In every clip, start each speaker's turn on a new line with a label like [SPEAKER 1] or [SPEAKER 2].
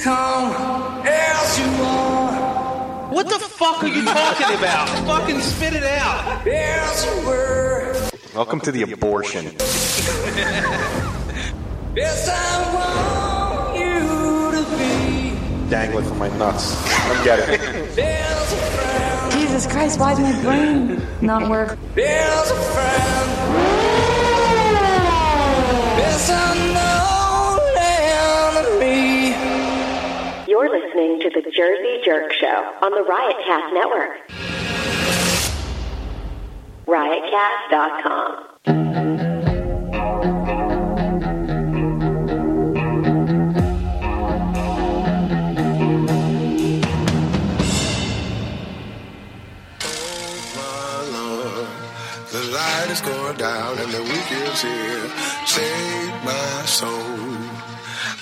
[SPEAKER 1] Come as you are.
[SPEAKER 2] What the fuck are you talking about? Fucking spit it out.
[SPEAKER 1] As you were.
[SPEAKER 3] Welcome to the abortion.
[SPEAKER 1] Yes, I want you to be.
[SPEAKER 3] Dangling from my nuts. I'm getting it.
[SPEAKER 1] There's a friend.
[SPEAKER 4] Jesus Christ, why is my brain not work?
[SPEAKER 1] There's a friend. There's unknown enemy.
[SPEAKER 5] You're listening to the Jersey Jerk Show on the Riotcast Network. Riotcast.com.
[SPEAKER 6] my Lord. The light is going down and the week is here. Save my soul.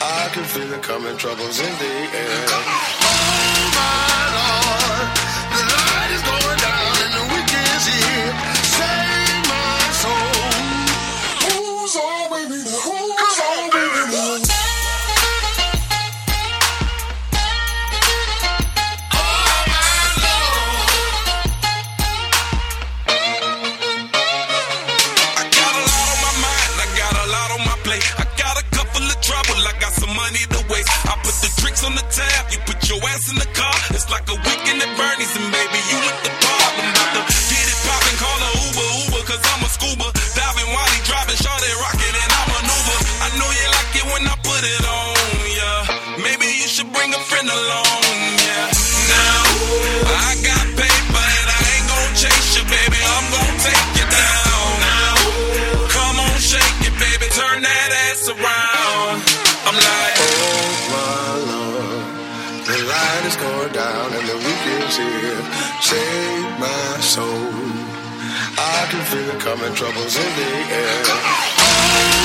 [SPEAKER 6] I can feel it coming, troubles in the air. Oh, my Lord. The light is going down and the week is here. Save my soul. Who's on with me? Who's on with me? Oh, my Lord.
[SPEAKER 7] I got a lot on my mind, I got a lot on my plate. I got a couple of trouble, I got some money to waste. I put the tricks on the tab, you put your ass in the car. It's like a weekend at Bernie's, and baby, you look the part. I'm about to get it poppin', call a Uber, Uber, cause I'm a scuba. Diving while he driving, shot it, rocket, and I maneuver. I know you like it when I put it on, yeah. Maybe you should bring a friend along, yeah. Now, I got paper, and I ain't gon' chase you, baby, I'm gon' take you down. Now, come on, shake it, baby, turn that ass around. I'm like,
[SPEAKER 6] my Lord. The light is going down and the week is here. Save my soul. I can feel it coming, troubles in the air. Oh,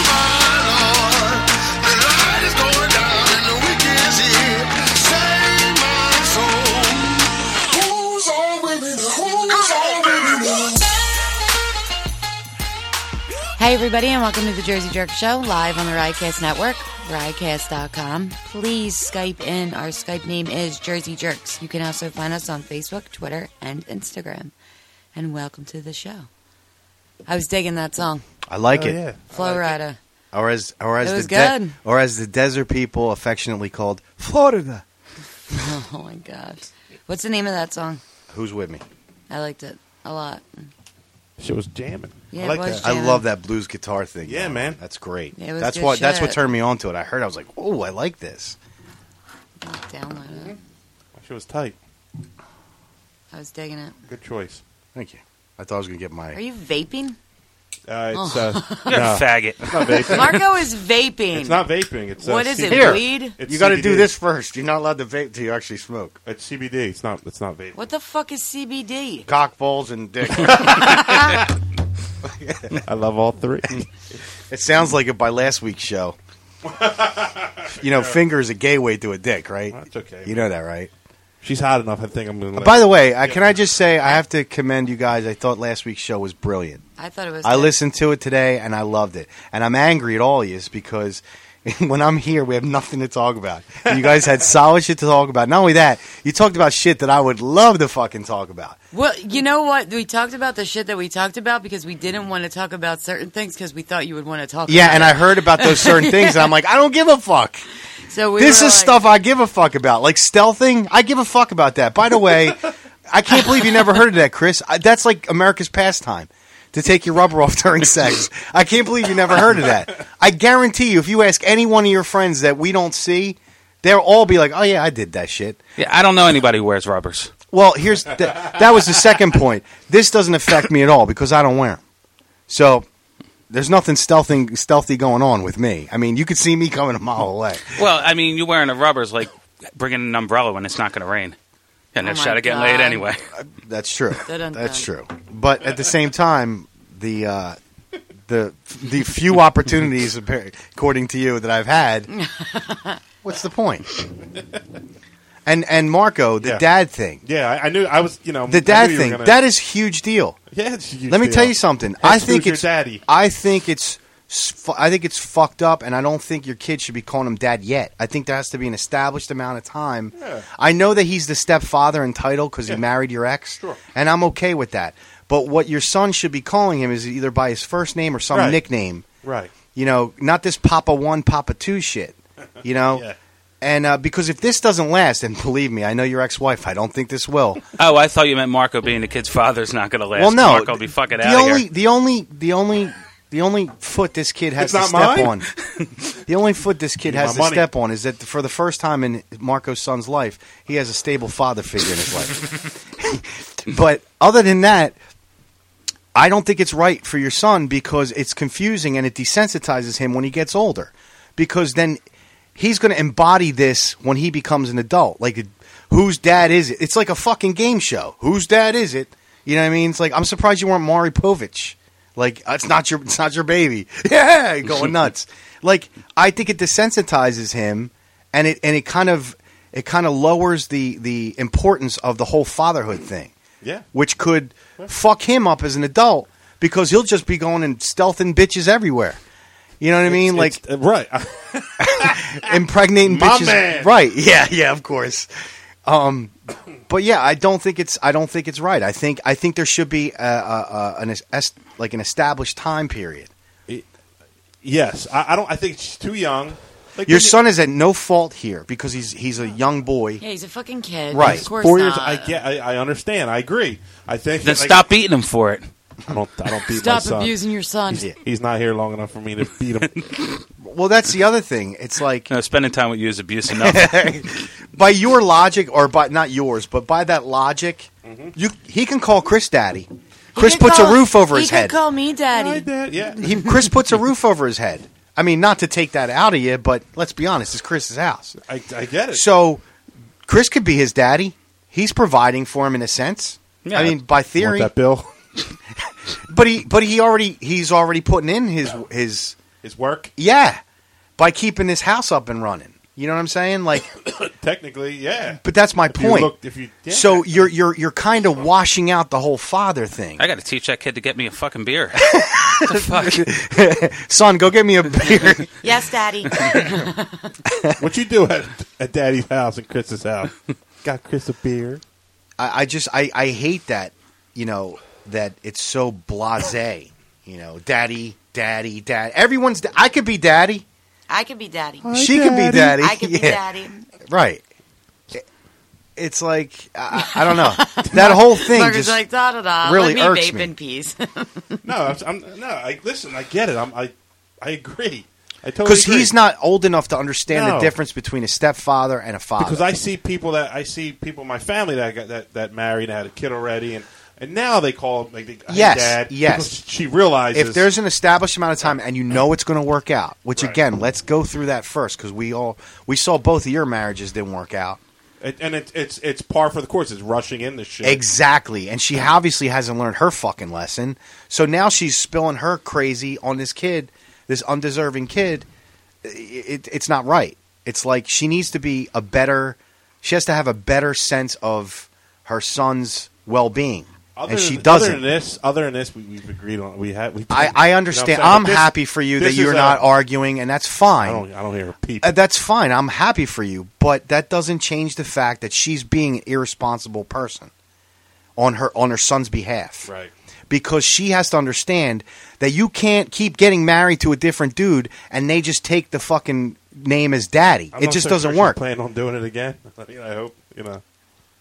[SPEAKER 6] my Lord. The light is going down and the week is here. Save my soul. Who's on with me? Who's on with me?
[SPEAKER 8] Hey, everybody, and welcome to the Jersey Jerk Show, live on the Riotcast Network, riotcast.com. Please Skype in. Our Skype name is Jersey Jerks. You can also find us on Facebook, Twitter, and Instagram. And welcome to the show. I was digging that song,
[SPEAKER 9] I like
[SPEAKER 10] Oh,
[SPEAKER 9] it.
[SPEAKER 8] Flow Rider.
[SPEAKER 9] Or as or as
[SPEAKER 8] Uh, It
[SPEAKER 9] the
[SPEAKER 8] was
[SPEAKER 9] de-
[SPEAKER 8] good.
[SPEAKER 9] or as the desert people affectionately called Florida.
[SPEAKER 8] Oh, my God. What's the name of that song?
[SPEAKER 9] Who's with me?
[SPEAKER 8] I liked it a lot.
[SPEAKER 10] Shit was jamming.
[SPEAKER 8] Yeah,
[SPEAKER 10] I like
[SPEAKER 8] it was
[SPEAKER 10] that.
[SPEAKER 9] I
[SPEAKER 8] jamming.
[SPEAKER 9] love that blues guitar thing.
[SPEAKER 10] Yeah,
[SPEAKER 9] though.
[SPEAKER 10] man.
[SPEAKER 9] That's great.
[SPEAKER 8] It was
[SPEAKER 9] that's
[SPEAKER 8] good
[SPEAKER 9] what that's what
[SPEAKER 8] shit.
[SPEAKER 9] turned me on to it. I heard I was like, "Oh, I like this."
[SPEAKER 8] Oh, Download it.
[SPEAKER 10] Shit was tight.
[SPEAKER 8] I was digging it.
[SPEAKER 10] Good choice.
[SPEAKER 9] Thank you. I thought I was going to get
[SPEAKER 8] Are
[SPEAKER 9] my
[SPEAKER 8] you vaping?
[SPEAKER 10] Uh, it's,
[SPEAKER 8] Oh.
[SPEAKER 10] uh, no,
[SPEAKER 2] Faggot.
[SPEAKER 10] it's not vaping.
[SPEAKER 8] Marco is vaping.
[SPEAKER 10] It's not vaping. It's uh,
[SPEAKER 8] What is it,
[SPEAKER 10] CBD.
[SPEAKER 8] weed?
[SPEAKER 10] It's
[SPEAKER 9] You got to
[SPEAKER 10] CBD.
[SPEAKER 9] do this first. You're not allowed to vape till you actually smoke.
[SPEAKER 10] It's CBD. It's not. It's not vaping.
[SPEAKER 8] What the fuck is CBD?
[SPEAKER 9] Cock balls and dick.
[SPEAKER 10] I love all three.
[SPEAKER 9] it sounds like it by last week's show. you know, finger is a gateway to a dick, right?
[SPEAKER 10] That's okay,
[SPEAKER 9] You know that, right?
[SPEAKER 10] She's hot enough. I think I'm gonna. Let
[SPEAKER 9] By the way, I, can I just say I have to commend you guys. I thought last week's show was brilliant.
[SPEAKER 8] I thought it was.
[SPEAKER 9] I
[SPEAKER 8] good.
[SPEAKER 9] listened to it today and I loved it. And I'm angry at all of you because when I'm here, we have nothing to talk about. And you guys had solid shit to talk about. Not only that, you talked about shit that I would love to fucking talk about.
[SPEAKER 8] Well, you know what? We talked about the shit that we talked about because we didn't want to talk about certain things because we thought you would want to talk.
[SPEAKER 9] Yeah,
[SPEAKER 8] about
[SPEAKER 9] and I heard about those certain things and I'm like, I don't give a fuck.
[SPEAKER 8] it. so we
[SPEAKER 9] this
[SPEAKER 8] were
[SPEAKER 9] is
[SPEAKER 8] like-
[SPEAKER 9] stuff I give a fuck about. Like stealthing, I give a fuck about that. By the way, I can't believe you never heard of that, Chris. I, that's like America's pastime to take your rubber off during sex. I can't believe you never heard of that. I guarantee you, if you ask any one of your friends that we don't see, they'll all be like, "Oh yeah, I did that shit."
[SPEAKER 2] Yeah, I don't know anybody who wears rubbers.
[SPEAKER 9] Well, here's the, that was the second point. This doesn't affect me at all because I don't wear them. So. There's nothing stealthing, stealthy going on with me. I mean, you could see me coming a mile away.
[SPEAKER 2] Well, I mean, you're wearing a rubber's like bringing an umbrella when it's not going to rain. And
[SPEAKER 8] Oh
[SPEAKER 2] it's
[SPEAKER 8] my
[SPEAKER 2] shot to get
[SPEAKER 8] God.
[SPEAKER 2] laid anyway.
[SPEAKER 9] That's true.
[SPEAKER 8] Dun-dun-dun.
[SPEAKER 9] That's true. But at the same time, the uh, the the few opportunities, appar- according to you, that I've had, what's the point? And and Marco, the
[SPEAKER 10] Yeah.
[SPEAKER 9] dad thing,
[SPEAKER 10] yeah, I, I knew. I was. You know,
[SPEAKER 9] the
[SPEAKER 10] I
[SPEAKER 9] dad
[SPEAKER 10] knew you were
[SPEAKER 9] thing,
[SPEAKER 10] Gonna,
[SPEAKER 9] that is huge deal.
[SPEAKER 10] Yeah, it's a huge
[SPEAKER 9] Let me
[SPEAKER 10] deal.
[SPEAKER 9] tell you something.
[SPEAKER 10] Hey,
[SPEAKER 9] I think
[SPEAKER 10] Scrooge,
[SPEAKER 9] it's
[SPEAKER 10] your daddy.
[SPEAKER 9] I think it's s- fu- I think it's fucked up, and I don't think your kid should be calling him dad yet. I think there has to be an established amount of time. I know that he's the stepfather in title because he married your ex,
[SPEAKER 10] Sure.
[SPEAKER 9] and I'm okay with that. But what your son should be calling him is either by his first name or some
[SPEAKER 10] Right.
[SPEAKER 9] nickname.
[SPEAKER 10] Right.
[SPEAKER 9] You know, not this Papa One, Papa Two shit. You know.
[SPEAKER 10] Yeah.
[SPEAKER 9] And uh, because if this doesn't last, and believe me, I know your ex-wife. I don't think this will.
[SPEAKER 2] Oh, I thought you meant Marco being the kid's father's not going to last.
[SPEAKER 9] Well, no,
[SPEAKER 2] Marco will be fucking
[SPEAKER 9] the
[SPEAKER 2] out of
[SPEAKER 9] only,
[SPEAKER 2] here.
[SPEAKER 9] The only, the only, the only foot this kid has
[SPEAKER 10] It's
[SPEAKER 9] to
[SPEAKER 10] not mine?
[SPEAKER 9] step on. The only foot this kid
[SPEAKER 10] Give
[SPEAKER 9] has
[SPEAKER 10] my
[SPEAKER 9] to
[SPEAKER 10] money.
[SPEAKER 9] step on is that for the first time in Marco's son's life, he has a stable father figure in his life. but other than that, I don't think it's right for your son because it's confusing and it desensitizes him when he gets older. Because then he's going to embody this when he becomes an adult. Like, whose dad is it? It's like a fucking game show. Whose dad is it? You know what I mean? It's like I'm surprised you weren't Maury Povich. Like uh, it's not your it's not your baby. Yeah, going nuts. like I think it desensitizes him, and it and it kind of it kind of lowers the the importance of the whole fatherhood thing
[SPEAKER 10] Yeah.
[SPEAKER 9] which could fuck him up as an adult because he'll just be going and stealthing bitches everywhere. You know what I mean? like
[SPEAKER 10] It's- uh, right.
[SPEAKER 9] impregnating
[SPEAKER 10] My
[SPEAKER 9] bitches,
[SPEAKER 10] man.
[SPEAKER 9] right? Yeah, yeah, of course. Um, but yeah, I don't think it's I don't think it's right. I think I think there should be a, a, a, an es- like an established time period.
[SPEAKER 10] yes. I, I don't. I think she's too young. Like,
[SPEAKER 9] Your
[SPEAKER 10] when you-
[SPEAKER 9] son is at no fault here because he's he's a young boy.
[SPEAKER 8] Yeah, he's a fucking kid.
[SPEAKER 9] Right.
[SPEAKER 8] Of course
[SPEAKER 10] Four years.
[SPEAKER 8] not.
[SPEAKER 10] I get. I, I understand. I agree. I think.
[SPEAKER 2] Then
[SPEAKER 10] like,
[SPEAKER 2] stop beating him for it.
[SPEAKER 10] I don't. I don't beat my
[SPEAKER 8] Stop
[SPEAKER 10] son.
[SPEAKER 8] abusing your son.
[SPEAKER 9] Yeah.
[SPEAKER 10] He's not here long enough for me to beat him.
[SPEAKER 9] Well, that's the other thing. It's like
[SPEAKER 2] No, spending time with you is abuse enough.
[SPEAKER 9] by your logic, or by not yours, but by that logic,
[SPEAKER 10] Mm-hmm.
[SPEAKER 9] you he can call Chris daddy.
[SPEAKER 8] He
[SPEAKER 9] Chris
[SPEAKER 8] could
[SPEAKER 9] puts
[SPEAKER 8] call-
[SPEAKER 9] a roof over
[SPEAKER 8] he
[SPEAKER 9] his
[SPEAKER 8] could
[SPEAKER 9] head.
[SPEAKER 8] call me
[SPEAKER 10] Hi,
[SPEAKER 8] daddy.
[SPEAKER 10] Dad. Yeah.
[SPEAKER 9] he, Chris puts a roof over his head. I mean, not to take that out of you, but let's be honest, it's Chris's house.
[SPEAKER 10] I, I get it.
[SPEAKER 9] So Chris could be his daddy. He's providing for him in a sense.
[SPEAKER 2] Yeah.
[SPEAKER 9] I mean, by
[SPEAKER 10] Want
[SPEAKER 9] theory,
[SPEAKER 10] that bill?
[SPEAKER 9] but he but he already he's already putting in his his
[SPEAKER 10] His work.
[SPEAKER 9] yeah by keeping his house up and running. You know what I'm saying? Like,
[SPEAKER 10] Technically, yeah.
[SPEAKER 9] but that's my
[SPEAKER 10] If you
[SPEAKER 9] point.
[SPEAKER 10] looked- if you- yeah.
[SPEAKER 9] So you're you're you're kind of washing out the whole father thing.
[SPEAKER 2] I got to teach that kid to get me a fucking beer. What the fuck?
[SPEAKER 9] Son, go get me a beer.
[SPEAKER 8] Yes, daddy.
[SPEAKER 10] what you do at, at Daddy's house and Chris's house? Got Chris a beer.
[SPEAKER 9] I, I just I, I hate that you know that it's so blasé. You know, daddy, daddy, dad. Everyone's. Da- I could be daddy.
[SPEAKER 8] I could be daddy.
[SPEAKER 9] she could be daddy.
[SPEAKER 8] I could be
[SPEAKER 9] Yeah,
[SPEAKER 8] daddy.
[SPEAKER 9] Right. It- It's like I, I don't know that whole thing.
[SPEAKER 8] Fucker's
[SPEAKER 9] just
[SPEAKER 8] like da da da. Let
[SPEAKER 9] really
[SPEAKER 8] me
[SPEAKER 9] irks
[SPEAKER 8] vape
[SPEAKER 9] me.
[SPEAKER 8] in peace.
[SPEAKER 10] No, I'm, I'm, no. I, listen, I get it. I'm, I I agree. I totally
[SPEAKER 9] because
[SPEAKER 10] agree.
[SPEAKER 9] he's not old enough to understand the
[SPEAKER 10] No.
[SPEAKER 9] difference between a stepfather and a father.
[SPEAKER 10] because I see people that I see people in my family that got that, that married and had a kid already and and now they call like they, hey,
[SPEAKER 9] Yes,
[SPEAKER 10] dad
[SPEAKER 9] yes.
[SPEAKER 10] because she realizes
[SPEAKER 9] if there's an established amount of time and you know it's going to work out, which
[SPEAKER 10] Right.
[SPEAKER 9] again, let's go through that first because we all we saw both of your marriages didn't work out.
[SPEAKER 10] and, and it, it's it's par for the course it's rushing in this shit
[SPEAKER 9] Exactly. And she obviously hasn't learned her fucking lesson. So now she's spilling her crazy on this kid, this undeserving kid. I- It, it's not right. It's like she needs to be a better, she has to have a better sense of her son's well being.
[SPEAKER 10] Other
[SPEAKER 9] And
[SPEAKER 10] than-
[SPEAKER 9] she
[SPEAKER 10] Other than
[SPEAKER 9] doesn't.
[SPEAKER 10] this, other than this, we, we've agreed on. We had. We,
[SPEAKER 9] I,
[SPEAKER 10] you know
[SPEAKER 9] I
[SPEAKER 10] what
[SPEAKER 9] understand.
[SPEAKER 10] saying? But
[SPEAKER 9] I'm
[SPEAKER 10] this-
[SPEAKER 9] happy for you that
[SPEAKER 10] this
[SPEAKER 9] you're
[SPEAKER 10] is
[SPEAKER 9] not
[SPEAKER 10] a-
[SPEAKER 9] arguing, and that's fine.
[SPEAKER 10] I don't. I don't hear a peep.
[SPEAKER 9] Uh, that's fine. I'm happy for you, but that doesn't change the fact that she's being an irresponsible person on her on her son's behalf.
[SPEAKER 10] right.
[SPEAKER 9] Because she has to understand that you can't keep getting married to a different dude and they just take the fucking name as daddy.
[SPEAKER 10] I'm
[SPEAKER 9] it
[SPEAKER 10] not
[SPEAKER 9] just
[SPEAKER 10] so
[SPEAKER 9] doesn't
[SPEAKER 10] sure she's
[SPEAKER 9] work.
[SPEAKER 10] Planning on doing it again. I, mean, I hope you know.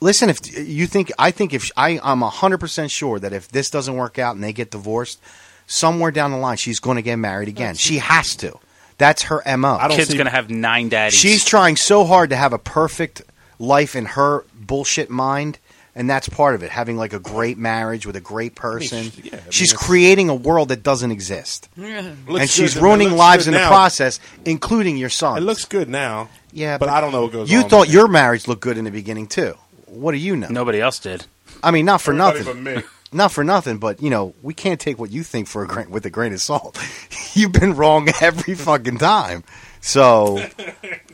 [SPEAKER 9] Listen, if you think I think if I I'm 100% sure that if this doesn't work out and they get divorced, somewhere down the line she's going to get married again. she has to. That's her MO.
[SPEAKER 10] I don't
[SPEAKER 2] Kid's
[SPEAKER 10] see-
[SPEAKER 2] going to have nine daddies.
[SPEAKER 9] She's trying so hard to have a perfect life in her bullshit mind, and that's part of it. Having like a great marriage with a great person.
[SPEAKER 10] she- yeah, I mean,
[SPEAKER 9] she's
[SPEAKER 10] it's-
[SPEAKER 9] creating a world that doesn't exist,
[SPEAKER 10] Looks
[SPEAKER 9] and she's
[SPEAKER 10] good- it
[SPEAKER 9] ruining
[SPEAKER 10] looks
[SPEAKER 9] lives
[SPEAKER 10] good
[SPEAKER 9] in the
[SPEAKER 10] now.
[SPEAKER 9] process, including your son.
[SPEAKER 10] It looks good now.
[SPEAKER 9] Yeah,
[SPEAKER 10] but,
[SPEAKER 9] but
[SPEAKER 10] I don't know what goes.
[SPEAKER 9] you
[SPEAKER 10] on
[SPEAKER 9] thought
[SPEAKER 10] with
[SPEAKER 9] your marriage looked good in the beginning too. What do you know?
[SPEAKER 2] Nobody else did.
[SPEAKER 9] I mean, not
[SPEAKER 10] it.
[SPEAKER 9] for
[SPEAKER 10] Everybody
[SPEAKER 9] nothing.
[SPEAKER 10] But me.
[SPEAKER 9] Not for nothing, but you know, we can't take what you think for a grain with a grain of salt. You've been wrong every fucking time. So,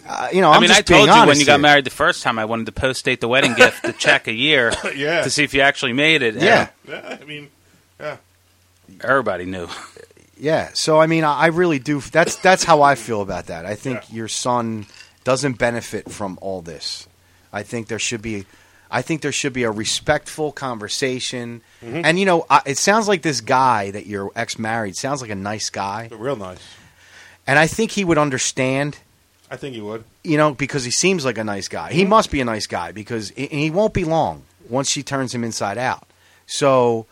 [SPEAKER 9] uh, you know,
[SPEAKER 2] i
[SPEAKER 9] I'm
[SPEAKER 2] mean,
[SPEAKER 9] just
[SPEAKER 2] I told
[SPEAKER 9] being
[SPEAKER 2] you when
[SPEAKER 9] honest
[SPEAKER 2] you got
[SPEAKER 9] here.
[SPEAKER 2] married the first time, I wanted to post date the wedding gift, the check a year,
[SPEAKER 10] Yeah.
[SPEAKER 2] to see if you actually made it.
[SPEAKER 9] Yeah.
[SPEAKER 2] And
[SPEAKER 10] Yeah, I mean,
[SPEAKER 2] everybody knew.
[SPEAKER 9] Yeah. So I mean, I, I really do. That's that's how I feel about that. I think your son doesn't benefit from all this. I think there should be, I think there should be a respectful conversation.
[SPEAKER 10] Mm-hmm.
[SPEAKER 9] And you know, I, it sounds like this guy that your ex married sounds like a nice guy,
[SPEAKER 10] But real nice.
[SPEAKER 9] and I think he would understand.
[SPEAKER 10] I think you would. Mm-hmm.
[SPEAKER 9] You know, because he seems like a nice guy. He must be a nice guy because and he won't be long once she turns him inside out. So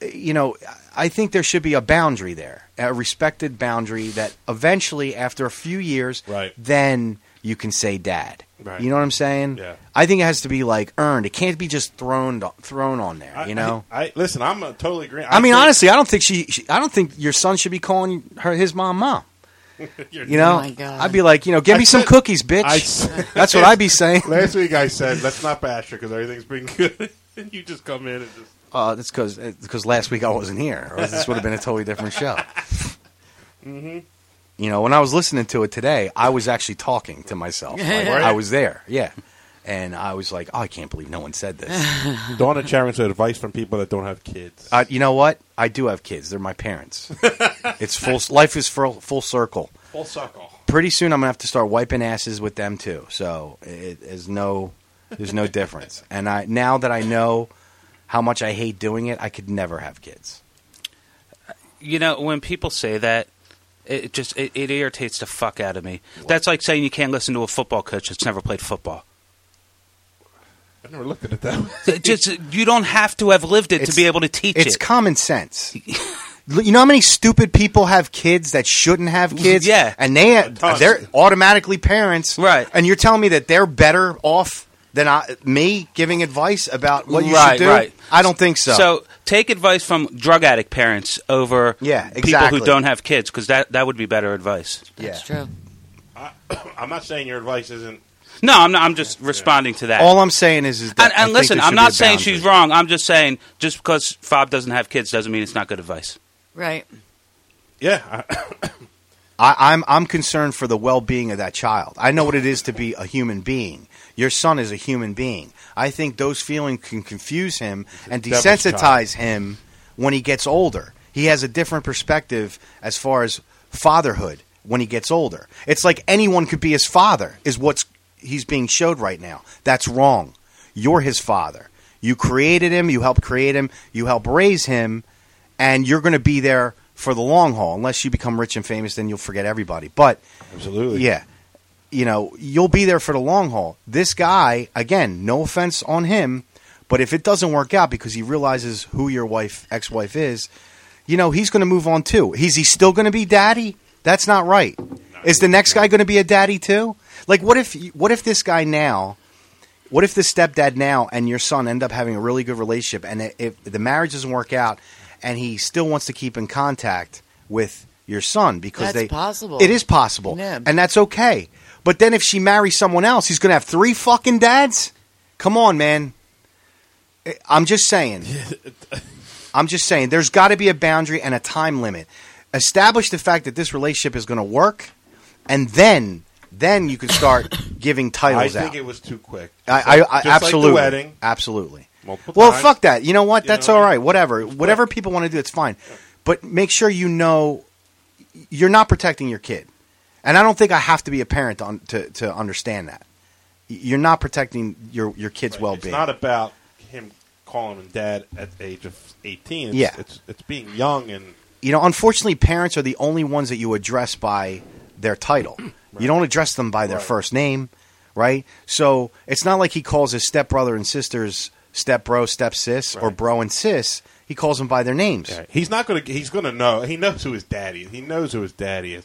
[SPEAKER 9] you know, I think there should be a boundary there, a respected boundary that eventually, after a few years,
[SPEAKER 10] Right.
[SPEAKER 9] then you can say dad.
[SPEAKER 10] Right.
[SPEAKER 9] You know what I'm saying?
[SPEAKER 10] Yeah.
[SPEAKER 9] I think it has to be like earned. It can't be just thrown thrown on there.
[SPEAKER 10] I-
[SPEAKER 9] you know.
[SPEAKER 10] I, I- listen. I'm uh, totally agreeing.
[SPEAKER 9] I, mean,
[SPEAKER 10] think-
[SPEAKER 9] honestly, I don't think she, she. I don't think your son should be calling her his mom, mom.
[SPEAKER 10] You're-
[SPEAKER 9] You know,
[SPEAKER 8] Oh my God.
[SPEAKER 9] I'd be like, you know, give
[SPEAKER 10] I
[SPEAKER 9] me some
[SPEAKER 10] said-
[SPEAKER 9] cookies, bitch.
[SPEAKER 10] I s-
[SPEAKER 9] That's what I'd be saying.
[SPEAKER 10] Last week I said let's not bash her because everything's been good, and you just come in and just.
[SPEAKER 9] Uh, that's because because last week I wasn't here, or this would have been a totally different show.
[SPEAKER 10] Mm-hmm.
[SPEAKER 9] You know, when I was listening to it today, I was actually talking to myself. Like,
[SPEAKER 10] Were you?
[SPEAKER 9] I was there, yeah, and I was like, oh, I can't believe no one said this.
[SPEAKER 10] Donna Charon said advice from people that don't have kids.
[SPEAKER 9] uh, you know what? I do have kids; they're my parents. it's full. Life is full, full circle.
[SPEAKER 10] Full circle.
[SPEAKER 9] Pretty soon, I'm gonna have to start wiping asses with them too. So it is no, there's no difference. And I now that I know how much I hate doing it, I could never have kids.
[SPEAKER 2] You know, when people say that, it it just it, it irritates the fuck out of me. That's like saying you can't listen to a football coach that's never played football.
[SPEAKER 10] I never looked at it that way.
[SPEAKER 2] It just you don't have to have lived it to
[SPEAKER 9] It's-
[SPEAKER 2] be able to teach
[SPEAKER 9] It's
[SPEAKER 2] it.
[SPEAKER 9] common sense. L- you know how many stupid people have kids that shouldn't have kids?
[SPEAKER 2] Mm, Yeah.
[SPEAKER 9] and they uh,
[SPEAKER 10] Tons.
[SPEAKER 9] they're automatically parents,
[SPEAKER 2] Right.
[SPEAKER 9] And you're telling me that they're better off than I, me giving advice about what you
[SPEAKER 2] Right,
[SPEAKER 9] should do?
[SPEAKER 2] right.
[SPEAKER 9] I don't think so.
[SPEAKER 2] So take advice from drug addict parents over
[SPEAKER 9] Yeah,
[SPEAKER 2] people
[SPEAKER 9] exactly.
[SPEAKER 2] who don't have kids because that, that would be better advice.
[SPEAKER 9] yeah.
[SPEAKER 8] That's true.
[SPEAKER 10] I'm not saying your advice isn't.
[SPEAKER 2] No, I'm not, I'm just responding to that.
[SPEAKER 9] All I'm saying is, is that
[SPEAKER 2] and
[SPEAKER 9] I
[SPEAKER 2] and
[SPEAKER 9] think
[SPEAKER 2] listen,
[SPEAKER 9] there should
[SPEAKER 2] I'm
[SPEAKER 9] be
[SPEAKER 2] not
[SPEAKER 9] a
[SPEAKER 2] saying
[SPEAKER 9] boundary.
[SPEAKER 2] she's wrong. I'm just saying just because Fob doesn't have kids doesn't mean it's not good advice.
[SPEAKER 8] Right.
[SPEAKER 10] Yeah, I,
[SPEAKER 9] I, I'm I'm concerned for the well being of that child. I know what it is to be a human being. Your son is a human being. I think those feelings can confuse him and
[SPEAKER 10] devil's child.
[SPEAKER 9] desensitize him when he gets older. He has a different perspective as far as fatherhood when he gets older. It's like anyone could be his father is what's he's being showed right now. That's wrong. You're his father. You created him, you helped create him, you helped raise him and you're going to be there for the long haul. Unless you become rich and famous, then you'll forget everybody. But
[SPEAKER 10] absolutely.
[SPEAKER 9] yeah, you know, you'll be there for the long haul. This guy, again, no offense on him, but if it doesn't work out because he realizes who your wife, ex-wife is, you know, he's going to move on too. Is he still going to be daddy? That's not right. Is the next guy going to be a daddy too? Like, what if what if this guy now? What if the stepdad now and your son end up having a really good relationship, and i- if the marriage doesn't work out, and he still wants to keep in contact with your son because
[SPEAKER 8] That's
[SPEAKER 9] they
[SPEAKER 8] possible.
[SPEAKER 9] It is possible,
[SPEAKER 8] Yeah.
[SPEAKER 9] and that's okay. But then if she marries someone else, he's going to have three fucking dads. Come on, man. I- I'm just saying. I'm just saying. There's got to be a boundary and a time limit. Establish the fact that this relationship is going to work, and then then you can start giving
[SPEAKER 10] I
[SPEAKER 9] titles out.
[SPEAKER 10] think it was too quick.
[SPEAKER 9] I, I, I
[SPEAKER 10] Just like the
[SPEAKER 9] absolutely,
[SPEAKER 10] wedding.
[SPEAKER 9] absolutely.
[SPEAKER 10] Multiple
[SPEAKER 9] Well,
[SPEAKER 10] times.
[SPEAKER 9] fuck that. You know what?
[SPEAKER 10] You
[SPEAKER 9] That's
[SPEAKER 10] know
[SPEAKER 9] all
[SPEAKER 10] what I
[SPEAKER 9] right. Whatever, whatever people want to do, it's fine. But make sure you know you're not protecting your kid, and I don't think I have to be a parent to un- to, to understand that. Y- You're not protecting your your kid's well
[SPEAKER 10] It's
[SPEAKER 9] being.
[SPEAKER 10] not about him calling him dad at the age of 18. It's,
[SPEAKER 9] Yeah.
[SPEAKER 10] It's, it's being young and.
[SPEAKER 9] you know, unfortunately, parents are the only ones that you address by their title. You don't address them by their
[SPEAKER 10] Right.
[SPEAKER 9] first name, right? So it's not like he calls his stepbrother and sisters step bro, step sis, or
[SPEAKER 10] Right.
[SPEAKER 9] bro and sis. He calls them by their names.
[SPEAKER 10] Yeah, he's not gonna. He's gonna know. He knows who his daddy is. He knows who his daddy is.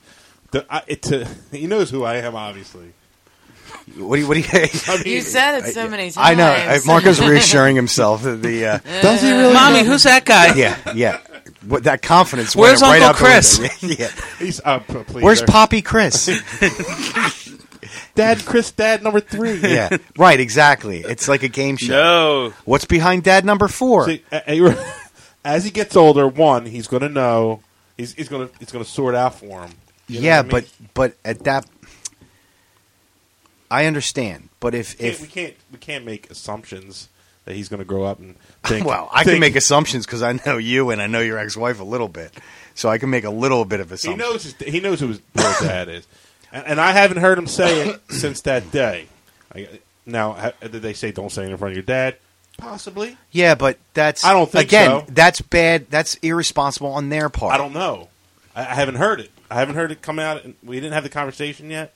[SPEAKER 10] The, I, it's a, he knows who I am, obviously.
[SPEAKER 9] What do you? What do you?
[SPEAKER 10] I mean,
[SPEAKER 8] You said it so many times.
[SPEAKER 9] I know. Uh, Marco's reassuring himself. that The uh, does he really?
[SPEAKER 2] Mommy, who's that guy?
[SPEAKER 9] Yeah, yeah. What, that confidence.
[SPEAKER 2] Where's
[SPEAKER 9] went right
[SPEAKER 2] Uncle
[SPEAKER 9] out the
[SPEAKER 2] Chris?
[SPEAKER 9] window. yeah.
[SPEAKER 10] he's uh, p- please,
[SPEAKER 9] Where's
[SPEAKER 10] uh,
[SPEAKER 9] Poppy Chris?
[SPEAKER 10] Dad, Chris, Dad, number three.
[SPEAKER 9] yeah. Right. Exactly. It's like a game show.
[SPEAKER 2] No.
[SPEAKER 9] What's behind Dad number four?
[SPEAKER 10] See, a- a- as he gets older, one, he's gonna know. He's, he's gonna it's gonna sort out for him. You know what I
[SPEAKER 9] yeah,
[SPEAKER 10] mean?
[SPEAKER 9] but but at that, I understand. But if
[SPEAKER 10] Can't- we
[SPEAKER 9] if
[SPEAKER 10] can't we can't make assumptions that he's going to grow up and think.
[SPEAKER 9] well, I can
[SPEAKER 10] think-
[SPEAKER 9] make assumptions because I know you and I know your ex-wife a little bit, so I can make a little bit of
[SPEAKER 10] He
[SPEAKER 9] assumptions.
[SPEAKER 10] knows his, he knows who his real dad is, and, and I haven't heard him say it since that day. I, now, ha, did they say don't say it in front of your dad? Possibly.
[SPEAKER 9] Yeah, but that's
[SPEAKER 10] I don't think so.
[SPEAKER 9] again. That's bad. That's irresponsible on their part.
[SPEAKER 10] I don't know. I, I haven't heard it. I haven't heard it come out. and We didn't have the conversation yet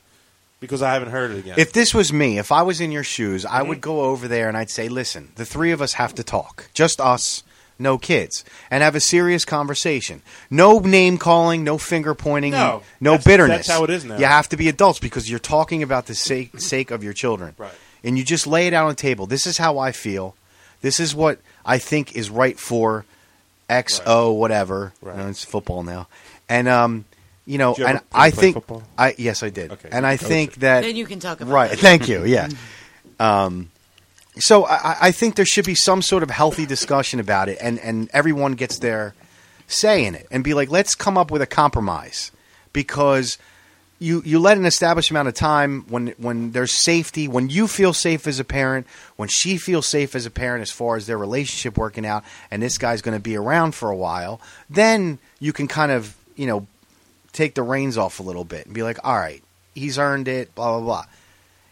[SPEAKER 10] because I haven't heard it again. Mm-hmm.
[SPEAKER 9] If this was me, if I was in your shoes, I would go over there and I'd say, "Listen, the three of us have to talk. Just us, no kids, and have a serious conversation. No name calling, no finger pointing,
[SPEAKER 10] No.
[SPEAKER 9] no
[SPEAKER 10] That's-
[SPEAKER 9] bitterness.
[SPEAKER 10] that's how it is now.
[SPEAKER 9] You have to be adults because you're talking about the sake, sake of your children.
[SPEAKER 10] Right.
[SPEAKER 9] And you just lay it out on the table. This is how I feel. This is what I think is right for X
[SPEAKER 10] Right.
[SPEAKER 9] O whatever.
[SPEAKER 10] Right.
[SPEAKER 9] You know, it's football now, and um, you know,
[SPEAKER 10] Did you ever-
[SPEAKER 9] and
[SPEAKER 10] did you
[SPEAKER 9] I
[SPEAKER 10] play
[SPEAKER 9] think
[SPEAKER 10] football?
[SPEAKER 9] I yes I did,
[SPEAKER 10] Okay,
[SPEAKER 9] and
[SPEAKER 10] you
[SPEAKER 9] I
[SPEAKER 10] coached
[SPEAKER 9] think
[SPEAKER 10] it.
[SPEAKER 9] that
[SPEAKER 8] Then you can talk about
[SPEAKER 9] right.
[SPEAKER 8] that.
[SPEAKER 9] Thank you. Yeah. Um, so I, I- I think there should be some sort of healthy discussion about it, and and everyone gets their say in it, and be like, let's come up with a compromise because. You, you let an established amount of time when when there's safety when you feel safe as a parent when she feels safe as a parent as far as their relationship working out and this guy's going to be around for a while then you can kind of you know take the reins off a little bit and be like all right he's earned it blah blah blah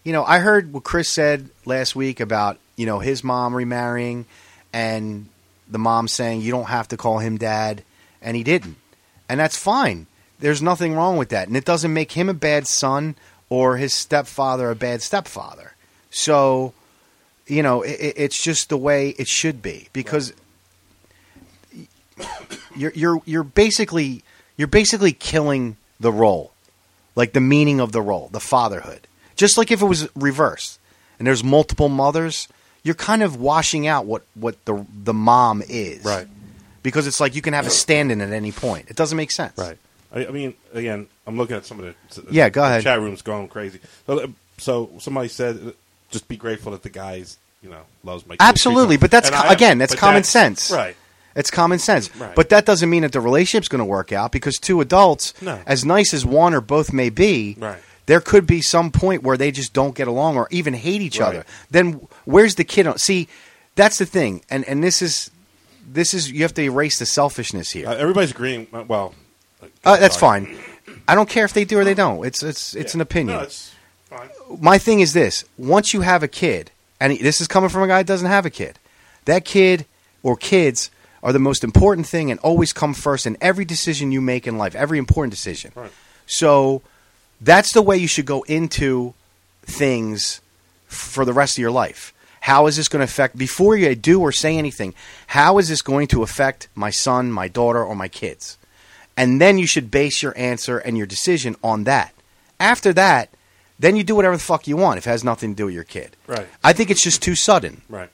[SPEAKER 9] you know, I heard what Chris said last week about, you know, his mom remarrying and the mom saying you don't have to call him dad and he didn't. And that's fine. There's nothing wrong with that. And it doesn't make him a bad son or his stepfather a bad stepfather. So, you know, it, it- it's just the way it should be because you're you're you're basically you're basically killing the role like the meaning of the role, the fatherhood. Just like if it was reversed and there's multiple mothers, you're kind of washing out what, what the the mom is.
[SPEAKER 10] Right.
[SPEAKER 9] Because it's like you can have a stand in at any point. It doesn't make sense.
[SPEAKER 10] Right. I, I mean, again, I'm looking at some of the
[SPEAKER 9] Yeah, go
[SPEAKER 10] the
[SPEAKER 9] ahead.
[SPEAKER 10] Chat room's going crazy. So, so somebody said, uh, just be grateful that the guy's you know loves my kids.
[SPEAKER 9] Absolutely, but that's
[SPEAKER 10] And
[SPEAKER 9] co-
[SPEAKER 10] I am-
[SPEAKER 9] again, that's
[SPEAKER 10] but
[SPEAKER 9] common
[SPEAKER 10] that's-
[SPEAKER 9] sense.
[SPEAKER 10] right?
[SPEAKER 9] It's common sense.
[SPEAKER 10] Right.
[SPEAKER 9] But that doesn't mean that the relationship's going to work out because two adults,
[SPEAKER 10] No.
[SPEAKER 9] as nice as one or both may be,
[SPEAKER 10] Right.
[SPEAKER 9] there could be some point where they just don't get along or even hate each
[SPEAKER 10] Right.
[SPEAKER 9] other. Then where's the kid on? See, that's the thing. And and this is this is you have to erase the selfishness here.
[SPEAKER 10] Uh, everybody's agreeing. uh, Well,
[SPEAKER 9] uh, that's
[SPEAKER 10] sorry.
[SPEAKER 9] fine. I don't care if they do or they don't. It's it's it's
[SPEAKER 10] Yeah.
[SPEAKER 9] an opinion
[SPEAKER 10] No, it's fine.
[SPEAKER 9] my thing is this: once you have a kid, and this is coming from a guy that doesn't have a kid, that kid or kids are the most important thing and always come first in every decision you make in life, every important decision.
[SPEAKER 10] Right.
[SPEAKER 9] So that's the way you should go into things for the rest of your life. How is this going to affect before you do or say anything? How is this going to affect my son, my daughter, or my kids? And then you should base your answer and your decision on that. After that, then you do whatever the fuck you want if it has nothing to do with your kid.
[SPEAKER 10] Right.
[SPEAKER 9] I think it's just too sudden.
[SPEAKER 10] Right.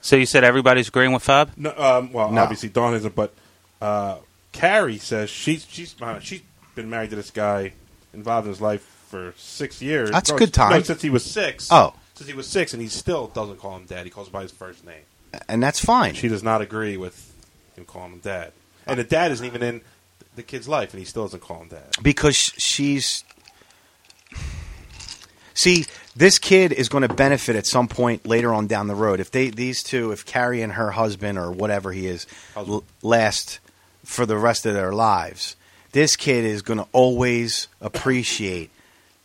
[SPEAKER 2] So you said everybody's agreeing with Fab?
[SPEAKER 10] No, um, well,
[SPEAKER 9] No.
[SPEAKER 10] obviously Dawn isn't, but uh, Carrie says she's she's uh, she's been married to this guy, involved in his life for six years.
[SPEAKER 9] That's a
[SPEAKER 10] No,
[SPEAKER 9] good time.
[SPEAKER 10] No, since he was six.
[SPEAKER 9] Oh.
[SPEAKER 10] since he was six, and he still doesn't call him dad. He calls him by his first name.
[SPEAKER 9] And that's fine.
[SPEAKER 10] She does not agree with him calling him dad, and the dad isn't even in the kid's life, and he still doesn't call him dad.
[SPEAKER 9] because sh- she's see this kid is going to benefit at some point later on down the road if they these two if carrie and her husband or whatever he is
[SPEAKER 10] Husband.
[SPEAKER 9] l- last for the rest of their lives this kid is going to always appreciate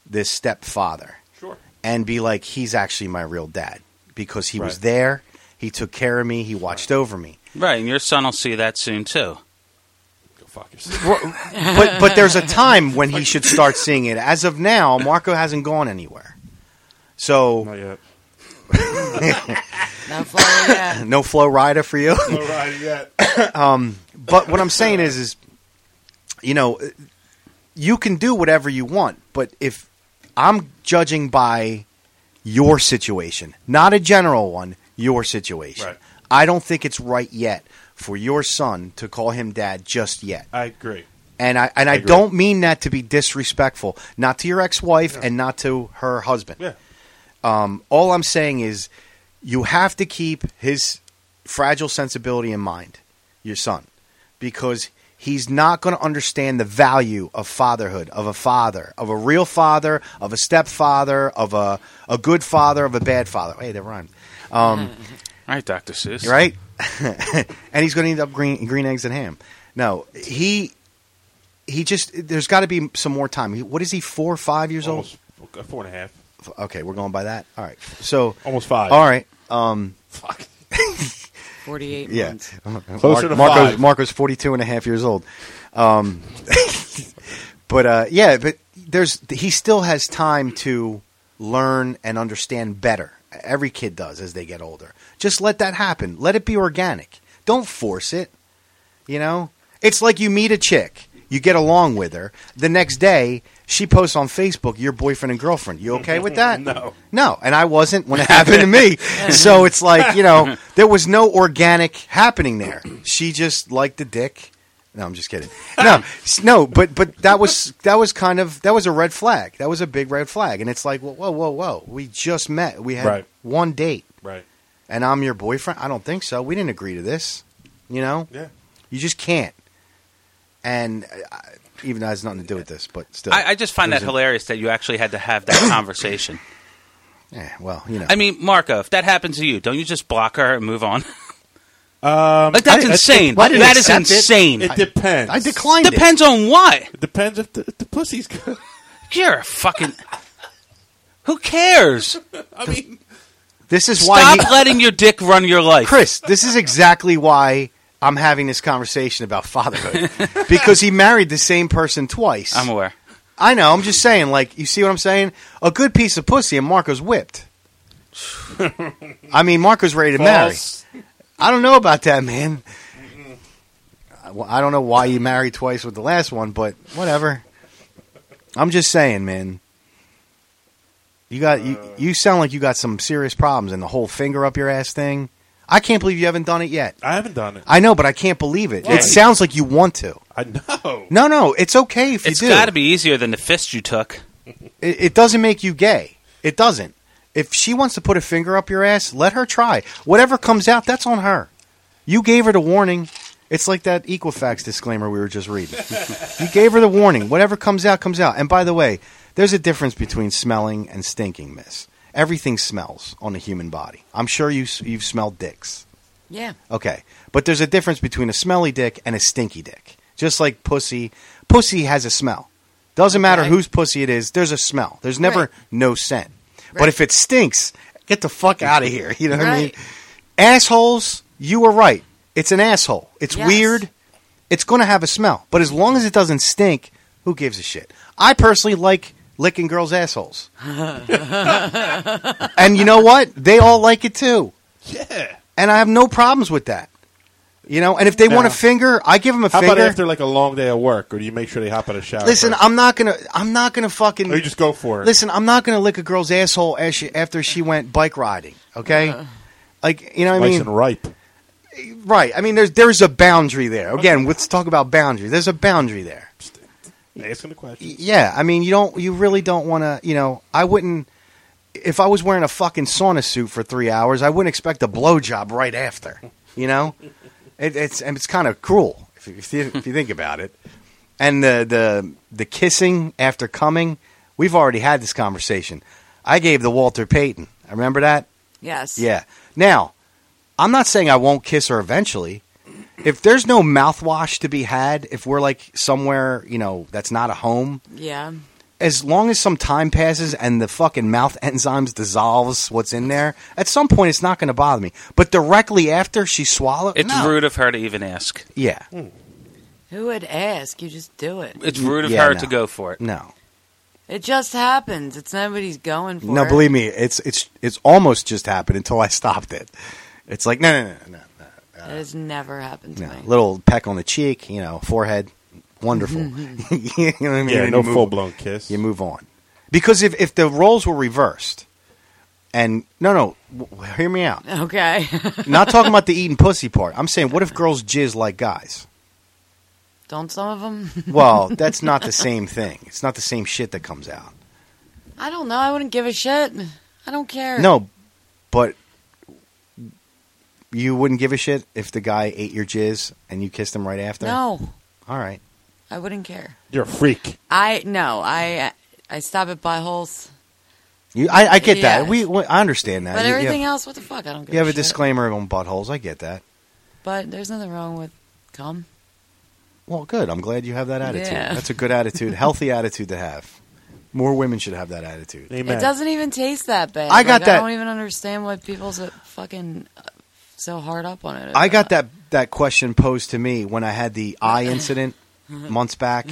[SPEAKER 9] this stepfather
[SPEAKER 10] Sure.
[SPEAKER 9] and be like, he's actually my real dad because he was
[SPEAKER 10] Right.
[SPEAKER 9] there, he took care of me, he watched over me.
[SPEAKER 2] Right, and your son will see that soon too.
[SPEAKER 10] Go fuck yourself.
[SPEAKER 9] But but there's a time when he should start seeing it. As of now, Marco hasn't gone anywhere.
[SPEAKER 10] Not
[SPEAKER 9] So
[SPEAKER 10] yet.
[SPEAKER 8] No Florida. yeah.
[SPEAKER 9] no flow rider for you. Um,
[SPEAKER 10] No ride yet.
[SPEAKER 9] but what I'm saying is, is you know, you can do whatever you want, but if I'm judging by your situation, not a general one, your situation,
[SPEAKER 10] Right.
[SPEAKER 9] I don't think it's right yet for your son to call him dad just yet.
[SPEAKER 10] I agree.
[SPEAKER 9] And I and I,
[SPEAKER 10] agree.
[SPEAKER 9] don't mean that to be disrespectful, not to your ex-wife and not to her husband. Um,
[SPEAKER 10] Yeah.
[SPEAKER 9] All I'm saying is you have to keep his fragile sensibility in mind, your son, because he's not going to understand the value of fatherhood, of a father, of a real father, of a stepfather, of a, a good father, of a bad father. Hey, that rhymed. Um,
[SPEAKER 2] All right, Dr. Seuss.
[SPEAKER 9] right? and he's going to end up green green eggs and ham. No, he he just there's got to be some more time. He- What is he? Four, five years
[SPEAKER 10] Almost f- four and a half.
[SPEAKER 9] old? Okay, we're going by that. All right. So
[SPEAKER 10] Almost five.
[SPEAKER 9] all right. um,
[SPEAKER 8] 48
[SPEAKER 9] Yeah.
[SPEAKER 8] months.
[SPEAKER 10] Closer to
[SPEAKER 9] Marco's,
[SPEAKER 10] five.
[SPEAKER 9] Marco's 42 and a half years old. Um, but uh, yeah, but there's he still has time to learn and understand better. Every kid does as they get older. Just let that happen. Let it be organic. Don't force it. You know? It's like you meet a chick, you get along with her. The next day, she posts on Facebook, your boyfriend and girlfriend. You okay with that?
[SPEAKER 10] No.
[SPEAKER 9] No, and I wasn't when it happened to me. So it's like, you know, there was no organic happening there. She just liked the dick. No, I'm just kidding. No, s- no, but but that was that was kind of that was a red flag. That was a big red flag, and it's like, whoa, whoa, whoa, whoa. We just met. We had
[SPEAKER 10] Right.
[SPEAKER 9] one date,
[SPEAKER 10] Right.
[SPEAKER 9] and I'm your boyfriend. I don't think so. We didn't agree to this. You know,
[SPEAKER 10] Yeah.
[SPEAKER 9] you just can't. And uh, I- even though it has nothing to do with this, but still,
[SPEAKER 2] I, I just find
[SPEAKER 9] It was
[SPEAKER 2] that
[SPEAKER 9] a-
[SPEAKER 2] hilarious that you actually had to have that conversation.
[SPEAKER 9] Eh, well, you know,
[SPEAKER 2] I mean, Marco, if that happens to you, don't you just block her and move on?
[SPEAKER 10] Um,
[SPEAKER 2] like that's
[SPEAKER 9] I- I-
[SPEAKER 2] insane.
[SPEAKER 9] why didn't
[SPEAKER 2] that
[SPEAKER 9] I
[SPEAKER 2] is
[SPEAKER 9] accept it?
[SPEAKER 2] insane.
[SPEAKER 10] it depends.
[SPEAKER 9] I declined. it.
[SPEAKER 2] Depends on what.
[SPEAKER 10] It depends if the, if the pussy's good.
[SPEAKER 2] You're a fucking. Who cares?
[SPEAKER 10] I mean,
[SPEAKER 9] This is why
[SPEAKER 2] Stop
[SPEAKER 9] he-
[SPEAKER 2] letting your dick run your life.
[SPEAKER 9] Chris, this is exactly why I'm having this conversation about fatherhood because he married the same person twice.
[SPEAKER 2] I'm aware.
[SPEAKER 9] I know. I'm just saying. Like, you see what I'm saying? A good piece of pussy, and Marco's whipped. I mean, Marco's ready to marry.
[SPEAKER 10] false.
[SPEAKER 9] I don't know about that, man. I- well, I don't know why you married twice with the last one, but whatever. I'm just saying, man. You got you,
[SPEAKER 10] Uh.
[SPEAKER 9] you sound like you got some serious problems and the whole finger up your ass thing. I can't believe you haven't done it yet.
[SPEAKER 10] I haven't done it.
[SPEAKER 9] I know, but I can't believe it.
[SPEAKER 10] Why?
[SPEAKER 9] It sounds like you want to.
[SPEAKER 10] I know.
[SPEAKER 9] No, no, it's okay if you
[SPEAKER 2] It's
[SPEAKER 9] do.
[SPEAKER 2] got to be easier than the fist you took.
[SPEAKER 9] It, it doesn't make you gay. It doesn't. If she wants to put a finger up your ass, let her try. Whatever comes out, that's on her. You gave her the warning. It's like that Equifax disclaimer we were just reading. you gave her the warning. Whatever comes out, comes out. And by the way, there's a difference between smelling and stinking, miss. Everything smells on the human body. I'm sure you, s- you've smelled dicks.
[SPEAKER 8] Yeah.
[SPEAKER 9] Okay. But there's a difference between a smelly dick and a stinky dick. Just like pussy, pussy has a smell. Doesn't matter
[SPEAKER 8] Okay.
[SPEAKER 9] whose pussy it is, there's a smell. There's never
[SPEAKER 8] Right.
[SPEAKER 9] no scent. But
[SPEAKER 8] Right.
[SPEAKER 9] if it stinks, get the fuck out of here. You know what I mean?
[SPEAKER 8] Right.
[SPEAKER 9] Assholes, you were right. It's an asshole. It's
[SPEAKER 8] Yes.
[SPEAKER 9] weird. It's going to have a smell. But as long as it doesn't stink, who gives a shit? I personally like licking girls' assholes. and you know what? They all like it too
[SPEAKER 10] Yeah.
[SPEAKER 9] and I have no problems with that. You know, and if they want a
[SPEAKER 10] Now-
[SPEAKER 9] finger, I give them a
[SPEAKER 10] How
[SPEAKER 9] finger.
[SPEAKER 10] about after like a long day of work, or do you make sure they hop out of shower?
[SPEAKER 9] listen,
[SPEAKER 10] first?
[SPEAKER 9] I'm not gonna, I'm not gonna fucking.
[SPEAKER 10] Or you just go for it.
[SPEAKER 9] listen, I'm not gonna lick a girl's asshole as she, after she went bike riding. Okay, like you know, what I
[SPEAKER 10] nice
[SPEAKER 9] mean,
[SPEAKER 10] and ripe.
[SPEAKER 9] right? I mean, there's there's a boundary there. Again, let's talk about boundary. There's a boundary there.
[SPEAKER 10] Asking the question.
[SPEAKER 9] Yeah, I mean, you don't, you really don't want to. You know, I wouldn't. If I was wearing a fucking sauna suit for three hours, I wouldn't expect a blowjob right after. You know, it, it's and it's kind of cruel if you, if you if you think about it. And the the the kissing after coming, we've already had this conversation. I gave the Walter Payton. I remember that.
[SPEAKER 8] Yes.
[SPEAKER 9] Yeah. Now, I'm not saying I won't kiss her eventually. If there's no mouthwash to be had, if we're like somewhere, you know, that's not a home,
[SPEAKER 8] Yeah.
[SPEAKER 9] as long as some time passes and the fucking mouth enzymes dissolves what's in there, at some point it's not going to bother me. But directly after she swallowed,
[SPEAKER 2] It's
[SPEAKER 9] no.
[SPEAKER 2] rude of her to even ask.
[SPEAKER 9] Yeah,
[SPEAKER 8] Who would ask? You just do it.
[SPEAKER 2] It's rude of
[SPEAKER 9] Yeah,
[SPEAKER 2] her
[SPEAKER 9] no.
[SPEAKER 2] to go for it.
[SPEAKER 9] no,
[SPEAKER 8] It just happens. It's nobody's going for
[SPEAKER 9] no.
[SPEAKER 8] it.
[SPEAKER 9] Believe me, it's it's it's almost just happened until I stopped it. It's like no, no, no, no,
[SPEAKER 8] That has never happened to
[SPEAKER 9] no, no.
[SPEAKER 8] me.
[SPEAKER 9] Little peck on the cheek, you know, forehead, wonderful. you know what I mean?
[SPEAKER 10] Yeah,
[SPEAKER 9] And
[SPEAKER 10] no
[SPEAKER 9] you move-
[SPEAKER 10] full blown kiss.
[SPEAKER 9] you move on. Because if, if the roles were reversed, and no, no, w- w- hear me out.
[SPEAKER 8] Okay.
[SPEAKER 9] Not talking about the eating pussy part. I'm saying, what if girls jizz like guys?
[SPEAKER 8] Don't some of them?
[SPEAKER 9] Well, that's not the same thing. It's not the same shit that comes out.
[SPEAKER 8] I don't know. I wouldn't give a shit. I don't care.
[SPEAKER 9] No, but you wouldn't give a shit if the guy ate your jizz and you kissed him right after?
[SPEAKER 8] No.
[SPEAKER 9] All right.
[SPEAKER 8] I wouldn't care.
[SPEAKER 10] You're a freak.
[SPEAKER 8] I no. I I stop at buttholes.
[SPEAKER 9] You, I, I get
[SPEAKER 8] Yeah.
[SPEAKER 9] that. We, we I understand that.
[SPEAKER 8] But
[SPEAKER 9] You- you
[SPEAKER 8] everything
[SPEAKER 9] have,
[SPEAKER 8] else, what the fuck? I don't give
[SPEAKER 9] you have a
[SPEAKER 8] shit.
[SPEAKER 9] disclaimer on buttholes. I get that.
[SPEAKER 8] But there's nothing wrong with cum.
[SPEAKER 9] Well, good. I'm glad you have that attitude.
[SPEAKER 8] Yeah.
[SPEAKER 9] That's a good attitude, healthy attitude to have. More women should have that attitude.
[SPEAKER 10] Amen.
[SPEAKER 8] It doesn't even taste that bad.
[SPEAKER 9] I got
[SPEAKER 8] Like,
[SPEAKER 9] that-
[SPEAKER 8] I don't even understand why people's uh, fucking uh, so hard up on it.
[SPEAKER 9] I got that that question posed to me when I had the eye incident months back.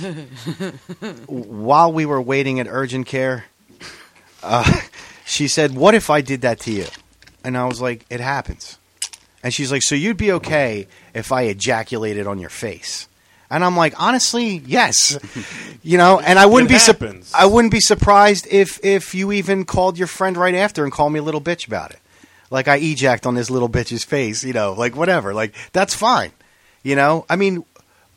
[SPEAKER 9] While we were waiting at urgent care, uh, she said, "What if I did that to you?" And I was like, "It happens." And she's like, "So you'd be okay if I ejaculated on your face?" And I'm like, "Honestly, yes." you know, and I wouldn't
[SPEAKER 10] It
[SPEAKER 9] be sup-
[SPEAKER 10] happens.
[SPEAKER 9] I wouldn't be surprised if if you even called your friend right after and called me a little bitch about it. Like I ejacked on this little bitch's face, you know, like whatever. Like that's fine. You know? I mean,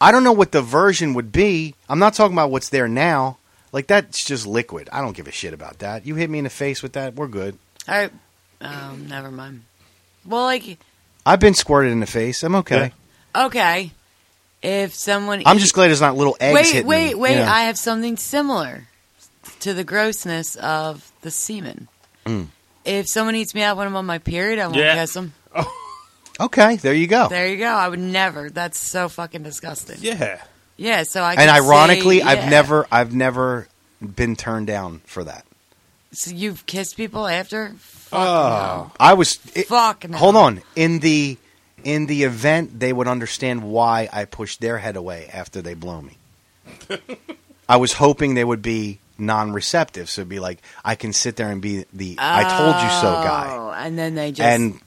[SPEAKER 9] I don't know what the version would be. I'm not talking about what's there now. Like that's just liquid. I don't give a shit about that. You hit me in the face with that, we're good.
[SPEAKER 8] All right. Um, never mind. Well, like,
[SPEAKER 9] I've been squirted in the face. I'm okay.
[SPEAKER 8] okay. If someone.
[SPEAKER 9] I'm
[SPEAKER 8] eat-
[SPEAKER 9] just glad it's not little eggs
[SPEAKER 8] Wait,
[SPEAKER 9] hitting
[SPEAKER 8] wait,
[SPEAKER 9] me,
[SPEAKER 8] wait.
[SPEAKER 9] you know.
[SPEAKER 8] I have something similar to the grossness of the semen.
[SPEAKER 9] Mm.
[SPEAKER 8] If someone eats me out when I'm on my period, I won't
[SPEAKER 2] Yeah.
[SPEAKER 8] kiss them.
[SPEAKER 9] okay, there you go.
[SPEAKER 8] There you go. I would never. That's so fucking disgusting. Yeah,
[SPEAKER 10] yeah.
[SPEAKER 8] so I.
[SPEAKER 9] and
[SPEAKER 8] could
[SPEAKER 9] ironically,
[SPEAKER 8] say-
[SPEAKER 9] I've
[SPEAKER 8] yeah.
[SPEAKER 9] never I've never been turned down for that.
[SPEAKER 8] So you've kissed people after? Fuck
[SPEAKER 10] Oh.
[SPEAKER 9] I was it-
[SPEAKER 8] Fuck no.
[SPEAKER 9] Hold on. In the in the event they would understand why I pushed their head away after they blow me. I was hoping they would be non-receptive, so it'd be like I can sit there and be the I told you so guy.
[SPEAKER 8] Oh, and then they just
[SPEAKER 9] And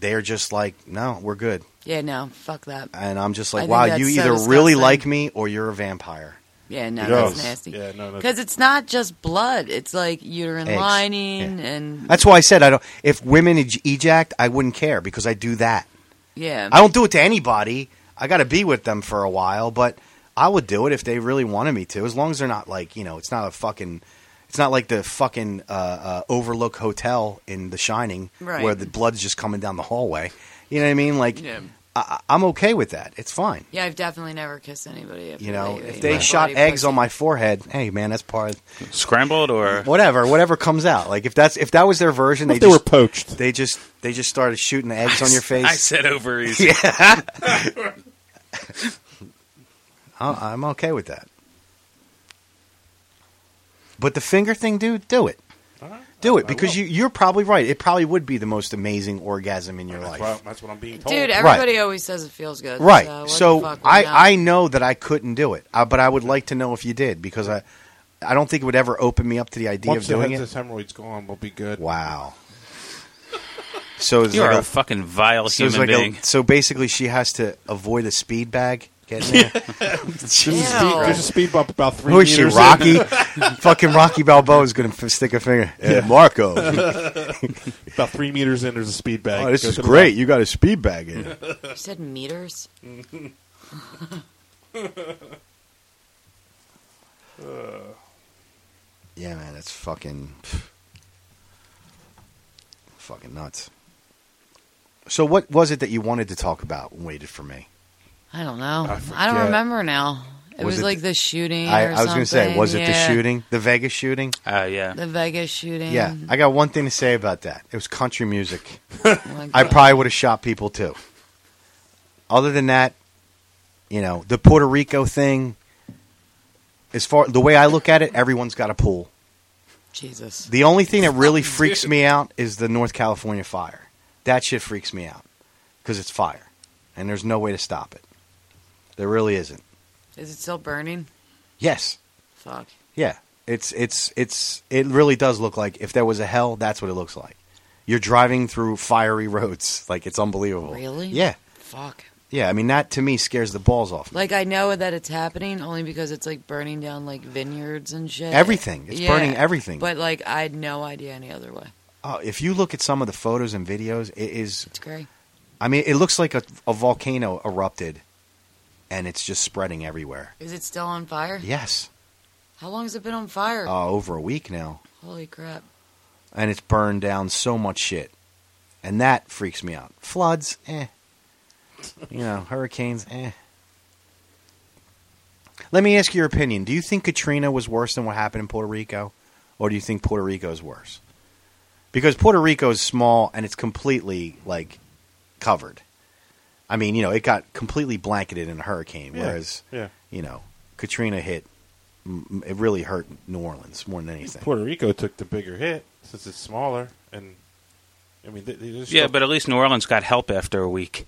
[SPEAKER 9] they're just like, "No, we're good."
[SPEAKER 8] yeah, no, fuck that.
[SPEAKER 9] And I'm just
[SPEAKER 8] I
[SPEAKER 9] like,
[SPEAKER 8] think
[SPEAKER 9] "Wow,
[SPEAKER 8] that's
[SPEAKER 9] you
[SPEAKER 8] so
[SPEAKER 9] either really
[SPEAKER 8] disgusting.
[SPEAKER 9] like me or you're a vampire."
[SPEAKER 8] Yeah, no,
[SPEAKER 10] Gross.
[SPEAKER 8] that's nasty.
[SPEAKER 10] Yeah, no, no.
[SPEAKER 8] Because it's not just blood; it's like uterine
[SPEAKER 9] Eggs.
[SPEAKER 8] lining, and
[SPEAKER 9] That's why I said I don't if women ej- ejact, I wouldn't care because I do that.
[SPEAKER 8] yeah,
[SPEAKER 9] I don't do it to anybody. I got to be with them for a while, but I would do it if they really wanted me to, as long as they're not like you know, it's not a fucking, it's not like the fucking uh, uh, Overlook Hotel in The Shining
[SPEAKER 8] Right.
[SPEAKER 9] where the blood's just coming down the hallway. You know what I mean? Like,
[SPEAKER 8] Yeah.
[SPEAKER 9] I, I- I'm okay with that. It's fine.
[SPEAKER 8] yeah. I've definitely never kissed anybody. After
[SPEAKER 9] You know,
[SPEAKER 8] they,
[SPEAKER 9] if
[SPEAKER 8] ate
[SPEAKER 9] they
[SPEAKER 8] my
[SPEAKER 9] shot
[SPEAKER 8] bloody
[SPEAKER 9] eggs
[SPEAKER 8] pussy.
[SPEAKER 9] on my forehead, hey man, that's part of
[SPEAKER 2] Scrambled or
[SPEAKER 9] whatever. Whatever comes out, like if that's if that was their version,
[SPEAKER 10] They,
[SPEAKER 9] they,
[SPEAKER 10] they were
[SPEAKER 9] just
[SPEAKER 10] poached.
[SPEAKER 9] they just they just started shooting the eggs on your face.
[SPEAKER 2] I said ovaries.
[SPEAKER 9] I- I'm okay with that. But the finger thing, dude, do it. Do it because you, you're probably right. It probably would be the most amazing orgasm in your
[SPEAKER 10] That's,
[SPEAKER 9] life.
[SPEAKER 10] what, that's what I'm being told.
[SPEAKER 8] Dude, everybody always says it feels good.
[SPEAKER 9] Right.
[SPEAKER 8] So, what
[SPEAKER 9] So,
[SPEAKER 8] the fuck, why not?
[SPEAKER 9] I, I know that I couldn't do it, uh, but I would like to know if you did because I I don't think it would ever open me up to the idea
[SPEAKER 10] Once
[SPEAKER 9] of doing
[SPEAKER 10] the,
[SPEAKER 9] it.
[SPEAKER 10] this hemorrhoid's gone, we'll be good.
[SPEAKER 9] Wow. So it's
[SPEAKER 2] You're
[SPEAKER 9] like
[SPEAKER 2] a,
[SPEAKER 9] a-
[SPEAKER 2] fucking vile
[SPEAKER 9] so it's
[SPEAKER 2] human
[SPEAKER 9] like a-
[SPEAKER 2] being.
[SPEAKER 9] so basically she has to avoid a speed bag getting there.
[SPEAKER 10] There's a, speed, there's a speed bump about three
[SPEAKER 9] Who is she,
[SPEAKER 10] meters in.
[SPEAKER 9] Rocky? Fucking Rocky Balboa is going to f- stick a finger. Yeah, Marco. oh,
[SPEAKER 10] About three meters in, there's a speed bag.
[SPEAKER 9] this
[SPEAKER 10] Go
[SPEAKER 9] is
[SPEAKER 10] to the
[SPEAKER 9] great.
[SPEAKER 10] left.
[SPEAKER 9] You got a speed bag in it.
[SPEAKER 8] You said meters.
[SPEAKER 9] yeah, man, that's fucking. Fucking nuts. So, what was it that you wanted to talk about and waited for me?
[SPEAKER 8] I don't know.
[SPEAKER 10] I
[SPEAKER 8] I,
[SPEAKER 10] forget.
[SPEAKER 8] don't remember now. It
[SPEAKER 9] Was
[SPEAKER 8] was,
[SPEAKER 9] it
[SPEAKER 8] like the shooting.
[SPEAKER 9] I,
[SPEAKER 8] or
[SPEAKER 9] I was going to say,
[SPEAKER 8] something,
[SPEAKER 9] was it
[SPEAKER 8] yeah.
[SPEAKER 9] the shooting? The Vegas shooting?
[SPEAKER 2] Uh, yeah.
[SPEAKER 8] The Vegas shooting.
[SPEAKER 9] Yeah. I got one thing to say about that. It was country music.
[SPEAKER 8] Like,
[SPEAKER 9] I probably would have shot people too. Other than that, you know, the Puerto Rico thing. As far the way I look at it, everyone's got a pool.
[SPEAKER 8] Jesus.
[SPEAKER 9] The only thing that really freaks me out is the North California fire. That shit freaks me out because it's fire, and there's no way to stop it. There really isn't.
[SPEAKER 8] Is it still burning?
[SPEAKER 9] Yes,
[SPEAKER 8] Fuck.
[SPEAKER 9] yeah. It's it's it's it really does look like if there was a hell, that's what it looks like. You're driving through fiery roads, like it's unbelievable.
[SPEAKER 8] Really?
[SPEAKER 9] Yeah.
[SPEAKER 8] Fuck.
[SPEAKER 9] Yeah, I mean that to me scares the balls off. me.
[SPEAKER 8] Like I know that it's happening only because it's like burning down like vineyards and shit.
[SPEAKER 9] Everything. It's
[SPEAKER 8] Yeah.
[SPEAKER 9] burning everything.
[SPEAKER 8] But like I had no idea any other way.
[SPEAKER 9] Oh, if you look at some of the photos and videos, it is.
[SPEAKER 8] It's great.
[SPEAKER 9] I mean, it looks like a, a volcano erupted, and it's just spreading everywhere.
[SPEAKER 8] Is it still on fire?
[SPEAKER 9] Yes,
[SPEAKER 8] How long has it been on fire?
[SPEAKER 9] uh, over a week now,
[SPEAKER 8] Holy crap.
[SPEAKER 9] and it's burned down so much shit, and that freaks me out. Floods, eh. You know, hurricanes, eh. Let me ask your opinion. Do you think Katrina was worse than what happened in Puerto Rico, or do you think Puerto Rico is worse? because Puerto Rico is small and it's completely like covered. I mean, you know, it got completely blanketed in a hurricane,
[SPEAKER 10] Yeah,
[SPEAKER 9] whereas
[SPEAKER 10] yeah.
[SPEAKER 9] you know Katrina hit. m- m- It really hurt New Orleans more than anything.
[SPEAKER 10] Puerto Rico took the bigger hit since it's smaller, and I mean, th- th- there's
[SPEAKER 2] Yeah,
[SPEAKER 10] still-
[SPEAKER 2] but at least New Orleans got help after a week.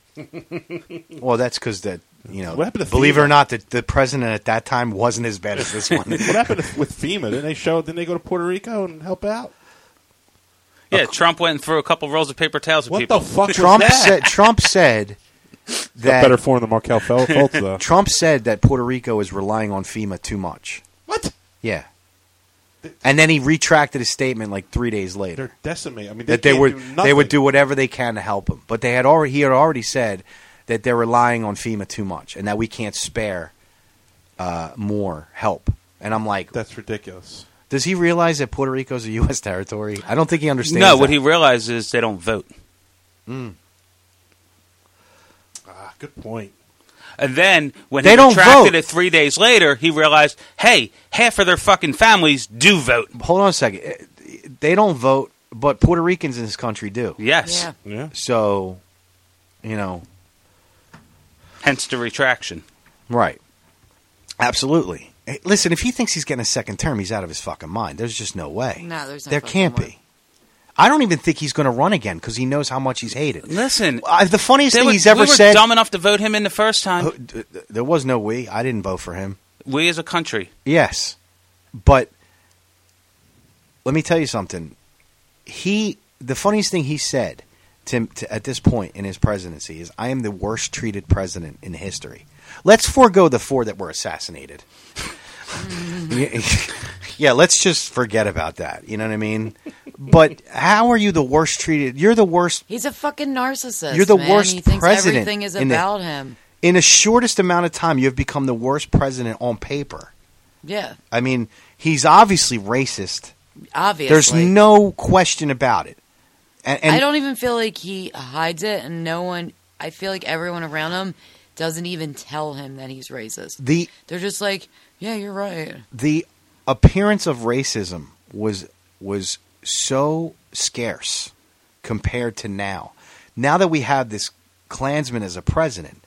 [SPEAKER 9] Well, that's because that you know,
[SPEAKER 10] What happened to
[SPEAKER 9] believe it or
[SPEAKER 10] FEMA?
[SPEAKER 9] not, that the president at that time wasn't as bad as this one.
[SPEAKER 10] what happened with FEMA? Didn't they show? Didn't they go to Puerto Rico and help out?
[SPEAKER 2] Yeah, Trump went and threw a couple rolls of paper towels at
[SPEAKER 10] What
[SPEAKER 2] people.
[SPEAKER 10] the fuck
[SPEAKER 9] Trump
[SPEAKER 10] was that?
[SPEAKER 9] said. Trump said that.
[SPEAKER 10] better form than Markel Fel- Fultz, though.
[SPEAKER 9] Trump said that Puerto Rico is relying on FEMA too much.
[SPEAKER 10] what?
[SPEAKER 9] Yeah. And then he retracted his statement like three days later
[SPEAKER 10] They're decimated. I mean, they
[SPEAKER 9] that they
[SPEAKER 10] can't
[SPEAKER 9] would
[SPEAKER 10] do
[SPEAKER 9] they would
[SPEAKER 10] nothing.
[SPEAKER 9] do whatever they can to help him. But they had already he had already said that they're relying on FEMA too much and that we can't spare uh, more help. And I'm like,
[SPEAKER 10] That's ridiculous.
[SPEAKER 9] does he realize that Puerto Rico's a U.S. territory? I don't think he understands.
[SPEAKER 2] No,
[SPEAKER 9] that. Hmm.
[SPEAKER 2] what he realizes is they don't vote.
[SPEAKER 10] Ah, good point.
[SPEAKER 2] And then when
[SPEAKER 9] They
[SPEAKER 2] he
[SPEAKER 9] don't
[SPEAKER 2] retracted
[SPEAKER 9] vote.
[SPEAKER 2] it three days later, he realized, hey, half of their fucking families do vote.
[SPEAKER 9] hold on a second. Eh, They don't vote, but Puerto Ricans in this country do.
[SPEAKER 2] Yes.
[SPEAKER 8] Yeah.
[SPEAKER 10] Yeah.
[SPEAKER 9] So, you know,
[SPEAKER 2] Hence the retraction.
[SPEAKER 9] Right. Absolutely. Hey, listen, if he thinks he's getting a second term, he's out of his fucking mind. There's just no way.
[SPEAKER 8] No, there's no
[SPEAKER 9] There
[SPEAKER 8] fucking
[SPEAKER 9] can't
[SPEAKER 8] way.
[SPEAKER 9] be. I don't even think he's going to run again because he knows how much he's hated.
[SPEAKER 2] Listen,
[SPEAKER 9] Uh, the funniest
[SPEAKER 2] they
[SPEAKER 9] thing
[SPEAKER 2] were-
[SPEAKER 9] he's ever
[SPEAKER 2] we were
[SPEAKER 9] said.
[SPEAKER 2] dumb enough to vote him in the first time.
[SPEAKER 9] Uh, d- d- there was no we. I didn't vote for him.
[SPEAKER 2] We as a country.
[SPEAKER 9] Yes, but let me tell you something. He, the funniest thing he said to, to at this point in his presidency is, "I am the worst treated president in history." Let's forego the four that were assassinated. Yeah, yeah, let's just forget about that. You know what I mean? But how are you the worst treated? You're the worst
[SPEAKER 8] He's a fucking narcissist.
[SPEAKER 9] You're the
[SPEAKER 8] man.
[SPEAKER 9] worst
[SPEAKER 8] He thinks
[SPEAKER 9] president
[SPEAKER 8] Everything is
[SPEAKER 9] in the-
[SPEAKER 8] about him.
[SPEAKER 9] in the shortest amount of time. You have become the worst president on paper.
[SPEAKER 8] Yeah,
[SPEAKER 9] I mean, he's obviously racist.
[SPEAKER 8] obviously.
[SPEAKER 9] There's no question about it. And, and
[SPEAKER 8] I don't even feel like he hides it, and no one. I feel like everyone around him doesn't even tell him that he's racist.
[SPEAKER 9] the
[SPEAKER 8] They're just like, yeah, you're right.
[SPEAKER 9] the appearance of racism was was so scarce compared to now. Now that we have this Klansman as a president,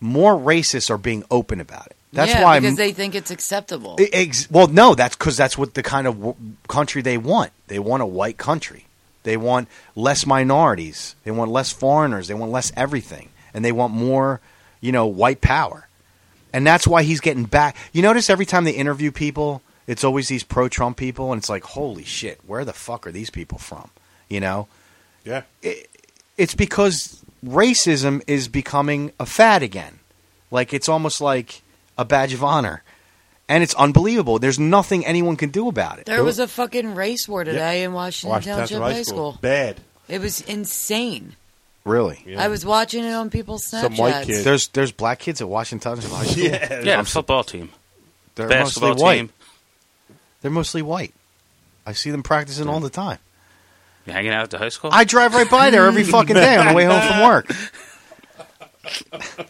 [SPEAKER 9] more racists are being open about it. That's
[SPEAKER 8] Yeah,
[SPEAKER 9] why
[SPEAKER 8] because
[SPEAKER 9] m-
[SPEAKER 8] they think it's acceptable.
[SPEAKER 9] I- E-, Ex- well, no, that's because that's what the kind of w- country they want. They want a white country. They want less minorities. They want less foreigners. They want less everything, and they want more, you know, white power. And that's why he's getting back. You notice every time they interview people, it's always these pro-Trump people, and it's like, holy shit, where the fuck are these people from? You know,
[SPEAKER 10] Yeah.
[SPEAKER 9] it's because racism is becoming a fad again. Like it's almost like a badge of honor. And it's unbelievable. There's nothing anyone can do about it.
[SPEAKER 8] there was a fucking race war today in Washington,
[SPEAKER 10] Washington
[SPEAKER 8] Township High School.
[SPEAKER 10] Bad.
[SPEAKER 8] It was insane.
[SPEAKER 9] really.
[SPEAKER 10] Yeah.
[SPEAKER 8] I was watching it on people's Snapchats.
[SPEAKER 10] Some white kid.
[SPEAKER 9] There's there's black kids at Washington High School.
[SPEAKER 10] Yeah.
[SPEAKER 2] Yeah,
[SPEAKER 10] I'm so-
[SPEAKER 2] football team,
[SPEAKER 9] They're
[SPEAKER 2] basketball
[SPEAKER 9] mostly white.
[SPEAKER 2] team,
[SPEAKER 9] They're mostly white. I see them practicing all the time.
[SPEAKER 2] You hanging out at the high school.
[SPEAKER 9] I drive right by there every fucking day on the way home from work.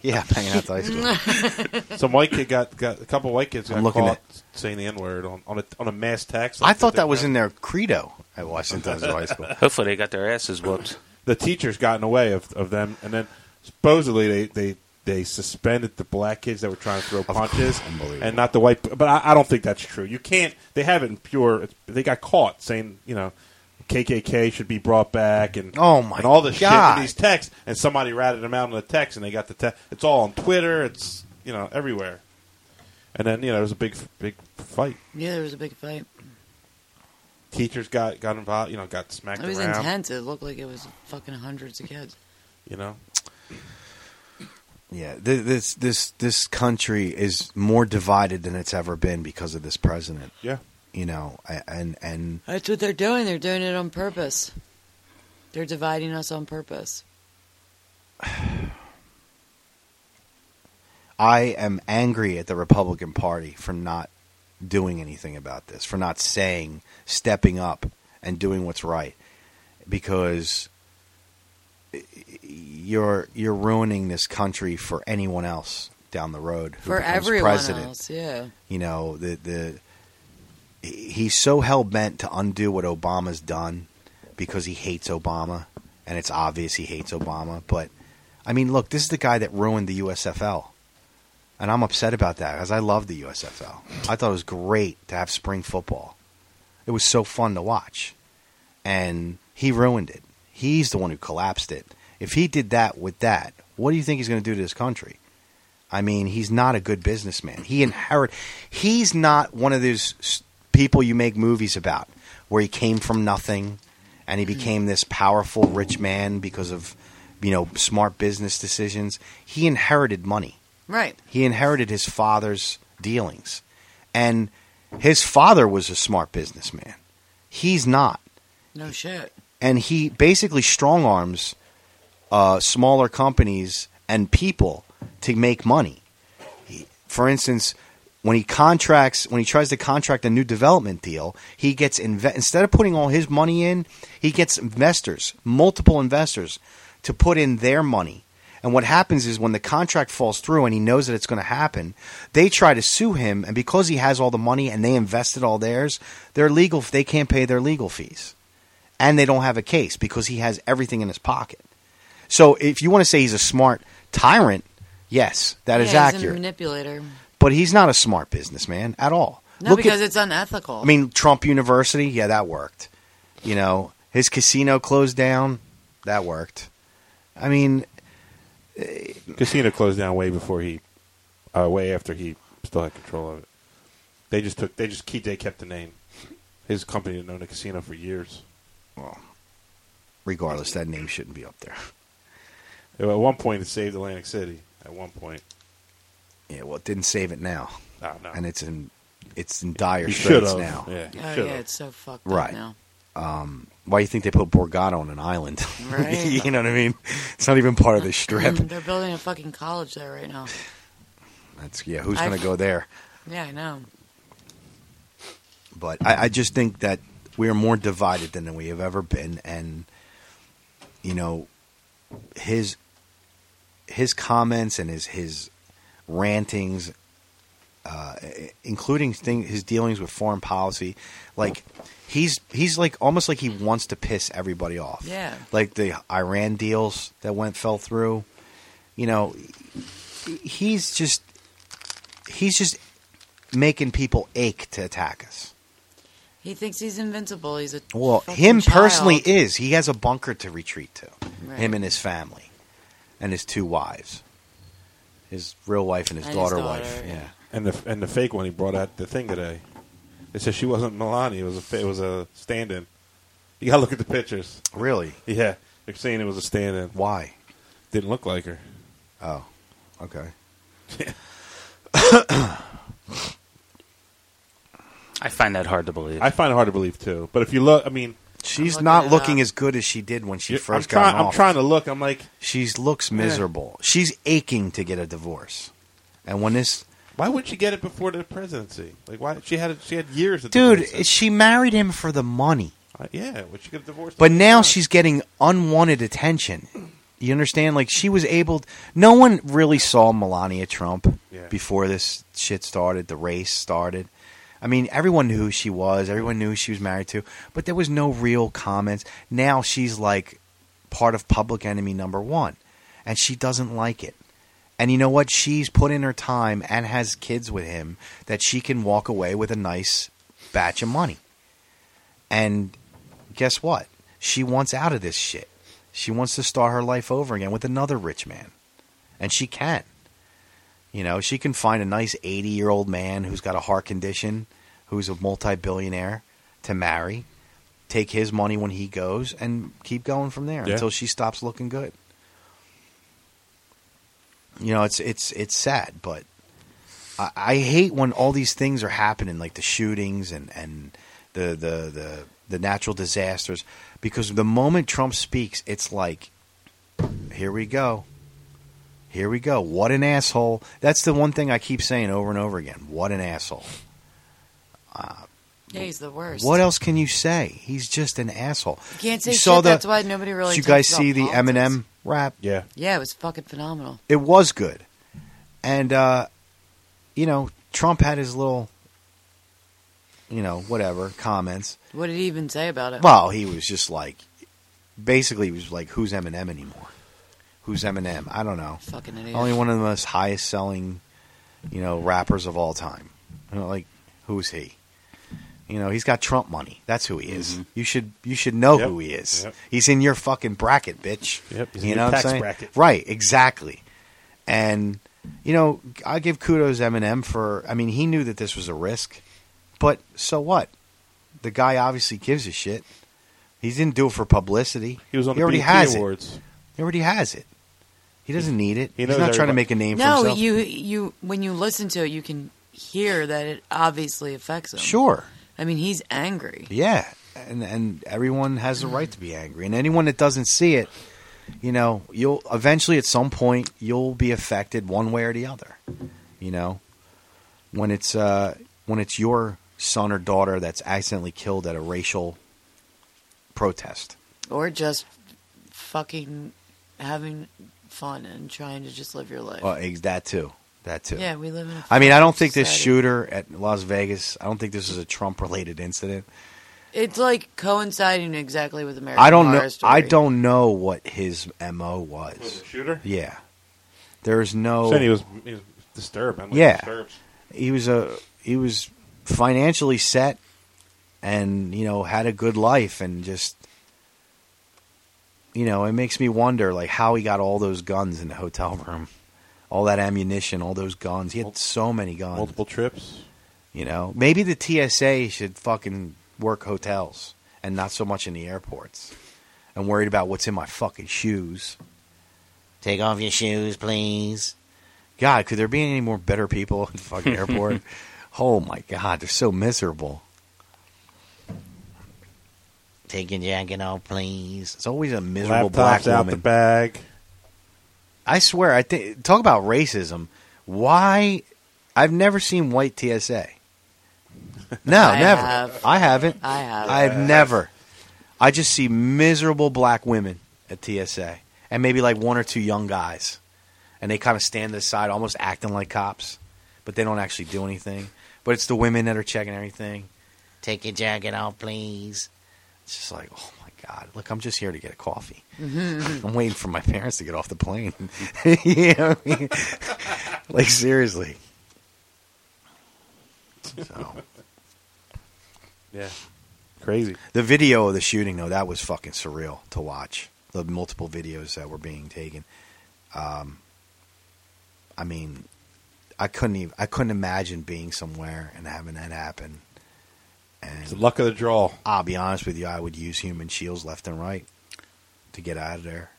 [SPEAKER 9] yeah, I'm hanging out at the high school.
[SPEAKER 10] Some white kid got, got a couple white kids
[SPEAKER 9] I'm
[SPEAKER 10] got
[SPEAKER 9] looking
[SPEAKER 10] caught saying the n word on, on a on a mass tax.
[SPEAKER 9] I thought that was in their credo at Washington High School.
[SPEAKER 2] Hopefully, they got their asses whooped.
[SPEAKER 10] the teachers got in the way of, of them, and then supposedly they, they, they suspended the black kids that were trying to throw punches,
[SPEAKER 9] Unbelievable.
[SPEAKER 10] and not the white. But I, I don't think that's true. You can't. They have it in pure. They got caught saying you know KKK should be brought back, and
[SPEAKER 9] Oh, my
[SPEAKER 10] and all this shit
[SPEAKER 9] God.
[SPEAKER 10] in these texts, and somebody ratted them out in the text, and they got the text. It's all on Twitter. It's you know everywhere. And then you know there was a big big fight.
[SPEAKER 8] Yeah, there was a big fight.
[SPEAKER 10] Teachers got got involved. You know got smacked
[SPEAKER 8] It was
[SPEAKER 10] around.
[SPEAKER 8] intense. It looked like it was fucking hundreds of kids.
[SPEAKER 10] You know.
[SPEAKER 9] Yeah, th- this this this country is more divided than it's ever been because of this president.
[SPEAKER 10] Yeah.
[SPEAKER 9] You know, a- and and
[SPEAKER 8] That's what they're doing. They're doing it on purpose. They're dividing us on purpose.
[SPEAKER 9] I am angry at the Republican Party for not doing anything about this, for not saying, stepping up, and doing what's right, because y- y- you're you're ruining this country for anyone else down the road who
[SPEAKER 8] For
[SPEAKER 9] becomes
[SPEAKER 8] everyone
[SPEAKER 9] president.
[SPEAKER 8] else, yeah.
[SPEAKER 9] you know the the he's so hell bent to undo what Obama's done because he hates Obama, and it's obvious he hates Obama. But I mean, look, this is the guy that ruined the USFL, and I'm upset about that because I love the USFL. I thought it was great to have spring football. It was so fun to watch, and he ruined it. He's the one who collapsed it. If he did that with that, what do you think he's going to do to this country? I mean, he's not a good businessman. He inherit. He's not one of those s- people you make movies about, where he came from nothing and he became this powerful rich man because of you know smart business decisions. He inherited money.
[SPEAKER 8] Right.
[SPEAKER 9] He inherited his father's dealings, and his father was a smart businessman. He's not
[SPEAKER 8] No shit.
[SPEAKER 9] and he basically strong arms uh, smaller companies and people to make money. He- for instance, when he contracts, when he tries to contract a new development deal, he gets inve- instead of putting all his money in, he gets investors, multiple investors, to put in their money. And what happens is when the contract falls through and he knows that it's going to happen, they try to sue him. And because he has all the money and they invested all theirs, their legal they can't pay their legal fees and they don't have a case because he has everything in his pocket. So if you want to say he's a smart tyrant, yes, that is
[SPEAKER 8] yeah, he's a
[SPEAKER 9] accurate.
[SPEAKER 8] manipulator.
[SPEAKER 9] but he's not a smart businessman at all.
[SPEAKER 8] No, because it's unethical.
[SPEAKER 9] I mean, Trump University, yeah, that worked. You know, his casino closed down, that worked. I mean, eh,
[SPEAKER 10] Casino closed down way before he, uh, way after he still had control of it. They just took. They just keep. They kept the name. His company had known the casino for years.
[SPEAKER 9] regardless, that name shouldn't be up there.
[SPEAKER 10] At one point, it saved Atlantic City. At one point, Ah,
[SPEAKER 9] Yeah, well, it didn't save it now,
[SPEAKER 10] I don't know.
[SPEAKER 9] and it's in it's in dire
[SPEAKER 10] he should
[SPEAKER 9] straits
[SPEAKER 10] have
[SPEAKER 9] now.
[SPEAKER 10] Yeah, he
[SPEAKER 8] oh
[SPEAKER 10] should've.
[SPEAKER 8] yeah, it's so fucked
[SPEAKER 9] Right.
[SPEAKER 8] up now.
[SPEAKER 9] Why do you think they put Borgata on an island?
[SPEAKER 8] Right.
[SPEAKER 9] you know what I mean? It's not even part of the strip.
[SPEAKER 8] Mm, They're building a fucking college there right now.
[SPEAKER 9] That's yeah. Who's
[SPEAKER 8] I've-
[SPEAKER 9] going to go there?
[SPEAKER 8] Yeah, I know.
[SPEAKER 9] But I, I just think that we are more divided than we have ever been, and you know, his his comments and his his rantings, uh, including thing, his dealings with foreign policy, like he's he's like almost like he wants to piss everybody off.
[SPEAKER 8] Yeah.
[SPEAKER 9] like the Iran deals that went fell through. You know, he's just he's just making people ache to attack us.
[SPEAKER 8] He thinks he's invincible. He's a
[SPEAKER 9] Well,
[SPEAKER 8] fucking
[SPEAKER 9] him
[SPEAKER 8] child.
[SPEAKER 9] personally is. He has a bunker to retreat to.
[SPEAKER 8] Right.
[SPEAKER 9] Him and his family, and his two wives, his real wife and his
[SPEAKER 8] And his
[SPEAKER 9] daughter,
[SPEAKER 8] daughter,
[SPEAKER 9] wife.
[SPEAKER 8] yeah.
[SPEAKER 9] Yeah.
[SPEAKER 10] And the and the fake one he brought out the thing today. It said she wasn't Melania. It was a fa- it was a stand-in. You gotta look at the pictures.
[SPEAKER 9] Really?
[SPEAKER 10] Yeah, they're saying it was a stand-in.
[SPEAKER 9] Why?
[SPEAKER 10] Didn't look like her.
[SPEAKER 9] Oh, okay.
[SPEAKER 2] I find that hard to believe.
[SPEAKER 10] I find it hard to believe too. But if you look, I mean,
[SPEAKER 9] She's
[SPEAKER 8] looking
[SPEAKER 9] not
[SPEAKER 8] it
[SPEAKER 9] looking
[SPEAKER 8] up.
[SPEAKER 9] as good as she did when she
[SPEAKER 10] you- I'm
[SPEAKER 9] first got
[SPEAKER 10] trying. I'm
[SPEAKER 9] off.
[SPEAKER 10] trying to look. I'm like, eh.
[SPEAKER 9] She looks miserable. She's aching to get a divorce, and when this
[SPEAKER 10] why wouldn't she get it before the presidency? Like, why she had she had years. At the
[SPEAKER 9] dude,
[SPEAKER 10] presidency.
[SPEAKER 9] she married him for the money.
[SPEAKER 10] Uh, yeah, would she get divorced?
[SPEAKER 9] But now she's getting unwanted attention. You understand? Like she was able. no one really saw Melania Trump
[SPEAKER 10] Yeah.
[SPEAKER 9] before this shit started. The race started. I mean, everyone knew who she was. Everyone knew who she was married to. But there was no real comments. Now she's like part of Public Enemy number one, and she doesn't like it. And you know what? She's put in her time and has kids with him that she can walk away with a nice batch of money. And guess what? She wants out of this shit. She wants to start her life over again with another rich man. And she can. You know, she can find a nice 80 year old man who's got a heart condition, who's a multi billionaire to marry, take his money when he goes, and keep going from there
[SPEAKER 10] Yeah.
[SPEAKER 9] until she stops looking good. You know, it's it's it's sad, but I, I hate when all these things are happening, like the shootings and and the the the the natural disasters, because the moment Trump speaks, it's like, here we go, here we go. What an asshole! That's the one thing I keep saying over and over again. What an asshole!
[SPEAKER 8] Yeah, he's the worst.
[SPEAKER 9] What else can you say? He's just an asshole.
[SPEAKER 8] You can't say
[SPEAKER 9] You
[SPEAKER 8] shit.
[SPEAKER 9] saw the-
[SPEAKER 8] That's why nobody really.
[SPEAKER 9] Did you guys
[SPEAKER 8] talks about
[SPEAKER 9] see the
[SPEAKER 8] politics.
[SPEAKER 9] Eminem rap?
[SPEAKER 10] yeah,
[SPEAKER 8] Yeah, it was fucking phenomenal.
[SPEAKER 9] It was good, and uh, you know Trump had his little you know, whatever comments.
[SPEAKER 8] What did he even say about it?
[SPEAKER 9] Well, he was just like, basically, he was like, "Who's Eminem anymore? Who's Eminem? I don't know.
[SPEAKER 8] Fucking idiot.
[SPEAKER 9] Only one of the most highest selling, you know, rappers of all time. You know, like, who's he? You know, he's got Trump money. That's who he is. You should you should know
[SPEAKER 10] Mm-hmm. Yep.
[SPEAKER 9] who he is.
[SPEAKER 10] Yep.
[SPEAKER 9] He's in your fucking bracket, bitch.
[SPEAKER 10] Yep, he's in
[SPEAKER 9] You
[SPEAKER 10] your
[SPEAKER 9] know what
[SPEAKER 10] tax
[SPEAKER 9] I'm saying?
[SPEAKER 10] bracket.
[SPEAKER 9] Right, exactly. And you know, I give kudos Eminem for. I mean, he knew that this was a risk, but so what? The guy obviously gives a shit. He didn't do it for publicity.
[SPEAKER 10] He was on
[SPEAKER 9] He
[SPEAKER 10] the
[SPEAKER 9] already
[SPEAKER 10] BET
[SPEAKER 9] has it.
[SPEAKER 10] Awards.
[SPEAKER 9] He already has it. He doesn't need it.
[SPEAKER 10] he
[SPEAKER 9] He's
[SPEAKER 10] knows
[SPEAKER 9] not trying to
[SPEAKER 10] everybody.
[SPEAKER 9] make a name for
[SPEAKER 8] no,
[SPEAKER 9] himself.
[SPEAKER 8] you you when you listen to it, you can hear that it obviously affects him.
[SPEAKER 9] sure,
[SPEAKER 8] I mean, he's angry.
[SPEAKER 9] yeah, and and everyone has the right to be angry, and anyone that doesn't see it, you know, you'll eventually at some point you'll be affected one way or the other. You know, when it's uh, when it's your son or daughter that's accidentally killed at a racial protest.
[SPEAKER 8] Or just fucking having fun and trying to just live your life.
[SPEAKER 9] Well, ex- that too. That too.
[SPEAKER 8] yeah, we live in. A
[SPEAKER 9] I mean, I don't think this
[SPEAKER 8] society.
[SPEAKER 9] shooter at Las Vegas. I don't think this is a Trump-related incident.
[SPEAKER 8] It's like coinciding exactly with American
[SPEAKER 9] I don't
[SPEAKER 8] Horror
[SPEAKER 9] know.
[SPEAKER 8] Story.
[SPEAKER 9] I don't know what his mo was.
[SPEAKER 10] Shooter.
[SPEAKER 9] Yeah, there's no.
[SPEAKER 10] Said he was, he was disturbed. I'm like,
[SPEAKER 9] Yeah.
[SPEAKER 10] Disturbed.
[SPEAKER 9] he was a he was financially set, and you know had a good life, and just you know it makes me wonder like how he got all those guns in the hotel room, all that ammunition, all those guns. He had so many guns.
[SPEAKER 10] Multiple trips.
[SPEAKER 9] You know, maybe the TSA should fucking work hotels and not so much in the airports. I'm worried about what's in my fucking shoes. Take off your shoes, please. God, could there be any more better people at the fucking airport? oh my God, they're so miserable. Take your jacket off, please. It's always a miserable
[SPEAKER 10] Laptops
[SPEAKER 9] black
[SPEAKER 10] out
[SPEAKER 9] woman.
[SPEAKER 10] the bag.
[SPEAKER 9] I swear, I think talk about racism. Why? I've never seen white TSA. No,
[SPEAKER 8] I
[SPEAKER 9] never.
[SPEAKER 8] have.
[SPEAKER 9] I haven't.
[SPEAKER 8] I have.
[SPEAKER 9] I've never. I just see miserable black women at TSA, and maybe like one or two young guys, and they kind of stand to the side, almost acting like cops, but they don't actually do anything. But it's the women that are checking everything. Take your jacket off, please. It's just like, oh my god! Look, I'm just here to get a coffee. I'm waiting for my parents to get off the plane. you know what I mean? like seriously. So
[SPEAKER 10] Yeah. Crazy.
[SPEAKER 9] the video of the shooting though, that was fucking surreal to watch. The multiple videos that were being taken. Um I mean I couldn't even I couldn't imagine being somewhere and having that happen.
[SPEAKER 10] It's the
[SPEAKER 9] And
[SPEAKER 10] luck of the draw.
[SPEAKER 9] I'll be honest with you, I would use human shields left and right to get out of there.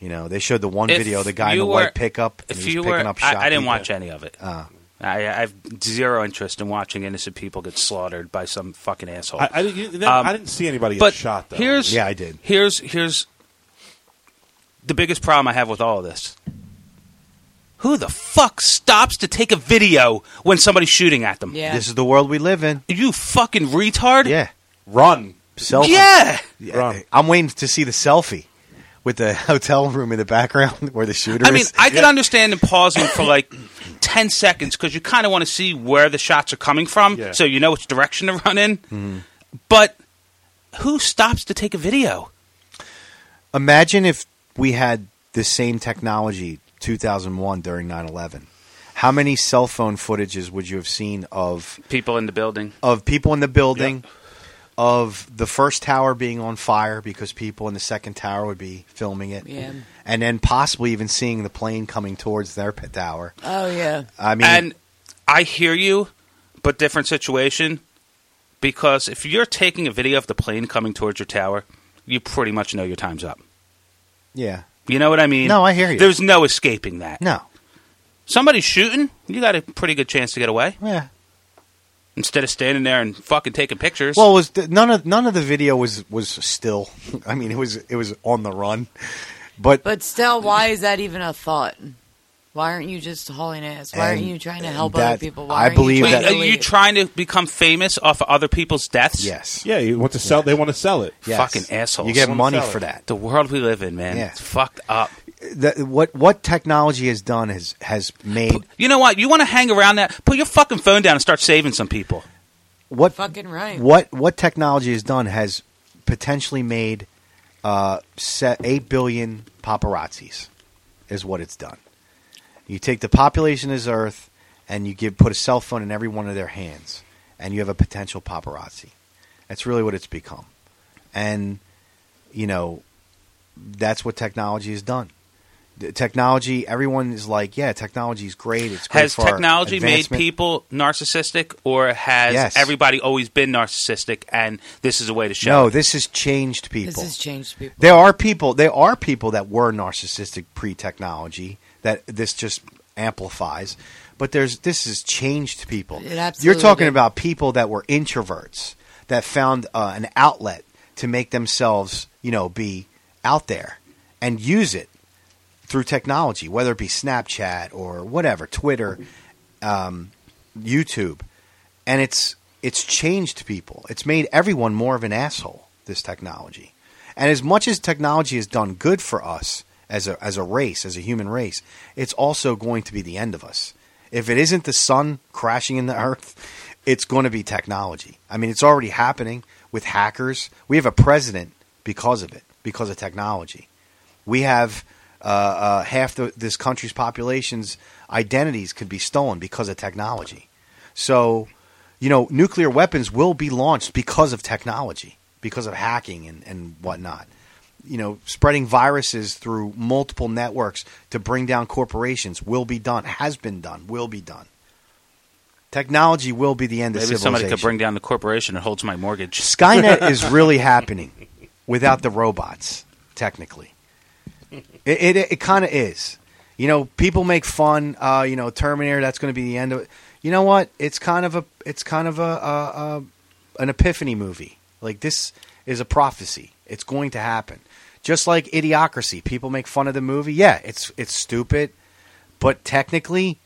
[SPEAKER 9] You know, they showed the one
[SPEAKER 2] If
[SPEAKER 9] video, the guy in
[SPEAKER 2] you
[SPEAKER 9] the
[SPEAKER 2] were-
[SPEAKER 9] white pickup. and
[SPEAKER 2] If
[SPEAKER 9] he
[SPEAKER 2] you
[SPEAKER 9] was
[SPEAKER 2] were,
[SPEAKER 9] picking up
[SPEAKER 2] I,
[SPEAKER 9] shot
[SPEAKER 2] I didn't
[SPEAKER 9] people. Ah.
[SPEAKER 2] watch any of it. I, I have zero interest in watching innocent people get slaughtered by some fucking asshole.
[SPEAKER 10] I, I, didn't- you- that-
[SPEAKER 2] Um,
[SPEAKER 10] I didn't see anybody get
[SPEAKER 2] but
[SPEAKER 10] shot, though.
[SPEAKER 2] here's
[SPEAKER 9] Yeah, I did.
[SPEAKER 2] Here's here's the biggest problem I have with all of this. Who the fuck stops to take a video when somebody's shooting at them?
[SPEAKER 8] Yeah.
[SPEAKER 9] This is the world we live in.
[SPEAKER 2] You fucking retard.
[SPEAKER 9] Yeah.
[SPEAKER 10] Run.
[SPEAKER 9] Self-
[SPEAKER 2] Yeah.
[SPEAKER 10] Run.
[SPEAKER 9] I'm waiting to see the selfie with the hotel room in the background where the shooter
[SPEAKER 2] I mean,
[SPEAKER 9] is.
[SPEAKER 2] I can understand them pausing for like 10 seconds because you kind of want to see where the shots are coming from
[SPEAKER 10] Yeah.
[SPEAKER 2] so you know which direction to run in. But who stops to take a video?
[SPEAKER 9] Imagine if we had the same technology 2001 during 9/11. How many cell phone footages would you have seen of
[SPEAKER 2] People in the building.
[SPEAKER 9] of people in the building, of the first tower being on fire because people in the second tower would be filming it,
[SPEAKER 8] Yeah.
[SPEAKER 9] and then possibly even seeing the plane coming towards their p- tower.
[SPEAKER 8] Oh yeah.
[SPEAKER 9] I mean,
[SPEAKER 2] and I hear you, but different situation. Because if you're taking a video of the plane coming towards your tower, you pretty much know your time's up.
[SPEAKER 9] yeah,
[SPEAKER 2] You know what I mean?
[SPEAKER 9] No, I hear you.
[SPEAKER 2] There's no escaping that.
[SPEAKER 9] no,
[SPEAKER 2] Somebody's shooting, you got a pretty good chance to get away.
[SPEAKER 9] yeah.
[SPEAKER 2] Instead of standing there and fucking taking pictures.
[SPEAKER 9] Well, it was the, none of none of the video was was still. I mean, it was it was on the run, but,
[SPEAKER 8] But still, why is that even a thought? Why aren't you just hauling ass? Why aren't
[SPEAKER 9] And-
[SPEAKER 8] you trying to help
[SPEAKER 9] and
[SPEAKER 8] other
[SPEAKER 9] that-
[SPEAKER 8] people? Why
[SPEAKER 9] I
[SPEAKER 8] aren't
[SPEAKER 9] believe
[SPEAKER 8] you
[SPEAKER 2] Wait,
[SPEAKER 8] trying
[SPEAKER 9] that-
[SPEAKER 2] are
[SPEAKER 8] to
[SPEAKER 2] you
[SPEAKER 8] lead?
[SPEAKER 2] trying to become famous off of other people's deaths?
[SPEAKER 9] yes,
[SPEAKER 10] Yeah, you want to sell. They want to sell it.
[SPEAKER 9] yes.
[SPEAKER 2] Fucking assholes.
[SPEAKER 9] You get
[SPEAKER 10] Wanna
[SPEAKER 9] money
[SPEAKER 10] sell it.
[SPEAKER 9] for that.
[SPEAKER 2] The world we live in, man.
[SPEAKER 9] Yeah.
[SPEAKER 2] It's fucked up.
[SPEAKER 9] The- what what technology has done has has made
[SPEAKER 2] You know what? You want to hang around that? Put your fucking phone down and start saving some people.
[SPEAKER 9] what
[SPEAKER 8] Fucking right.
[SPEAKER 9] what what technology has done has potentially made uh, se- eight billion paparazzis is what it's done. You take the population of this Earth and you give put a cell phone in every one of their hands, and you have a potential paparazzi. That's really what it's become, and you know that's what technology has done. The technology, everyone is like, yeah, technology is great. It's great
[SPEAKER 2] Has
[SPEAKER 9] for our
[SPEAKER 2] technology made
[SPEAKER 9] advancement."
[SPEAKER 2] people narcissistic, or has
[SPEAKER 9] Yes.
[SPEAKER 2] everybody always been narcissistic, and this is a way to show?
[SPEAKER 9] No,
[SPEAKER 2] it?
[SPEAKER 9] this has changed people.
[SPEAKER 8] This has changed people.
[SPEAKER 9] There are people. There are people that were narcissistic pre-technology that this just amplifies. But there's this has changed people.
[SPEAKER 8] It absolutely
[SPEAKER 9] You're talking
[SPEAKER 8] did.
[SPEAKER 9] about people that were introverts that found uh, an outlet to make themselves, you know, be out there and use it through technology, whether it be Snapchat or whatever, Twitter, um, YouTube, and it's it's changed people. It's made everyone more of an asshole. This technology, and as much as technology has done good for us as a as a race, as a human race, it's also going to be the end of us. If it isn't the sun crashing in the earth, it's going to be technology. I mean, it's already happening with hackers. We have a president because of it, because of technology. We have uh, uh, half the, this country's population's identities could be stolen because of technology. So, you know, nuclear weapons will be launched because of technology, because of hacking and, and whatnot. You know, spreading viruses through multiple networks to bring down corporations will be done, has been done, will be done. Technology will be the end of
[SPEAKER 2] Maybe
[SPEAKER 9] civilization.
[SPEAKER 2] somebody could bring down the corporation that holds my mortgage.
[SPEAKER 9] Skynet is really happening without the robots, technically. It, it, it kind of is. You know, people make fun. Uh, you know, Terminator. That's going to be the end of it. You know what? It's kind of a. It's kind of a, a, a an epiphany movie. Like this is a prophecy. It's going to happen. Just like Idiocracy, people make fun of the movie. Yeah, it's it's stupid, but technically,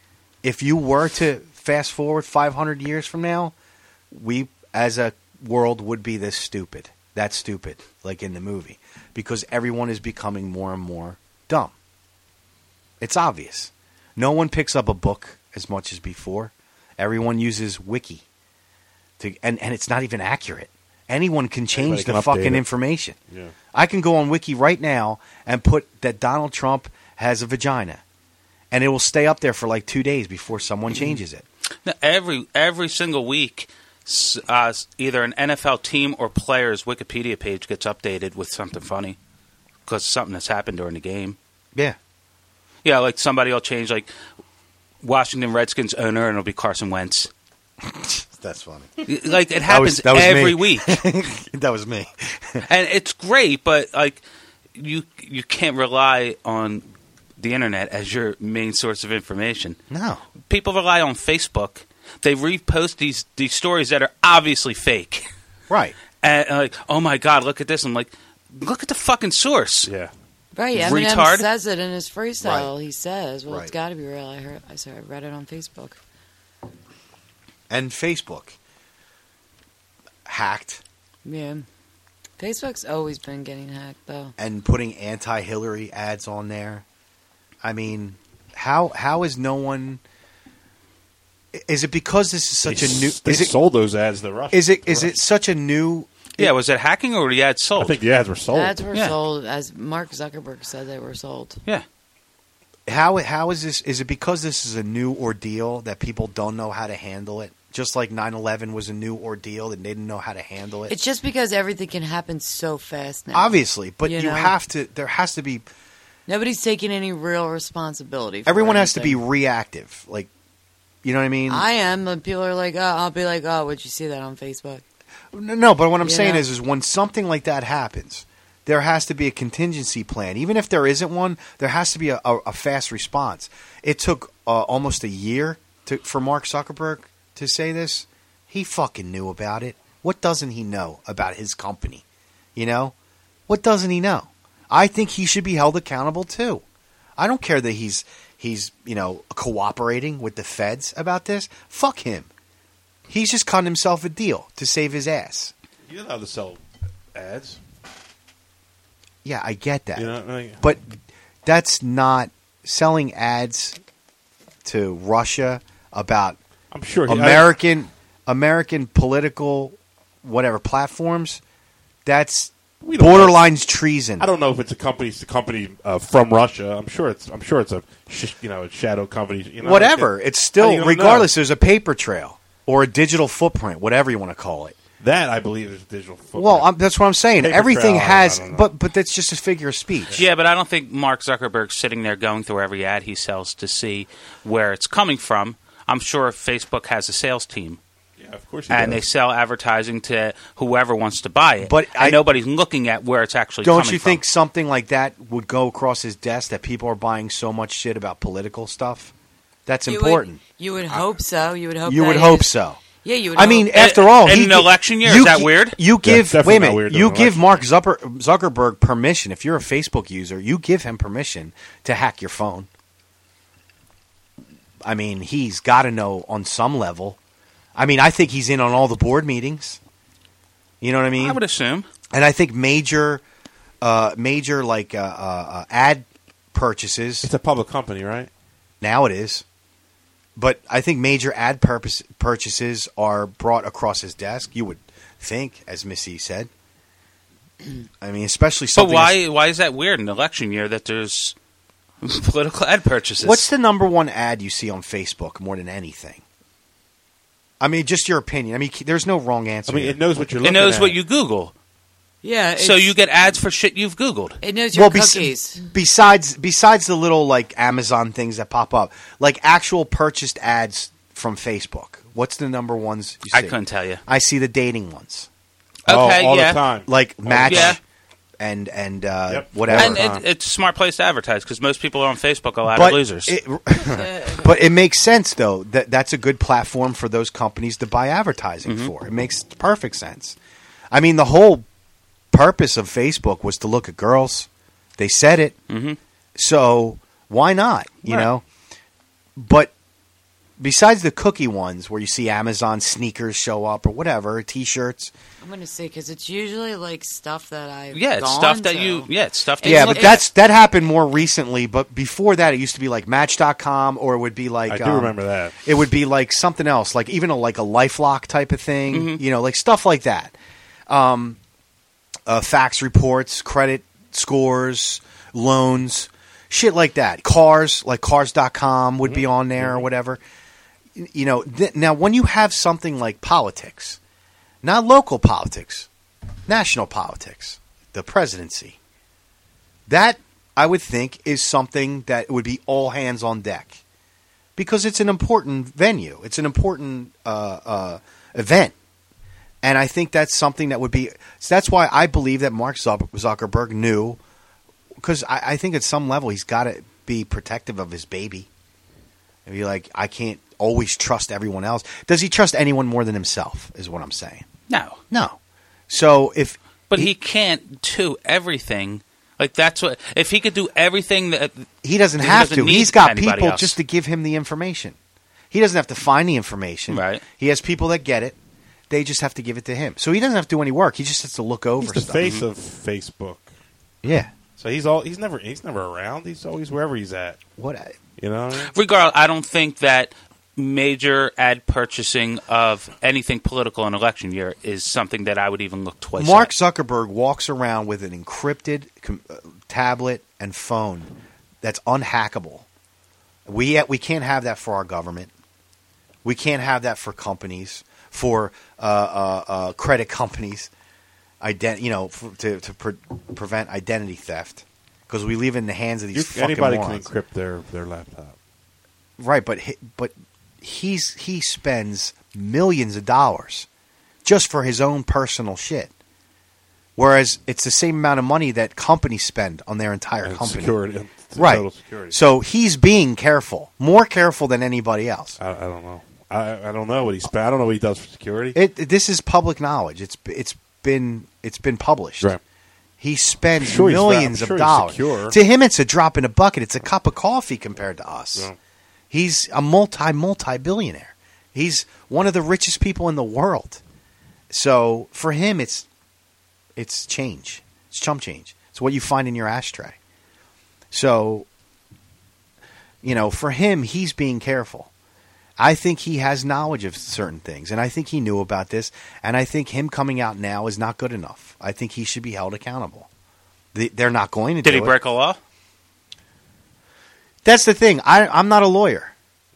[SPEAKER 9] if you were to fast forward 500 years from now, we as a world would be this stupid. That stupid, like in the movie, because everyone is becoming more and more dumb. It's obvious. No one picks up a book as much as before. Everyone uses Wiki, to, and and it's not even accurate. Anyone can change
[SPEAKER 10] Anybody can
[SPEAKER 9] the
[SPEAKER 10] update
[SPEAKER 9] fucking
[SPEAKER 10] it.
[SPEAKER 9] information.
[SPEAKER 10] Yeah.
[SPEAKER 9] I can go on Wiki right now and put that Donald Trump has a vagina, and it will stay up there for like two days before someone changes it.
[SPEAKER 2] No, every every single week, s- uh, s- either an NFL team or player's Wikipedia page gets updated with something funny because something that's happened during the game.
[SPEAKER 9] Yeah.
[SPEAKER 2] Yeah, like somebody will change like Washington Redskins owner, and it'll be Carson Wentz.
[SPEAKER 9] That's funny.
[SPEAKER 2] Like it
[SPEAKER 9] That
[SPEAKER 2] happens
[SPEAKER 9] was- that was me.
[SPEAKER 2] every week,
[SPEAKER 9] that was me.
[SPEAKER 2] and it's great, but like you you can't rely on the internet as your main source of information.
[SPEAKER 9] No.
[SPEAKER 2] People rely on Facebook. They repost these these stories that are obviously fake.
[SPEAKER 9] Right.
[SPEAKER 2] and uh, like, oh my god, look at this. I'm like, look at the fucking source.
[SPEAKER 10] Yeah.
[SPEAKER 8] Right, Eminem
[SPEAKER 2] Retard.
[SPEAKER 8] says it in his freestyle. He says, "Well,
[SPEAKER 9] Right.
[SPEAKER 8] it's got to be real." I heard, I saw, I read it on Facebook.
[SPEAKER 9] And Facebook hacked
[SPEAKER 8] Yeah, Facebook's always been getting hacked, though.
[SPEAKER 9] and putting anti-Hillary ads on there. I mean, how how is no one is it because this is such
[SPEAKER 10] They
[SPEAKER 9] a new
[SPEAKER 10] s- They
[SPEAKER 9] is it
[SPEAKER 10] sold those ads to the Russians.
[SPEAKER 9] is it is it such a new
[SPEAKER 2] Yeah, was it hacking or were the ad
[SPEAKER 10] I
[SPEAKER 2] sold?
[SPEAKER 10] think the ads were sold.
[SPEAKER 8] Ads were
[SPEAKER 2] Yeah.
[SPEAKER 8] sold, as Mark Zuckerberg said, they were sold.
[SPEAKER 2] yeah.
[SPEAKER 9] how how is this is it because this is a new ordeal that people don't know how to handle it? Just like 9/11 was a new ordeal and they didn't know how to handle it.
[SPEAKER 8] It's just because everything can happen so fast now.
[SPEAKER 9] Obviously, but
[SPEAKER 8] You
[SPEAKER 9] you,
[SPEAKER 8] know?
[SPEAKER 9] have to there has to be
[SPEAKER 8] Nobody's taking any real responsibility. For
[SPEAKER 9] everyone has to be
[SPEAKER 8] anything.
[SPEAKER 9] reactive. Like you know what I mean?
[SPEAKER 8] I am, and people are like, "Oh, I'll be like, oh, would you see that on Facebook?"
[SPEAKER 9] No, no, but what I'm
[SPEAKER 8] You
[SPEAKER 9] saying
[SPEAKER 8] know?
[SPEAKER 9] is, is when something like that happens, there has to be a contingency plan. Even if there isn't one, there has to be a, a, a fast response. It took uh, almost a year to, for Mark Zuckerberg to say this. He fucking knew about it. What doesn't he know about his company? You know, what doesn't he know? I think he should be held accountable too. I don't care that he's he's you know cooperating with the feds about this. Fuck him. He's just conned himself a deal to save his ass.
[SPEAKER 10] You know how to sell ads.
[SPEAKER 9] Yeah, I get that.
[SPEAKER 10] You know, like,
[SPEAKER 9] But that's not selling ads to Russia about
[SPEAKER 10] I'm sure he- I-
[SPEAKER 9] American American political whatever platforms, that's
[SPEAKER 10] We don't
[SPEAKER 9] borderlines treason.
[SPEAKER 10] I don't know if it's a company, it's a company uh, from Russia. I'm sure it's. I'm sure it's a sh- you know a shadow company. You know,
[SPEAKER 9] whatever.
[SPEAKER 10] It-
[SPEAKER 9] It's
[SPEAKER 10] you
[SPEAKER 9] still
[SPEAKER 10] don't
[SPEAKER 9] regardless. There's a paper trail or a digital footprint, whatever you want to call it.
[SPEAKER 10] that I believe is digital. Footprint.
[SPEAKER 9] Well, I'm, that's what I'm saying.
[SPEAKER 10] Paper
[SPEAKER 9] Everything
[SPEAKER 10] trail, I- I
[SPEAKER 9] has,
[SPEAKER 10] don't know.
[SPEAKER 9] but but that's just a figure of speech.
[SPEAKER 2] Yeah, but I don't think Mark Zuckerberg's sitting there going through every ad he sells to see where it's coming from. I'm sure Facebook has a sales team
[SPEAKER 10] yeah, of course,
[SPEAKER 2] and they sell advertising to whoever wants to buy it.
[SPEAKER 9] But
[SPEAKER 2] and
[SPEAKER 9] I-
[SPEAKER 2] nobody's looking at where it's actually
[SPEAKER 9] Don't
[SPEAKER 2] coming
[SPEAKER 9] you
[SPEAKER 2] from.
[SPEAKER 9] think something like that would go across his desk that people are buying so much shit about political stuff? That's
[SPEAKER 8] You would-
[SPEAKER 9] important.
[SPEAKER 8] you would hope so. You would hope.
[SPEAKER 9] you
[SPEAKER 8] that
[SPEAKER 9] would
[SPEAKER 8] is-
[SPEAKER 9] hope so.
[SPEAKER 8] Yeah, you would.
[SPEAKER 9] I
[SPEAKER 8] hope.
[SPEAKER 9] mean,
[SPEAKER 2] Uh,
[SPEAKER 9] after all,
[SPEAKER 2] in
[SPEAKER 9] he
[SPEAKER 2] an
[SPEAKER 9] gi-
[SPEAKER 2] election year, is that
[SPEAKER 9] gi-
[SPEAKER 2] weird?
[SPEAKER 9] You
[SPEAKER 10] Yeah,
[SPEAKER 9] give
[SPEAKER 10] it's definitely
[SPEAKER 9] wait a
[SPEAKER 10] not
[SPEAKER 9] minute,
[SPEAKER 10] weird
[SPEAKER 9] you
[SPEAKER 10] during an
[SPEAKER 9] give
[SPEAKER 10] election
[SPEAKER 9] Mark Zucker, Zuckerberg permission. If you're a Facebook user, you give him permission to hack your phone. I mean, he's got to know on some level. I mean, I think he's in on all the board meetings. You know what I mean?
[SPEAKER 2] I would assume.
[SPEAKER 9] and I think major, uh, major like uh, uh, uh, ad purchases.
[SPEAKER 10] it's a public company, right?
[SPEAKER 9] Now it is. But I think major ad purpose purchases are brought across his desk. You would think, as Miss E said. I mean, especially
[SPEAKER 2] But
[SPEAKER 9] something.
[SPEAKER 2] why? Why is that weird in an election year that there's political ad purchases?
[SPEAKER 9] What's the number one ad you see on Facebook more than anything? I mean, just your opinion. I mean, there's no wrong answer.
[SPEAKER 10] I mean,
[SPEAKER 9] here.
[SPEAKER 10] it knows what you're.
[SPEAKER 2] it
[SPEAKER 10] looking
[SPEAKER 2] knows
[SPEAKER 10] at.
[SPEAKER 2] what you Google,
[SPEAKER 8] yeah.
[SPEAKER 2] so
[SPEAKER 8] it's-
[SPEAKER 2] you get ads for shit you've Googled.
[SPEAKER 8] It knows your
[SPEAKER 9] bes-
[SPEAKER 8] cookies.
[SPEAKER 9] besides besides the little like Amazon things that pop up, like actual purchased ads from Facebook. What's the number ones? You see?
[SPEAKER 2] I couldn't tell you.
[SPEAKER 9] I see the dating ones.
[SPEAKER 10] Oh,
[SPEAKER 2] okay,
[SPEAKER 10] all
[SPEAKER 2] yeah.
[SPEAKER 10] the time.
[SPEAKER 9] like match
[SPEAKER 2] Oh, Yeah.
[SPEAKER 9] and and uh,
[SPEAKER 10] Yep.
[SPEAKER 9] whatever.
[SPEAKER 2] And
[SPEAKER 10] All the
[SPEAKER 2] it,
[SPEAKER 10] time.
[SPEAKER 2] it's a smart place to advertise because most people on Facebook are a lot of
[SPEAKER 9] but
[SPEAKER 2] losers.
[SPEAKER 9] It, but it makes sense though that that's a good platform for those companies to buy advertising
[SPEAKER 2] Mm-hmm.
[SPEAKER 9] for. It makes perfect sense. I mean, the whole purpose of Facebook was to look at girls. They said it,
[SPEAKER 2] Mhm.
[SPEAKER 9] so why not? You
[SPEAKER 2] Right.
[SPEAKER 9] know, but besides the cookie ones where you see Amazon sneakers show up or whatever, t-shirts.
[SPEAKER 8] I'm gonna say because it's usually like stuff that I've
[SPEAKER 2] yeah, it's
[SPEAKER 8] gone
[SPEAKER 2] stuff that
[SPEAKER 8] to.
[SPEAKER 2] you. Yeah, it's stuff that
[SPEAKER 9] Yeah,
[SPEAKER 2] you
[SPEAKER 9] but
[SPEAKER 2] look
[SPEAKER 9] that's that happened more recently. But before that, it used to be like Match.com, or it would be like
[SPEAKER 10] I do
[SPEAKER 9] um,
[SPEAKER 10] remember that.
[SPEAKER 9] It would be like something else, like even a, like a LifeLock type of thing, you know, like stuff like that. Um, uh, fax reports, credit scores, loans, shit like that. Cars, like Cars.com would be on there or whatever. Y- You know, th- now when you have something like politics, not local politics, national politics, the presidency. That I would think is something that would be all hands on deck because it's an important venue. It's an important uh, uh, event, and I think that's something that would be. So that's why I believe that Mark Zuck- Zuckerberg knew, because I, I think at some level he's got to be protective of his baby, and be like, I can't always trust everyone else. Does he trust anyone more than himself? Is what I'm saying.
[SPEAKER 2] No,
[SPEAKER 9] No. So if
[SPEAKER 2] but he can't do everything. Like that's what if he could do everything that
[SPEAKER 9] He doesn't
[SPEAKER 2] He
[SPEAKER 9] have
[SPEAKER 2] doesn't
[SPEAKER 9] to.
[SPEAKER 2] need
[SPEAKER 9] He's got
[SPEAKER 2] anybody
[SPEAKER 9] people
[SPEAKER 2] else.
[SPEAKER 9] just to give him the information. He doesn't have to find the information.
[SPEAKER 2] Right.
[SPEAKER 9] He has people that get it. They just have to give it to him. So he doesn't have to do any work. He just has to look over
[SPEAKER 10] He's the
[SPEAKER 9] stuff. Mm-hmm.
[SPEAKER 10] face of Facebook.
[SPEAKER 9] Yeah.
[SPEAKER 10] So he's all. He's never. He's never around. He's always wherever he's at.
[SPEAKER 9] What? I-
[SPEAKER 10] You know. What I mean?
[SPEAKER 2] regardless, I don't think that major ad purchasing of anything political in election year is something that I would even look twice.
[SPEAKER 9] Mark
[SPEAKER 2] at.
[SPEAKER 9] Zuckerberg walks around with an encrypted com- uh, tablet and phone that's unhackable. We uh, we can't have that for our government. We can't have that for companies, for uh, uh, uh, credit companies, ident- you know, for, to, to pre- prevent identity theft because we leave it in the hands of these
[SPEAKER 10] You-
[SPEAKER 9] fucking
[SPEAKER 10] anybody can
[SPEAKER 9] morons.
[SPEAKER 10] encrypt their their laptop.
[SPEAKER 9] Right, but he, but he's he spends millions of dollars just for his own personal shit. Whereas it's the same amount of money that companies spend on their entire
[SPEAKER 10] And
[SPEAKER 9] company.
[SPEAKER 10] security. and
[SPEAKER 9] Right.
[SPEAKER 10] Total security.
[SPEAKER 9] So he's being careful, more careful than anybody else.
[SPEAKER 10] I, I don't know. I, I don't know what he's. I don't know what he does for security.
[SPEAKER 9] It, this is public knowledge. It's it's been it's been published.
[SPEAKER 10] Right.
[SPEAKER 9] He spends
[SPEAKER 10] I'm sure he's- I'm
[SPEAKER 9] millions
[SPEAKER 10] sure
[SPEAKER 9] of
[SPEAKER 10] he's
[SPEAKER 9] dollars.
[SPEAKER 10] secure.
[SPEAKER 9] To him, it's a drop in a bucket. It's a cup of coffee compared to us.
[SPEAKER 10] Yeah.
[SPEAKER 9] He's a multi multi billionaire. He's one of the richest people in the world. So for him, it's it's change. It's chump change. It's what you find in your ashtray. So you know, for him, he's being careful. I think he has knowledge of certain things, and I think he knew about this, and I think him coming out now is not good enough. I think he should be held accountable. They- They're not going to
[SPEAKER 2] Did
[SPEAKER 9] do
[SPEAKER 2] he
[SPEAKER 9] it.
[SPEAKER 2] break a law?
[SPEAKER 9] That's the thing. I, I'm not a lawyer,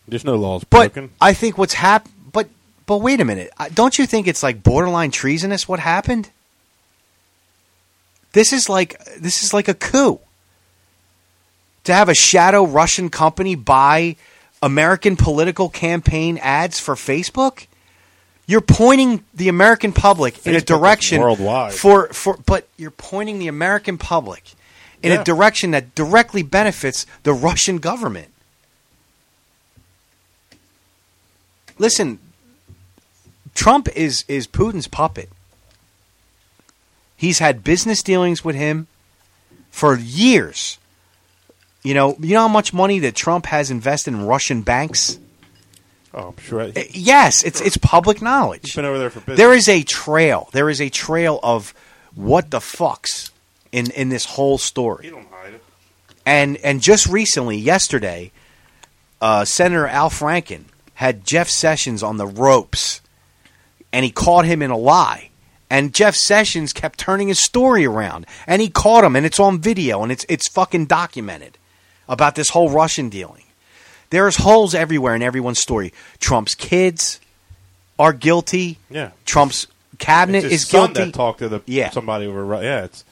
[SPEAKER 10] There's no laws
[SPEAKER 9] but
[SPEAKER 10] broken.
[SPEAKER 9] I think what's happened. But but wait a minute. I- Don't you think it's like borderline treasonous what happened? This is like this is like a coup. To have a shadow Russian company buy American political campaign ads for Facebook, you're pointing the American public
[SPEAKER 10] Facebook
[SPEAKER 9] in a
[SPEAKER 10] is
[SPEAKER 9] direction
[SPEAKER 10] worldwide.
[SPEAKER 9] for for but you're pointing the American public in
[SPEAKER 10] Yeah.
[SPEAKER 9] a direction that directly benefits the Russian government. Listen, Trump is is Putin's puppet. He's had business dealings with him for years. You know, you know how much money that Trump has invested in Russian banks?
[SPEAKER 10] oh, I'm sure.
[SPEAKER 9] Uh, Yes, it's it's public knowledge.
[SPEAKER 10] He's been over there for business.
[SPEAKER 9] There is a trail. There is a trail of what the fucks in in this whole
[SPEAKER 10] He
[SPEAKER 9] story.
[SPEAKER 10] don't hide it.
[SPEAKER 9] And and just recently, yesterday, uh, Senator Al Franken had Jeff Sessions on the ropes, and he caught him in a lie. And Jeff Sessions kept turning his story around, and he caught him, and it's on video, and it's it's fucking documented about this whole Russian dealing. There's holes everywhere in everyone's story. Trump's kids are guilty.
[SPEAKER 10] Yeah.
[SPEAKER 9] Trump's cabinet
[SPEAKER 10] It's his
[SPEAKER 9] is
[SPEAKER 10] son
[SPEAKER 9] guilty.
[SPEAKER 10] that talked to the
[SPEAKER 9] Yeah.
[SPEAKER 10] somebody over. Ru- Yeah, it's.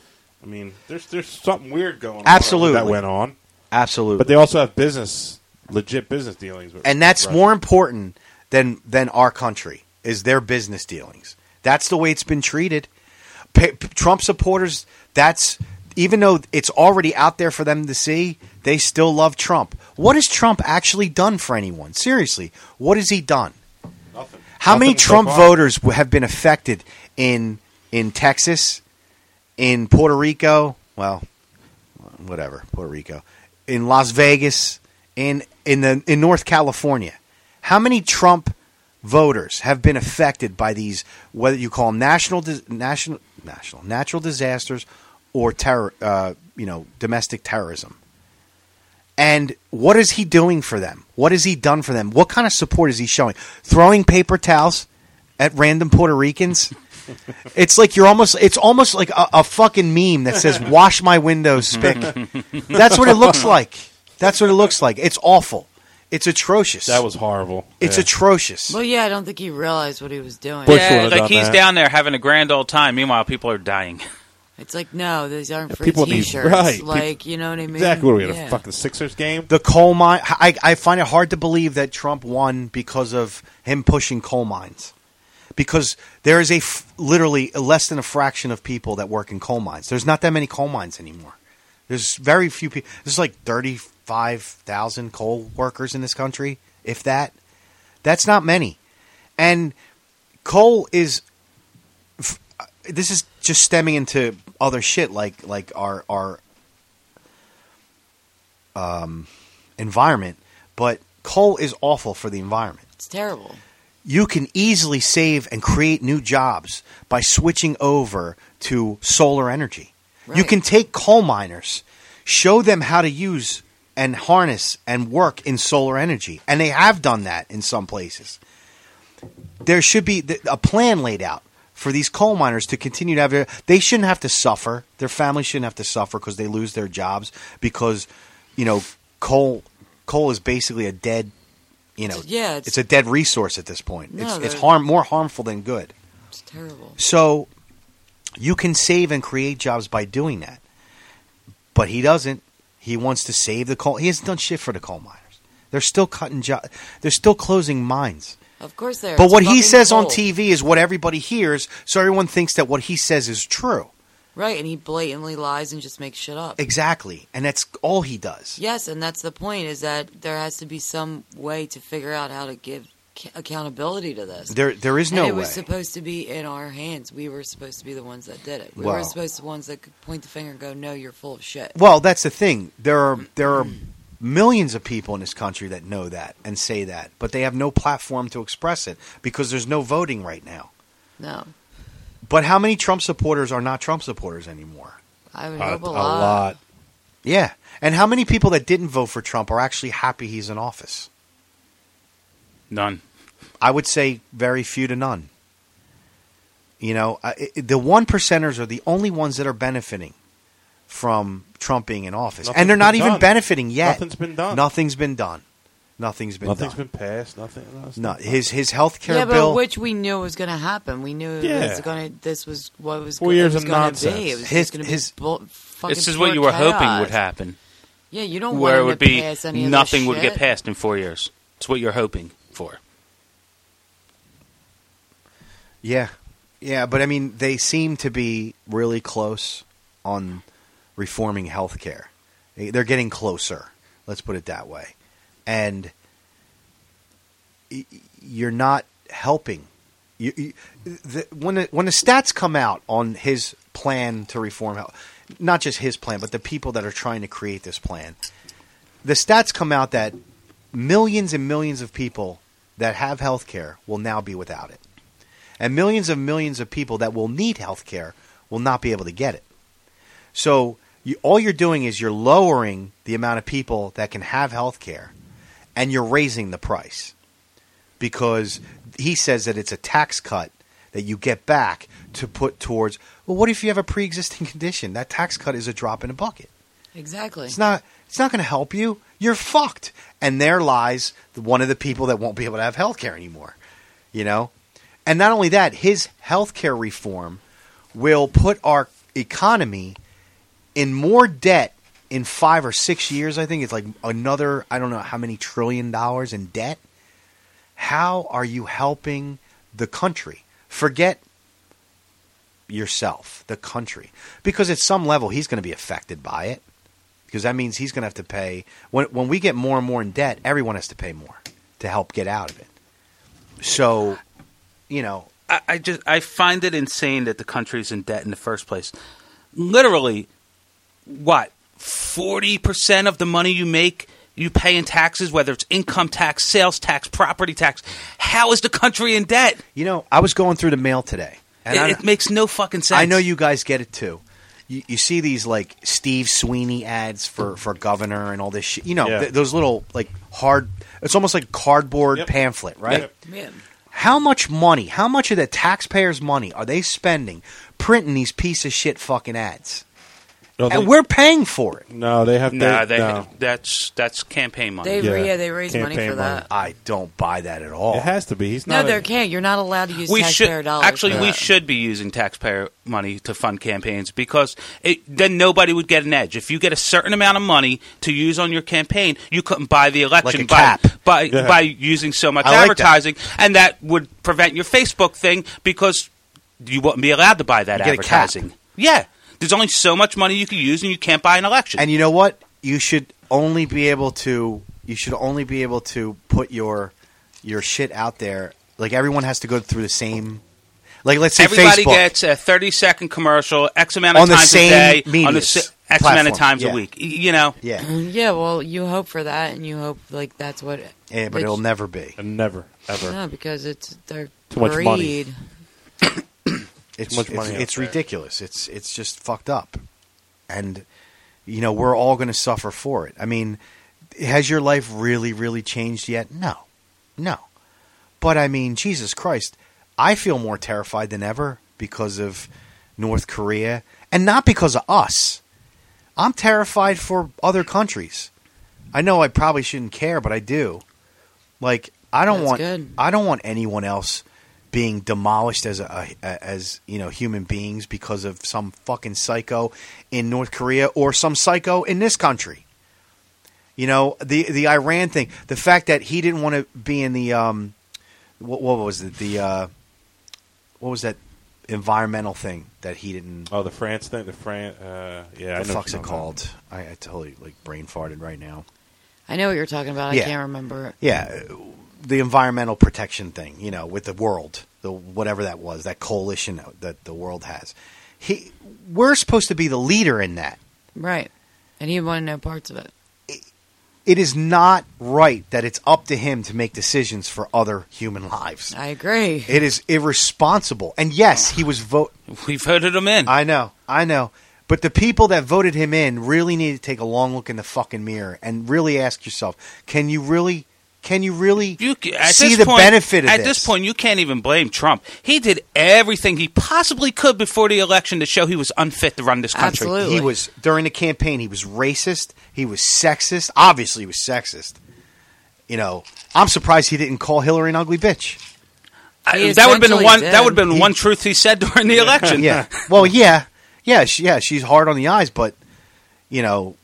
[SPEAKER 10] I mean, there's there's something weird going. on
[SPEAKER 9] Absolutely.
[SPEAKER 10] that went on.
[SPEAKER 9] Absolutely.
[SPEAKER 10] But they also have business, legit business dealings. With
[SPEAKER 9] and that's
[SPEAKER 10] Russia.
[SPEAKER 9] more important than than our country is their business dealings. That's the way it's been treated. Pa p- Trump supporters, that's even though it's already out there for them to see, they still love Trump. What has Trump actually done for anyone? Seriously, what has he done?
[SPEAKER 10] Nothing.
[SPEAKER 9] How many
[SPEAKER 10] Nothing so
[SPEAKER 9] Trump
[SPEAKER 10] far.
[SPEAKER 9] voters w- have been affected in in Texas, in Puerto Rico? Well, whatever, Puerto Rico, in Las Vegas, in in the in North California. How many Trump voters have been affected by these whether you call them national dis- national national natural disasters or terror uh, you know domestic terrorism? And what is he doing for them? What has he done for them? What kind of support is he showing? Throwing paper towels at random Puerto Ricans? it's like you're almost it's almost like a, a fucking meme that says wash my windows spick. That's what it looks like. That's what it looks like. It's awful. It's atrocious.
[SPEAKER 10] That was horrible.
[SPEAKER 9] it's
[SPEAKER 10] yeah.
[SPEAKER 9] atrocious.
[SPEAKER 8] Well, yeah, I don't think he realized what he was doing.
[SPEAKER 10] Bush
[SPEAKER 2] Yeah,
[SPEAKER 10] would've
[SPEAKER 2] like
[SPEAKER 10] done
[SPEAKER 2] he's
[SPEAKER 10] that.
[SPEAKER 2] down there having a grand old time. Meanwhile, people are dying.
[SPEAKER 8] It's like, no, these aren't for
[SPEAKER 10] people need-
[SPEAKER 8] t-shirts.
[SPEAKER 10] right,
[SPEAKER 8] Like, you know what I mean?
[SPEAKER 10] Exactly. What are we gonna
[SPEAKER 8] Yeah.
[SPEAKER 10] fucking Sixers game?
[SPEAKER 9] the coal mine I, I find it hard to believe that Trump won because of him pushing coal mines. Because there is a f- literally less than a fraction of people that work in coal mines. There's not that many coal mines anymore. There's very few people. There's like 35,000 coal workers in this country, if that. That's not many. And coal is f- this is just stemming into other shit like like our our environment, but coal is awful for the environment.
[SPEAKER 8] It's terrible.
[SPEAKER 9] You can easily save and create new jobs by switching over to solar energy. You
[SPEAKER 8] Right.
[SPEAKER 9] can take coal miners, show them how to use and harness and work in solar energy, and they have done that in some places. There should be th- a plan laid out for these coal miners to continue to have their. They shouldn't have to suffer. Their families shouldn't have to suffer because they lose their jobs because, you know, coal coal is basically a dead. You know,
[SPEAKER 8] Yeah, it's-
[SPEAKER 9] it's a dead resource at this point.
[SPEAKER 8] No,
[SPEAKER 9] it's it's
[SPEAKER 8] they're-
[SPEAKER 9] harm more harmful than good.
[SPEAKER 8] It's terrible.
[SPEAKER 9] So you can save and create jobs by doing that. But he doesn't. He wants to save the coal. He hasn't done shit for the coal miners. They're still cutting jobs. They're still closing mines.
[SPEAKER 8] Of course there.
[SPEAKER 9] But
[SPEAKER 8] it's
[SPEAKER 9] what he
[SPEAKER 8] fucking
[SPEAKER 9] says on
[SPEAKER 8] cold.
[SPEAKER 9] TV is what everybody hears, so everyone thinks that what he says is true.
[SPEAKER 8] Right, and he blatantly lies and just makes shit up.
[SPEAKER 9] Exactly. And that's all he does.
[SPEAKER 8] Yes, and that's the point is that there has to be some way to figure out how to give ca- accountability to this.
[SPEAKER 9] There there is no
[SPEAKER 8] and it
[SPEAKER 9] way.
[SPEAKER 8] was supposed to be in our hands. We were supposed to be the ones that did it. We
[SPEAKER 9] Wow.
[SPEAKER 8] were supposed to be the ones that could point the finger and go, "No, you're full of shit."
[SPEAKER 9] Well, that's the thing. There are there are millions of people in this country that know that and say that, but they have no platform to express it because there's no voting right now.
[SPEAKER 8] No,
[SPEAKER 9] But how many Trump supporters are not Trump supporters anymore?
[SPEAKER 8] I would
[SPEAKER 10] A,
[SPEAKER 8] hope a,
[SPEAKER 10] a
[SPEAKER 8] lot.
[SPEAKER 10] lot.
[SPEAKER 9] Yeah. And how many people that didn't vote for Trump are actually happy he's in office?
[SPEAKER 2] None.
[SPEAKER 9] I would say very few to none. You know, I, i the one percenters are the only ones that are benefiting from Trump being in office,
[SPEAKER 10] Nothing's
[SPEAKER 9] and they're not
[SPEAKER 10] been
[SPEAKER 9] even
[SPEAKER 10] done.
[SPEAKER 9] benefiting yet.
[SPEAKER 10] Nothing's been done.
[SPEAKER 9] Nothing's been done. Nothing's been
[SPEAKER 10] Nothing's been
[SPEAKER 9] done.
[SPEAKER 10] passed. Nothing. no, it's
[SPEAKER 9] no,
[SPEAKER 10] not-
[SPEAKER 9] his his health care
[SPEAKER 8] yeah,
[SPEAKER 9] bill,
[SPEAKER 8] but which we knew was going to happen. We knew it
[SPEAKER 10] Yeah.
[SPEAKER 8] was going to. This was what was
[SPEAKER 10] Four
[SPEAKER 8] go- it
[SPEAKER 10] years
[SPEAKER 8] was
[SPEAKER 10] of
[SPEAKER 8] gonna
[SPEAKER 10] nonsense.
[SPEAKER 8] Be. It was
[SPEAKER 9] His-
[SPEAKER 8] going to be
[SPEAKER 9] his-
[SPEAKER 8] bull, fucking
[SPEAKER 2] this is what you were
[SPEAKER 8] pure
[SPEAKER 2] hoping would
[SPEAKER 8] chaos.
[SPEAKER 2] happen,
[SPEAKER 8] Yeah, you don't want
[SPEAKER 2] where it
[SPEAKER 8] him
[SPEAKER 2] would
[SPEAKER 8] to
[SPEAKER 2] be
[SPEAKER 8] pass any of this
[SPEAKER 2] nothing would get
[SPEAKER 8] shit.
[SPEAKER 2] passed in four years. It's what you're hoping for.
[SPEAKER 9] yeah, yeah. But I mean, they seem to be really close on reforming health care. They- They're getting closer. Let's put it that way, and y- y- you're not helping. You, you, the, when the, when the stats come out on his plan to reform health, not just his plan, but the people that are trying to create this plan, the stats come out that millions and millions of people that have health care will now be without it. And millions and millions of people that will need health care will not be able to get it. So you, all you're doing is you're lowering the amount of people that can have health care and you're raising the price because he says that it's a tax cut that you get back to put towards well what if you have a pre-existing condition that tax cut is a drop in a bucket
[SPEAKER 8] Exactly.
[SPEAKER 9] it's not. It's not going to help you. You're fucked. And there lies the- one of the people that won't be able to have health care anymore. You know, and not only that, his health care reform will put our economy in more debt in five or six years. I think it's like another. I don't know how many trillion dollars in debt. How are you helping the country? Forget yourself, the country, because at some level he's going to be affected by it because that means he's going to have to pay. When when we get more and more in debt, everyone has to pay more to help get out of it. So, you know,
[SPEAKER 2] I, I just I find it insane that the country's in debt in the first place. Literally, what forty percent of the money you make you pay in taxes, whether it's income tax, sales tax, property tax. How is the country in debt?
[SPEAKER 9] you know, I was going through the mail today, and
[SPEAKER 2] It,
[SPEAKER 9] I,
[SPEAKER 2] it makes no fucking sense.
[SPEAKER 9] I know you guys get it too. You, you see these like Steve Sweeney ads for for governor and all this shit. You know,
[SPEAKER 10] Yeah.
[SPEAKER 9] th- those little like hard. It's almost like cardboard
[SPEAKER 10] Yep.
[SPEAKER 9] pamphlet, right?
[SPEAKER 10] Yep.
[SPEAKER 8] Yeah.
[SPEAKER 2] Um,
[SPEAKER 9] How much money? How much of the taxpayers' money are they spending printing these piece of shit fucking ads?
[SPEAKER 10] No, they,
[SPEAKER 9] And we're paying for it.
[SPEAKER 10] no, they have.
[SPEAKER 2] Nah,
[SPEAKER 10] they,
[SPEAKER 2] they,
[SPEAKER 10] no.
[SPEAKER 2] that's that's campaign money.
[SPEAKER 8] They
[SPEAKER 10] Yeah.
[SPEAKER 8] yeah. they raise money
[SPEAKER 10] Campaign
[SPEAKER 8] for that.
[SPEAKER 9] I don't buy that at all.
[SPEAKER 10] It has to be. He's
[SPEAKER 8] No,
[SPEAKER 10] not.
[SPEAKER 8] there
[SPEAKER 10] a,
[SPEAKER 8] can't. You're not allowed to use
[SPEAKER 2] we
[SPEAKER 8] taxpayer
[SPEAKER 2] should
[SPEAKER 8] dollars.
[SPEAKER 2] actually
[SPEAKER 8] for
[SPEAKER 2] we
[SPEAKER 8] that.
[SPEAKER 2] should be using taxpayer money to fund campaigns because it, then nobody would get an edge. If you get a certain amount of money to use on your campaign, you couldn't buy the election
[SPEAKER 9] Like a cap.
[SPEAKER 2] by by
[SPEAKER 10] Yeah.
[SPEAKER 2] by using so much
[SPEAKER 9] I like that.
[SPEAKER 2] advertising, and that would prevent your Facebook thing because you wouldn't be allowed to buy that
[SPEAKER 9] You get a cap.
[SPEAKER 2] advertising. Yeah, there's only so much money you can use, and you can't buy an election.
[SPEAKER 9] And you know what? You should only be able to you should only be able to put your your shit out there. Like everyone has to go through the same like let's say
[SPEAKER 2] Everybody
[SPEAKER 9] Facebook.
[SPEAKER 2] gets a 30 second commercial, X amount of
[SPEAKER 9] On the
[SPEAKER 2] times
[SPEAKER 9] same
[SPEAKER 2] a day, on the
[SPEAKER 9] medias,
[SPEAKER 2] s- X amount of
[SPEAKER 9] platform,
[SPEAKER 2] times
[SPEAKER 9] yeah.
[SPEAKER 2] a week. Y- You know,
[SPEAKER 9] yeah.
[SPEAKER 8] Yeah, well, you hope for that, and you hope like that's what.
[SPEAKER 9] Yeah, but
[SPEAKER 8] which-
[SPEAKER 9] it'll Uh, never be.
[SPEAKER 10] Never ever.
[SPEAKER 8] No, because it's their
[SPEAKER 10] Too much
[SPEAKER 8] greed.
[SPEAKER 10] money.
[SPEAKER 9] It's
[SPEAKER 10] much money
[SPEAKER 9] it's,
[SPEAKER 10] out
[SPEAKER 9] it's
[SPEAKER 10] there.
[SPEAKER 9] ridiculous. It's it's just fucked up. And you know, we're all going to suffer for it. I mean, has your life really really changed yet? No. No. But I mean, Jesus Christ, I feel more terrified than ever because of North Korea and not because of us. I'm terrified for other countries. I know I probably shouldn't care, but I do. Like I don't
[SPEAKER 8] That's
[SPEAKER 9] want
[SPEAKER 8] good.
[SPEAKER 9] I don't want anyone else being demolished as a, a as you know human beings because of some fucking psycho in North Korea or some psycho in this country. You know the the Iran thing, the fact that he didn't want to be in the um, what, what was it the uh, what was that environmental thing that he didn't
[SPEAKER 10] Oh, the France thing. The France. Uh, yeah, I know
[SPEAKER 9] the
[SPEAKER 10] what
[SPEAKER 9] fuck's
[SPEAKER 10] you're talking about.
[SPEAKER 9] it called? I, I totally like brain farted right now.
[SPEAKER 8] I know what you're talking about.
[SPEAKER 9] Yeah.
[SPEAKER 8] I can't remember. it.
[SPEAKER 9] Yeah, uh, the environmental protection thing, you know, with the world, the whatever that was, that coalition that the world has. He, we're supposed to be the leader in that.
[SPEAKER 8] Right, and he wanted no parts of it.
[SPEAKER 9] It is not right that it's up to him to make decisions for other human lives.
[SPEAKER 8] I agree.
[SPEAKER 9] It is irresponsible. And yes, he was vote.
[SPEAKER 2] we voted them in.
[SPEAKER 9] I know, I know. But the people that voted him in really need to take a long look in the fucking mirror and really ask yourself, can you really Can you really
[SPEAKER 2] You c- at
[SPEAKER 9] see
[SPEAKER 2] this
[SPEAKER 9] the
[SPEAKER 2] point,
[SPEAKER 9] benefit of
[SPEAKER 2] at this point. You can't even blame Trump. He did everything he possibly could before the election to show he was unfit to run this country.
[SPEAKER 8] Absolutely.
[SPEAKER 9] He was during the campaign. He was racist. He was sexist. Obviously, he was sexist. You know, I'm surprised he didn't call Hillary an ugly bitch.
[SPEAKER 2] I,
[SPEAKER 8] He
[SPEAKER 2] that would have been the
[SPEAKER 8] essentially
[SPEAKER 2] one.
[SPEAKER 8] did.
[SPEAKER 2] That would have been one truth he said during the election.
[SPEAKER 9] Yeah. well, yeah, yeah, she, yeah. She's hard on the eyes, but you know,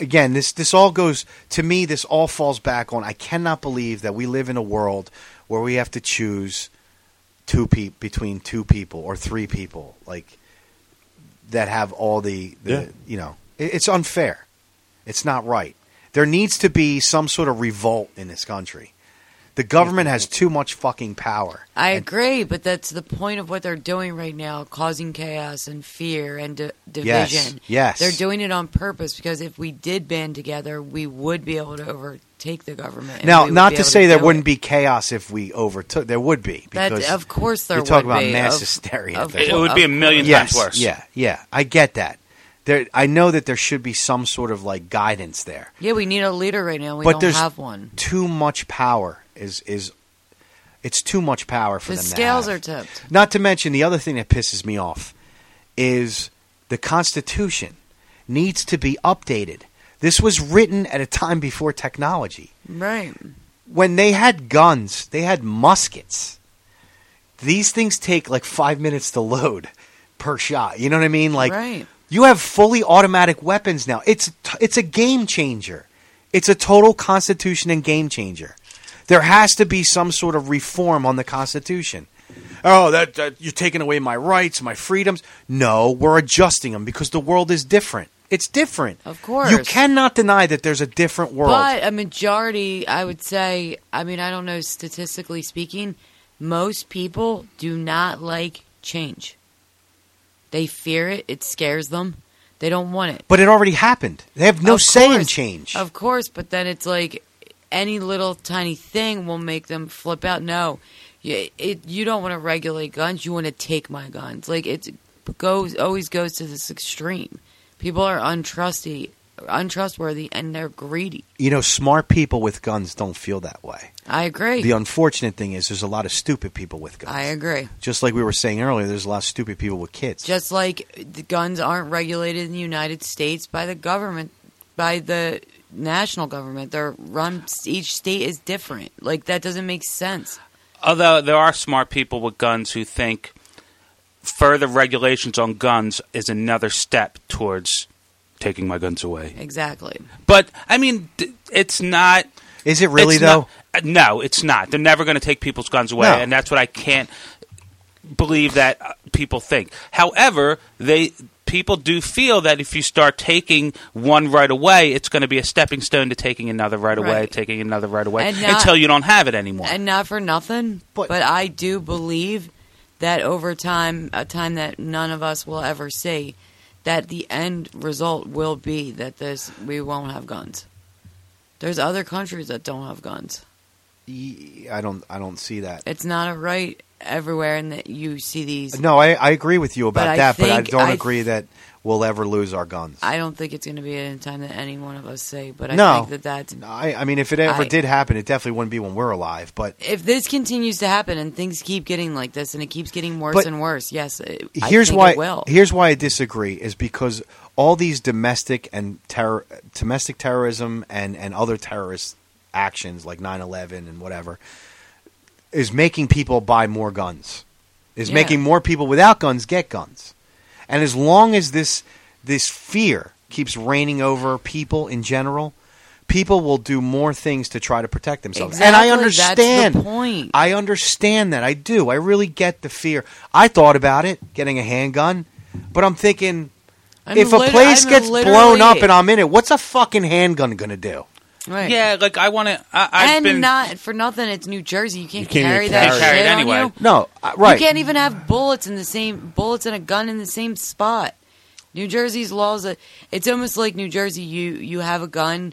[SPEAKER 9] again, this this all goes to me. This all falls back on. I cannot believe that we live in a world where we have to choose two pe- between two people or three people, like that have all the, the
[SPEAKER 10] Yeah.
[SPEAKER 9] you know, it, it's unfair. It's not right. There needs to be some sort of revolt in this country. The government has too much fucking power.
[SPEAKER 8] I
[SPEAKER 9] And-
[SPEAKER 8] agree, but that's the point of what they're doing right now, causing chaos and fear and di-
[SPEAKER 9] Yes,
[SPEAKER 8] division.
[SPEAKER 9] yes.
[SPEAKER 8] They're doing it on purpose because if we did band together, we would be able to overtake the government. and
[SPEAKER 9] Now,
[SPEAKER 8] we would
[SPEAKER 9] not
[SPEAKER 8] be
[SPEAKER 9] to
[SPEAKER 8] able
[SPEAKER 9] say there
[SPEAKER 8] do
[SPEAKER 9] wouldn't
[SPEAKER 8] it.
[SPEAKER 9] be chaos if we overtook. There would be
[SPEAKER 8] That-
[SPEAKER 9] because
[SPEAKER 8] of course there
[SPEAKER 9] you're talking
[SPEAKER 8] would
[SPEAKER 9] about
[SPEAKER 8] be.
[SPEAKER 9] mass
[SPEAKER 8] Of-
[SPEAKER 9] hysteria.
[SPEAKER 8] of
[SPEAKER 9] There's-
[SPEAKER 2] It would be a million
[SPEAKER 9] yes,
[SPEAKER 2] times worse.
[SPEAKER 9] yeah, yeah. I get that. There, I know that there should be some sort of like guidance there,
[SPEAKER 8] Yeah, we need a leader right now. We
[SPEAKER 9] but
[SPEAKER 8] don't
[SPEAKER 9] there's
[SPEAKER 8] have one.
[SPEAKER 9] too much power. Is is it's too much power for
[SPEAKER 8] The
[SPEAKER 9] them. to
[SPEAKER 8] scales
[SPEAKER 9] have.
[SPEAKER 8] are tipped.
[SPEAKER 9] Not to mention the other thing that pisses me off is the Constitution needs to be updated. This was written at a time before technology
[SPEAKER 8] Right.
[SPEAKER 9] when they had guns, they had muskets. These things take like five minutes to load per shot. You know what I mean? Like
[SPEAKER 8] Right.
[SPEAKER 9] you have fully automatic weapons now. It's t- it's a game changer. It's a total constitution and game changer. There has to be some sort of reform on the constitution. Oh, that, that you're taking away my rights, my freedoms. No, we're adjusting them because the world is different. It's different.
[SPEAKER 8] Of course.
[SPEAKER 9] you cannot deny that there's a different world.
[SPEAKER 8] But a majority, I would say, I mean, I don't know, statistically speaking, most people do not like change. They fear it, it scares them, they don't want it.
[SPEAKER 9] But it already happened. They have no
[SPEAKER 8] Of
[SPEAKER 9] say in
[SPEAKER 8] course.
[SPEAKER 9] change.
[SPEAKER 8] Of course, but then it's like any little tiny thing will make them flip out. No, you, it, you don't want to regulate guns. You want to take my guns. Like it goes always goes to this extreme. People are untrusty, untrustworthy, and they're greedy.
[SPEAKER 9] you know, smart people with guns don't feel that way.
[SPEAKER 8] I agree.
[SPEAKER 9] The unfortunate thing is there's a lot of stupid people with guns.
[SPEAKER 8] I agree.
[SPEAKER 9] Just like we were saying earlier, there's a lot of stupid people with kids.
[SPEAKER 8] Just like the guns aren't regulated in the United States by the government, by the national government. They're run. Each state is different. Like that doesn't make sense.
[SPEAKER 2] Although there are smart people with guns who think further regulations on guns is another step towards taking my guns away.
[SPEAKER 8] Exactly.
[SPEAKER 2] But I mean, d- it's not.
[SPEAKER 9] is it really
[SPEAKER 2] It's
[SPEAKER 9] though?
[SPEAKER 2] not- uh, no, it's not. They're never going to take people's guns away,
[SPEAKER 9] No.
[SPEAKER 2] and that's what I can't believe that uh, people think. However, they people do feel that if you start taking one right away, it's going to be a stepping stone to taking another right away,
[SPEAKER 8] Right.
[SPEAKER 2] taking another right away
[SPEAKER 8] And not-
[SPEAKER 2] until you don't have it anymore.
[SPEAKER 8] And not for nothing,
[SPEAKER 9] But-
[SPEAKER 8] but, I do believe that over time, a time that none of us will ever see, that the end result will be that this we won't have guns. There's other countries that don't have guns.
[SPEAKER 9] Y- I don't. I don't see that.
[SPEAKER 8] It's not a right everywhere, and that you see these.
[SPEAKER 9] No, I, I agree with you about
[SPEAKER 8] But I
[SPEAKER 9] that, but I
[SPEAKER 8] think-
[SPEAKER 9] don't
[SPEAKER 8] I-
[SPEAKER 9] agree that we'll ever lose our guns.
[SPEAKER 8] I don't think it's going to be in a time that any one of us see, but I
[SPEAKER 9] No.
[SPEAKER 8] think that that's
[SPEAKER 9] I, I mean, if it ever
[SPEAKER 8] I-
[SPEAKER 9] did happen, it definitely wouldn't be when we're alive. But
[SPEAKER 8] if this continues to happen and things keep getting like this and it keeps getting worse
[SPEAKER 9] But
[SPEAKER 8] and worse. Yes, it, I
[SPEAKER 9] here's
[SPEAKER 8] think
[SPEAKER 9] why.
[SPEAKER 8] it will.
[SPEAKER 9] Here's why I disagree is because all these domestic and terror, domestic terrorism and and other terrorist actions like 9-11 and whatever is making people buy more guns. Is
[SPEAKER 8] Yeah.
[SPEAKER 9] making more people without guns get guns. And as long as this this fear keeps reigning over people in general, people will do more things to try to protect themselves. and I
[SPEAKER 8] Exactly, that's the
[SPEAKER 9] understand.
[SPEAKER 8] point.
[SPEAKER 9] I understand that. I do. I really get the fear. I thought about it, getting a handgun, but I'm thinking
[SPEAKER 8] I
[SPEAKER 9] if
[SPEAKER 8] mean,
[SPEAKER 9] a
[SPEAKER 8] lit-
[SPEAKER 9] place
[SPEAKER 8] I mean,
[SPEAKER 9] gets blown
[SPEAKER 8] literally-
[SPEAKER 9] up and I'm in it, what's a fucking handgun going to do?
[SPEAKER 8] right.
[SPEAKER 2] yeah, like I want to. I've
[SPEAKER 8] and
[SPEAKER 2] been
[SPEAKER 8] not for nothing, it's New Jersey. You can't,
[SPEAKER 10] can't even
[SPEAKER 8] carry that
[SPEAKER 2] carry it.
[SPEAKER 8] shit
[SPEAKER 2] Carry it
[SPEAKER 8] on
[SPEAKER 2] anyway.
[SPEAKER 8] you.
[SPEAKER 9] No, uh, right.
[SPEAKER 8] You can't even have bullets in the same bullets and a gun in the same spot. New Jersey's laws. It's almost like New Jersey. You you have a gun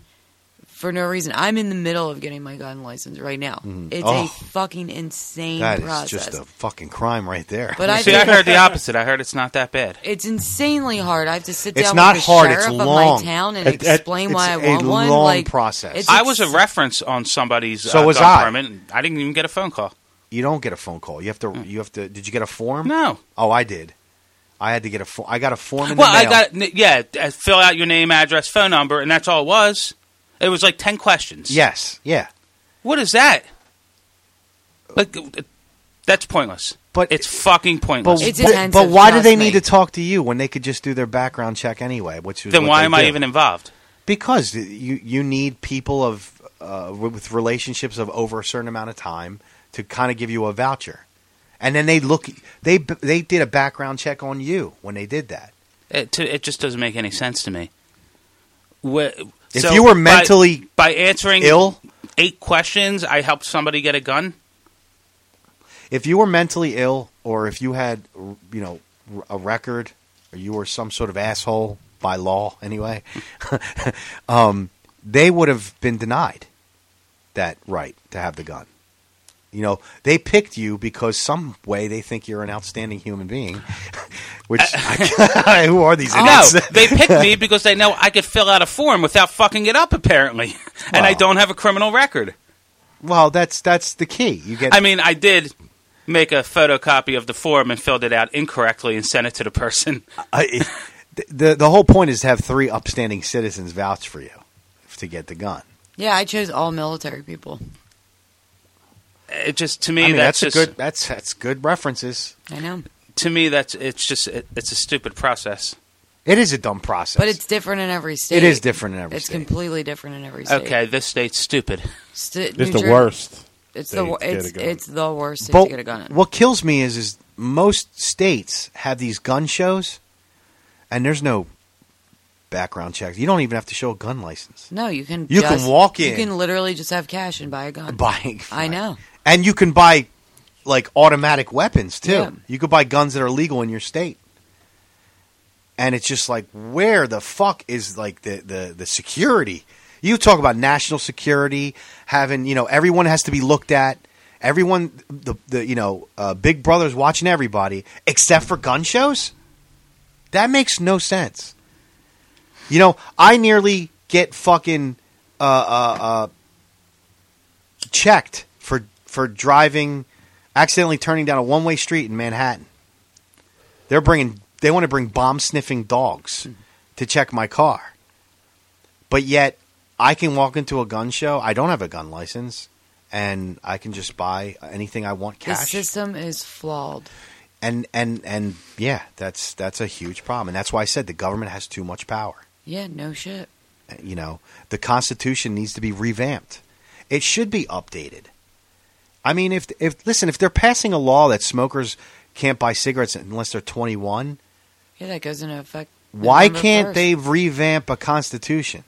[SPEAKER 8] for no reason. I'm in the middle of getting my gun license right now. It's
[SPEAKER 9] Oh.
[SPEAKER 8] a fucking insane
[SPEAKER 9] That is
[SPEAKER 8] process.
[SPEAKER 9] just a fucking crime right there.
[SPEAKER 8] but I
[SPEAKER 2] See, I
[SPEAKER 8] think
[SPEAKER 2] heard the opposite. I heard it's not that bad.
[SPEAKER 8] it's insanely hard. I have to sit
[SPEAKER 9] It's
[SPEAKER 8] down
[SPEAKER 9] not
[SPEAKER 8] with the
[SPEAKER 9] hard, it's
[SPEAKER 8] sheriff of
[SPEAKER 9] long.
[SPEAKER 8] my town and
[SPEAKER 10] It- it-
[SPEAKER 8] explain why I
[SPEAKER 9] it's a
[SPEAKER 8] want one.
[SPEAKER 9] long
[SPEAKER 8] like,
[SPEAKER 9] process.
[SPEAKER 8] it's
[SPEAKER 2] I was a
[SPEAKER 8] ins-
[SPEAKER 2] reference on somebody's
[SPEAKER 9] So
[SPEAKER 2] uh,
[SPEAKER 9] was
[SPEAKER 2] gun
[SPEAKER 9] I.
[SPEAKER 2] permit. And I didn't even get a phone call.
[SPEAKER 9] you don't get a phone call. You have to. You have to. Did you get a form?
[SPEAKER 2] Hmm. No.
[SPEAKER 9] Oh, I did. I had to get a. Fo- I got a form. In
[SPEAKER 2] Well,
[SPEAKER 9] the
[SPEAKER 2] I
[SPEAKER 9] mail.
[SPEAKER 2] got n- yeah. uh, Fill out your name, address, phone number, and that's all it was. It was like ten questions.
[SPEAKER 9] Yes. Yeah.
[SPEAKER 2] What is that? Like, uh, that's pointless.
[SPEAKER 9] But-
[SPEAKER 2] it's fucking pointless.
[SPEAKER 9] But,
[SPEAKER 8] It's
[SPEAKER 9] but-
[SPEAKER 8] intensive,
[SPEAKER 9] but why do
[SPEAKER 8] trust
[SPEAKER 9] they
[SPEAKER 8] me.
[SPEAKER 9] need to talk to you when they could just do their background check anyway? Which is
[SPEAKER 2] then
[SPEAKER 9] what
[SPEAKER 2] why
[SPEAKER 9] they
[SPEAKER 2] am I
[SPEAKER 9] do.
[SPEAKER 2] even involved?
[SPEAKER 9] Because you you need people of uh, with relationships of over a certain amount of time to kind of give you a voucher, and then they look they they did a background check on you when they did that.
[SPEAKER 2] It, to, it just doesn't make any sense to me. Wh-
[SPEAKER 9] If
[SPEAKER 2] so
[SPEAKER 9] you were
[SPEAKER 2] by-
[SPEAKER 9] mentally
[SPEAKER 2] by, answering
[SPEAKER 9] ill-
[SPEAKER 2] eight questions, I helped somebody get a gun.
[SPEAKER 9] If you were mentally ill, or if you had you know a record, or you were some sort of asshole by law anyway, um, they would have been denied that right to have the gun. You know, they picked you because some way they think you're an outstanding human being. Which who are these
[SPEAKER 2] No,
[SPEAKER 9] idiots?
[SPEAKER 2] they picked me because they know I could fill out a form without fucking it up, apparently, and I
[SPEAKER 9] Wow.
[SPEAKER 2] don't have a criminal record.
[SPEAKER 9] well, that's that's the key. You get
[SPEAKER 2] I mean, I did make a photocopy of the form and filled it out incorrectly and sent it to the person.
[SPEAKER 9] I, the the whole point is to have three upstanding citizens vouch for you to get the gun.
[SPEAKER 8] Yeah, I chose all military people.
[SPEAKER 2] It just to me
[SPEAKER 9] I mean,
[SPEAKER 2] that's,
[SPEAKER 9] that's, a
[SPEAKER 2] just,
[SPEAKER 9] good that's that's good references.
[SPEAKER 8] I know,
[SPEAKER 2] to me that's it's just it, it's a stupid process.
[SPEAKER 9] It is a dumb process,
[SPEAKER 8] but it's different in every state.
[SPEAKER 9] it is different in every
[SPEAKER 8] It's
[SPEAKER 9] state.
[SPEAKER 8] completely different in every state.
[SPEAKER 2] Okay, this state's stupid.
[SPEAKER 8] St-
[SPEAKER 10] It's
[SPEAKER 8] New
[SPEAKER 10] the
[SPEAKER 8] Jer-
[SPEAKER 10] worst.
[SPEAKER 8] It's
[SPEAKER 10] state
[SPEAKER 8] the wor-
[SPEAKER 10] to get
[SPEAKER 8] it's
[SPEAKER 10] a gun.
[SPEAKER 8] it's the worst state
[SPEAKER 9] But
[SPEAKER 8] to get a gun. in.
[SPEAKER 9] what kills me is is most states have these gun shows, and there's no background checks. You don't even have to show a gun license.
[SPEAKER 8] No, you can.
[SPEAKER 9] You
[SPEAKER 8] just-
[SPEAKER 9] can walk
[SPEAKER 8] You
[SPEAKER 9] in.
[SPEAKER 8] can literally just have cash and buy a gun.
[SPEAKER 9] Buying,
[SPEAKER 8] I know.
[SPEAKER 9] and you can buy like automatic weapons too.
[SPEAKER 8] Yeah.
[SPEAKER 9] You could buy guns that are legal in your state. And it's just like where the fuck is like the the the security? You talk about national security, having, you know, everyone has to be looked at. Everyone the the you know, uh, Big Brother's watching everybody except for gun shows? That makes no sense. You know, I nearly get fucking uh, uh, uh, checked for for driving, accidentally turning down a one way street in Manhattan. They're bringing they want to bring bomb sniffing dogs to check my car, but yet I can walk into a gun show. I don't have a gun license, and I can just buy anything I want
[SPEAKER 8] The
[SPEAKER 9] cash
[SPEAKER 8] system is flawed.
[SPEAKER 9] and and and yeah, that's that's a huge problem, and that's why I said the government has too much power.
[SPEAKER 8] Yeah, no shit.
[SPEAKER 9] Uh, You know, the Constitution needs to be revamped. It should be updated. I mean, if if listen, if they're passing a law that smokers can't buy cigarettes unless they're twenty one,
[SPEAKER 8] Yeah, that goes into effect.
[SPEAKER 9] why
[SPEAKER 8] November
[SPEAKER 9] can't
[SPEAKER 8] 1st.
[SPEAKER 9] they revamp a Constitution?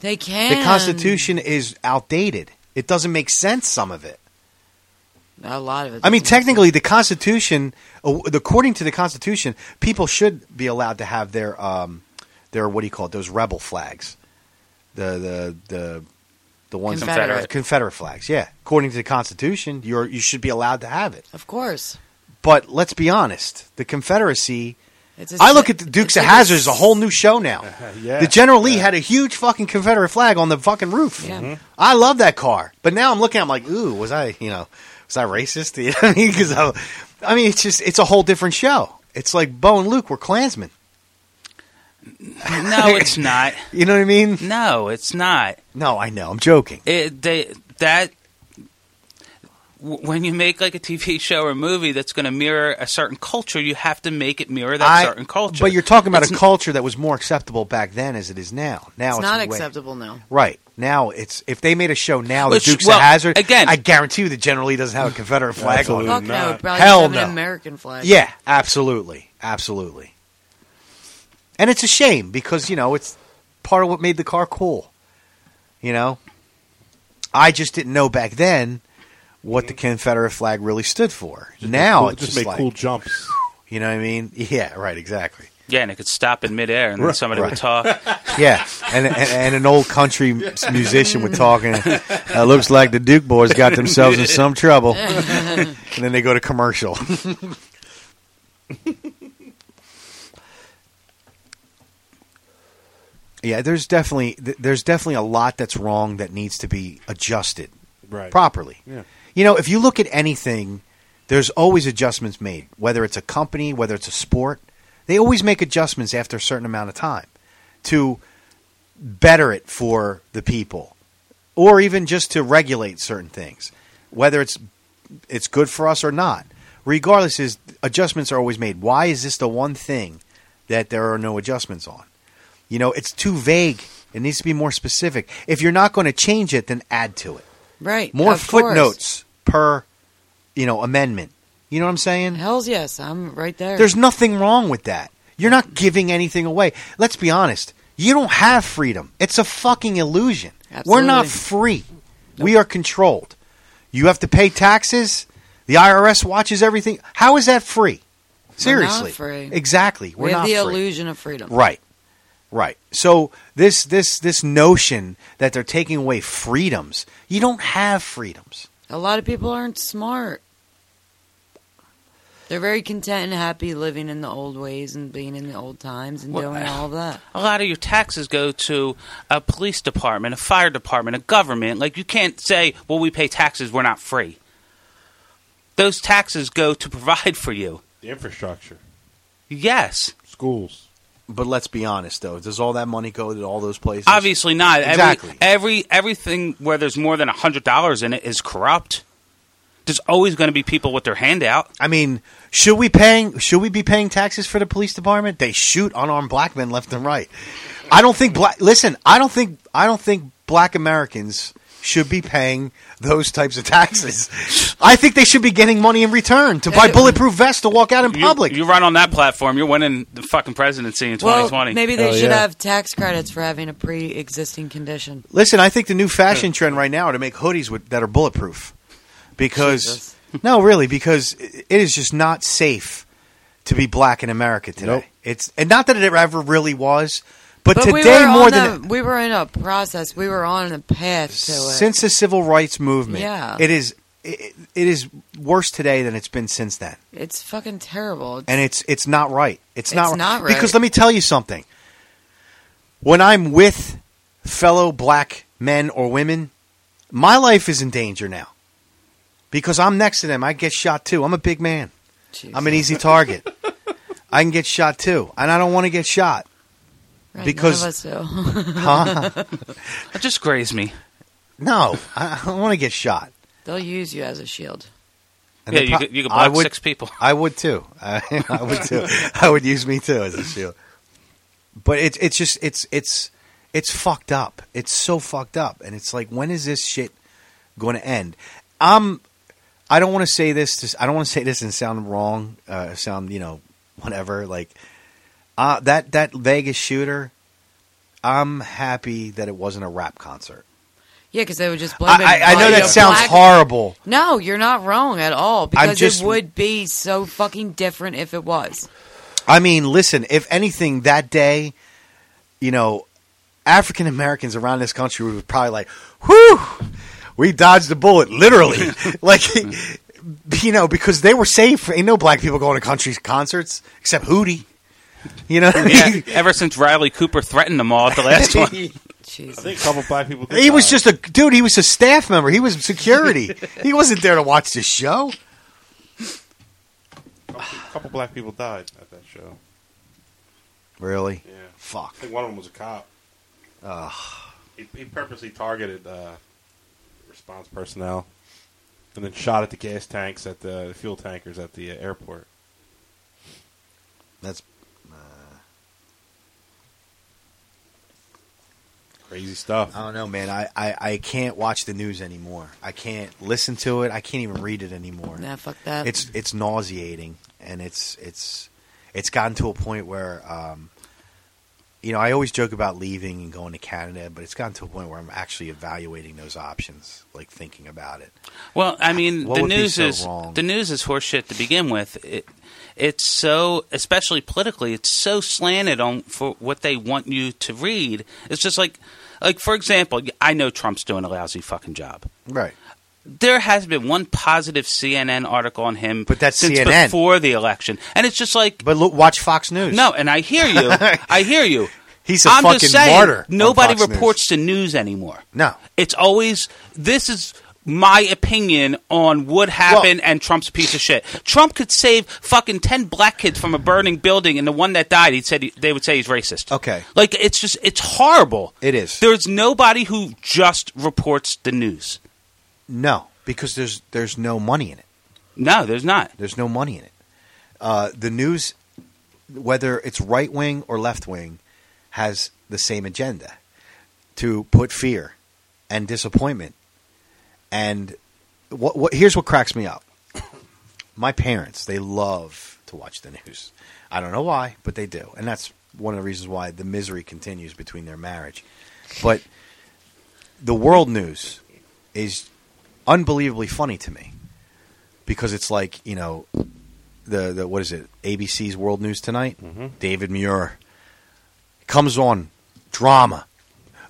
[SPEAKER 8] They can.
[SPEAKER 9] The Constitution is outdated. It doesn't make sense. Some of it.
[SPEAKER 8] A lot of it.
[SPEAKER 9] I mean,
[SPEAKER 8] doesn't make
[SPEAKER 9] technically, the Constitution, uh, according to the Constitution, people should be allowed to have their um, their what do you call it? Those rebel flags, the the the the ones
[SPEAKER 8] Confederate.
[SPEAKER 9] Confederate, flags. Yeah, according to the Constitution, you you should be allowed to have it.
[SPEAKER 8] sense. Of course.
[SPEAKER 9] But let's be honest, the Confederacy.
[SPEAKER 8] It's a
[SPEAKER 9] I look
[SPEAKER 8] si-
[SPEAKER 9] at the Dukes
[SPEAKER 8] it's
[SPEAKER 9] of
[SPEAKER 8] a-
[SPEAKER 9] Hazard as a whole new show now.
[SPEAKER 10] Yeah.
[SPEAKER 9] The General Lee had a huge fucking Confederate flag on the fucking roof.
[SPEAKER 8] Yeah.
[SPEAKER 2] Mm-hmm.
[SPEAKER 8] Mhm.
[SPEAKER 9] I love that car, but now I'm looking. I'm like, ooh, was I, you know, was I racist? You know what I mean? Because I, I mean, it's just it's a whole different show. It's like Bo and Luke were Klansmen.
[SPEAKER 2] No, it's not.
[SPEAKER 9] You know what I mean?
[SPEAKER 2] No, it's not.
[SPEAKER 9] No, I know. I'm joking.
[SPEAKER 2] It, they that w- when you make like a TV show or movie that's going to mirror a certain culture, you have to make it mirror that
[SPEAKER 9] I-
[SPEAKER 2] certain culture.
[SPEAKER 9] But you're talking about
[SPEAKER 2] It's
[SPEAKER 9] a
[SPEAKER 2] n-
[SPEAKER 9] culture that was more acceptable back then as it is now. Now
[SPEAKER 8] It's
[SPEAKER 9] it's,
[SPEAKER 8] not
[SPEAKER 9] way-
[SPEAKER 8] acceptable now.
[SPEAKER 9] Right now, it's if they made a show now,
[SPEAKER 2] Which-
[SPEAKER 9] the Dukes
[SPEAKER 2] well,
[SPEAKER 9] of Hazard
[SPEAKER 2] again-
[SPEAKER 9] I guarantee you, the General Lee doesn't have a Confederate flag
[SPEAKER 10] Absolutely.
[SPEAKER 9] on.
[SPEAKER 8] Fuck
[SPEAKER 9] it.
[SPEAKER 8] no.
[SPEAKER 10] not.
[SPEAKER 8] it Probably
[SPEAKER 9] Hell
[SPEAKER 8] have
[SPEAKER 9] no.
[SPEAKER 8] an American flag.
[SPEAKER 9] Yeah, absolutely, absolutely. And it's a shame because you know it's part of what made the car cool. You know, I just didn't know back then what the Confederate flag really stood for.
[SPEAKER 10] Just make
[SPEAKER 9] now
[SPEAKER 10] cool-
[SPEAKER 9] it's
[SPEAKER 10] just
[SPEAKER 9] just,
[SPEAKER 10] make
[SPEAKER 9] like
[SPEAKER 10] cool jumps.
[SPEAKER 9] you know what I mean? Yeah, right, exactly.
[SPEAKER 2] Yeah, and it could stop in midair, and then somebody would
[SPEAKER 9] right.
[SPEAKER 2] talk.
[SPEAKER 9] Yeah, and, and and an old country s- musician was talking. Uh, looks like the Duke boys got themselves in some trouble, and then they go to commercial. yeah, there's definitely th- there's definitely a lot that's wrong that needs to be adjusted
[SPEAKER 10] Right.
[SPEAKER 9] properly.
[SPEAKER 10] Yeah.
[SPEAKER 9] You know, if you look at anything, there's always adjustments made, whether it's a company, whether it's a sport. They always make adjustments after a certain amount of time to better it for the people or even just to regulate certain things, whether it's it's good for us or not. Regardless, is adjustments are always made. Why is this the one thing that there are no adjustments on? You know, it's too vague. It needs to be more specific. If you're not going to change it, then add to it
[SPEAKER 8] Right.
[SPEAKER 9] more
[SPEAKER 8] of course.
[SPEAKER 9] footnotes per you know amendment you know what i'm saying
[SPEAKER 8] Hell's yes. I'm right there.
[SPEAKER 9] there's nothing wrong with that you're not giving anything away let's be honest you don't have freedom it's a fucking illusion we're not free we are controlled you have to pay taxes the irs watches everything how is that free seriously
[SPEAKER 8] free.
[SPEAKER 9] exactly we're
[SPEAKER 8] we have
[SPEAKER 9] not
[SPEAKER 8] the
[SPEAKER 9] free.
[SPEAKER 8] illusion of freedom.
[SPEAKER 9] Right. Right. So this this this notion that they're taking away freedoms. You don't have freedoms.
[SPEAKER 8] A lot of people aren't smart. They're very content and happy living in the old ways and being in the old times and
[SPEAKER 2] Well,
[SPEAKER 8] doing all that.
[SPEAKER 2] A lot of your taxes go to a police department, a fire department, a government. Like you can't say, "Well, we pay taxes; we're not free." Those taxes go to provide for you.
[SPEAKER 10] The infrastructure,
[SPEAKER 2] Yes,
[SPEAKER 10] schools.
[SPEAKER 9] But let's be honest though. Does all that money go to all those places?
[SPEAKER 2] obviously not. Every-
[SPEAKER 9] Exactly.
[SPEAKER 2] Every, everything where there's more than hundred dollars in it is corrupt. There's always going to be people with their hand out.
[SPEAKER 9] I mean, should we paying should we be paying taxes for the police department? They shoot unarmed black men left and right. I don't think black listen, I don't think I don't think black Americans should be paying those types of taxes. I think they should be getting money in return to buy bulletproof vests to walk out in
[SPEAKER 2] You-
[SPEAKER 9] public.
[SPEAKER 2] You, run on that platform, you're winning the fucking presidency in
[SPEAKER 8] Well,
[SPEAKER 2] 2020.
[SPEAKER 8] maybe they
[SPEAKER 10] Oh,
[SPEAKER 8] should
[SPEAKER 10] yeah.
[SPEAKER 8] have tax credits for having a pre-existing condition.
[SPEAKER 9] Listen, I think the new fashion trend right now are to make hoodies with, that are bulletproof because no, really, because i- it is just not safe to be black in America today.
[SPEAKER 10] Nope.
[SPEAKER 9] It's and not that it ever really was, but,
[SPEAKER 8] But
[SPEAKER 9] today
[SPEAKER 8] we were
[SPEAKER 9] more
[SPEAKER 8] on
[SPEAKER 9] than
[SPEAKER 8] a, we were in a process. We were on a path to it.
[SPEAKER 9] since the civil rights movement,
[SPEAKER 8] Yeah.
[SPEAKER 9] it is it, it is worse today than it's been since then.
[SPEAKER 8] it's fucking terrible.
[SPEAKER 9] and it's it's not right. It's, not,
[SPEAKER 8] It's not right.
[SPEAKER 9] Because let me tell you something. When I'm with fellow black men or women, my life is in danger now. Because I'm next to them, I get shot too. I'm a big man.
[SPEAKER 8] Jeez.
[SPEAKER 9] I'm an easy target. I can get shot too, and I don't want to get shot.
[SPEAKER 8] Right,
[SPEAKER 9] because-
[SPEAKER 8] none of us do.
[SPEAKER 2] That just grazed me.
[SPEAKER 9] No, I, I don't want to get shot.
[SPEAKER 8] they'll use you as a shield.
[SPEAKER 2] yeah,
[SPEAKER 9] they
[SPEAKER 2] you,
[SPEAKER 9] pro-
[SPEAKER 2] could, you could
[SPEAKER 9] I
[SPEAKER 2] block
[SPEAKER 9] would-
[SPEAKER 2] six people.
[SPEAKER 9] I would too. I, I would too. I would use me too as a shield. But it's it's just it's it's it's fucked up. It's so fucked up, and it's like when is this shit going to end? I'm. I don't want to say this. To, I don't want to say this and sound wrong. Uh, sound you know whatever. Like uh, that that Vegas shooter. I'm happy that it wasn't a rap concert.
[SPEAKER 8] Yeah, because they would just blame
[SPEAKER 9] I,
[SPEAKER 8] it.
[SPEAKER 9] I, I know
[SPEAKER 8] on
[SPEAKER 9] that
[SPEAKER 8] the
[SPEAKER 9] sounds
[SPEAKER 8] black-
[SPEAKER 9] horrible.
[SPEAKER 8] No, you're not wrong at all. Because
[SPEAKER 9] just-
[SPEAKER 8] it would be so fucking different if it was.
[SPEAKER 9] I mean, listen, if anything, that day, you know, African Americans around this country were probably like, whew, we dodged a bullet, literally. like, you know, because they were safe. Ain't no black people going to country concerts except Hootie. You know what I
[SPEAKER 2] yeah,
[SPEAKER 9] mean?
[SPEAKER 2] ever since Riley Cooper threatened them all at the last one.
[SPEAKER 10] I
[SPEAKER 8] Jesus.
[SPEAKER 10] think a couple black people. did
[SPEAKER 9] He was
[SPEAKER 10] die.
[SPEAKER 9] just a dude. He was a staff member. He was security. he wasn't there to watch the show.
[SPEAKER 10] a couple black people died at that show.
[SPEAKER 9] Really?
[SPEAKER 10] Yeah,
[SPEAKER 9] Fuck.
[SPEAKER 10] I think one of them was a cop. He, he purposely targeted uh, response personnel, and then shot at the gas tanks at the, the fuel tankers at the uh, airport.
[SPEAKER 9] That's
[SPEAKER 10] Crazy stuff.
[SPEAKER 9] I don't know, man. I, I, I can't watch the news anymore. I can't listen to it. I can't even read it anymore.
[SPEAKER 8] Nah, fuck that.
[SPEAKER 9] It's it's nauseating, and it's it's it's gotten to a point where, um, you know, I always joke about leaving and going to Canada, but it's gotten to a point where I'm actually evaluating those options, like thinking about it.
[SPEAKER 2] Well, I mean,
[SPEAKER 9] What
[SPEAKER 2] the
[SPEAKER 9] would be
[SPEAKER 2] news
[SPEAKER 9] so
[SPEAKER 2] is
[SPEAKER 9] wrong?
[SPEAKER 2] the news is horseshit to begin with. It, it's so, especially politically, it's so slanted on for what they want you to read. It's just like, like for example, I know Trump's doing a lousy fucking job.
[SPEAKER 9] Right.
[SPEAKER 2] There has been one positive CNN article on him,
[SPEAKER 9] But that's
[SPEAKER 2] since
[SPEAKER 9] CNN.
[SPEAKER 2] before the election, and it's just like
[SPEAKER 9] But look, watch Fox News.
[SPEAKER 2] no. And I hear you, I hear you.
[SPEAKER 9] He's a
[SPEAKER 2] I'm
[SPEAKER 9] fucking
[SPEAKER 2] just saying,
[SPEAKER 9] martyr. on
[SPEAKER 2] Nobody
[SPEAKER 9] Fox News.
[SPEAKER 2] reports the news anymore.
[SPEAKER 9] No.
[SPEAKER 2] It's always this is my opinion on what happened and Trump's a piece of shit. Trump could save fucking 10 black kids from a burning building and the one that died he said he, they would say he's racist.
[SPEAKER 9] Okay.
[SPEAKER 2] Like it's just it's horrible.
[SPEAKER 9] It is.
[SPEAKER 2] There's nobody who just reports the news.
[SPEAKER 9] No, because there's there's no money in it.
[SPEAKER 2] No, there's not.
[SPEAKER 9] There's no money in it. Uh, the news, whether it's right wing or left wing, has the same agenda to put fear and disappointment. And what, what, here's what cracks me up my parents, they love to watch the news. I don't know why, but they do. And that's one of the reasons why the misery continues between their marriage. But the world news is unbelievably funny to me because it's like you know the the what is it ABC's World News Tonight David Muir comes on drama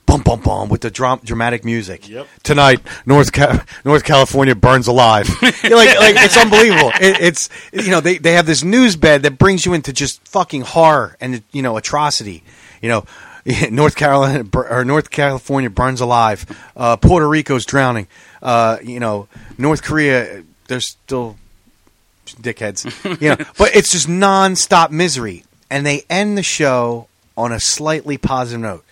[SPEAKER 9] bum bum bum with the dram- dramatic music
[SPEAKER 10] Yep.
[SPEAKER 9] tonight North Ca- North California burns alive You're like like it's unbelievable it, it's you know they they have this news bed that brings you into just fucking horror and you know atrocity you know. North Carolina bur- or North California burns alive. Uh, Puerto Rico's drowning. Uh, you know, North Korea. There's still dickheads. You know, but it's just nonstop misery, and they end the show on a slightly positive note.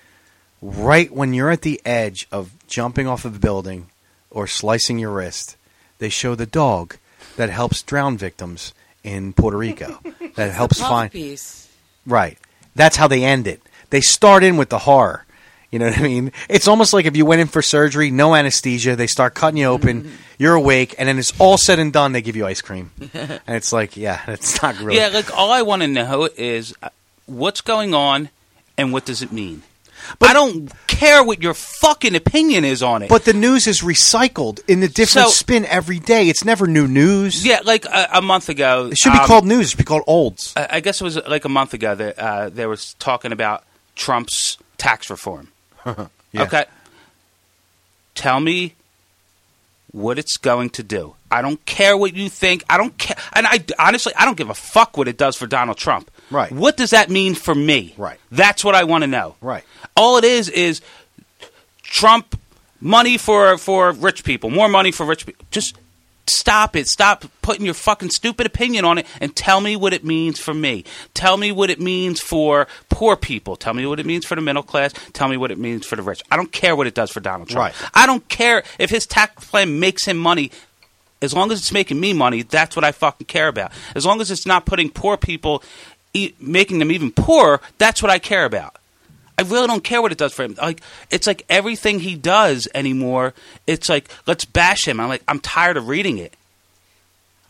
[SPEAKER 9] Right when you're at the edge of jumping off of a building or slicing your wrist, they show the dog that helps drown victims in Puerto Rico. that helps find
[SPEAKER 8] Piece.
[SPEAKER 9] Right. That's how they end it. They start in with the horror. You know what I mean? It's almost like if you went in for surgery, no anesthesia, they start cutting you open,
[SPEAKER 2] Mm-hmm.
[SPEAKER 9] you're awake, and then it's all said and done, they give you ice cream. and it's like, yeah, that's not really.
[SPEAKER 2] Yeah, like all I want to know is uh, what's going on and what does it mean? But I don't care what your fucking opinion is on it.
[SPEAKER 9] but the news is recycled in a different
[SPEAKER 2] So-
[SPEAKER 9] spin every day. It's never new news.
[SPEAKER 2] Yeah, like a, a month ago.
[SPEAKER 9] It should be
[SPEAKER 2] um,
[SPEAKER 9] called news. It should be called olds.
[SPEAKER 2] I I guess it was like a month ago that uh, there was talking about Trump's tax reform. Okay, tell me what it's going to do. I don't care what you think. I don't care, and I honestly I don't give a fuck what it does for Donald Trump.
[SPEAKER 9] Right.
[SPEAKER 2] What does that mean for me?
[SPEAKER 9] Right.
[SPEAKER 2] That's what I want to know.
[SPEAKER 9] Right.
[SPEAKER 2] All it is is Trump money for for rich people, more money for rich people. Just stop it. Stop putting your fucking stupid opinion on it and tell me what it means for me. Tell me what it means for poor people. Tell me what it means for the middle class. Tell me what it means for the rich. I don't care what it does for Donald Trump.
[SPEAKER 9] Right.
[SPEAKER 2] I don't care if his tax plan makes him money. As long as it's making me money, that's what I fucking care about. As long as it's not putting poor people, e- making them even poorer, that's what I care about. I really don't care what it does for him. Like it's like everything he does anymore. It's like let's bash him. I'm like I'm tired of reading it.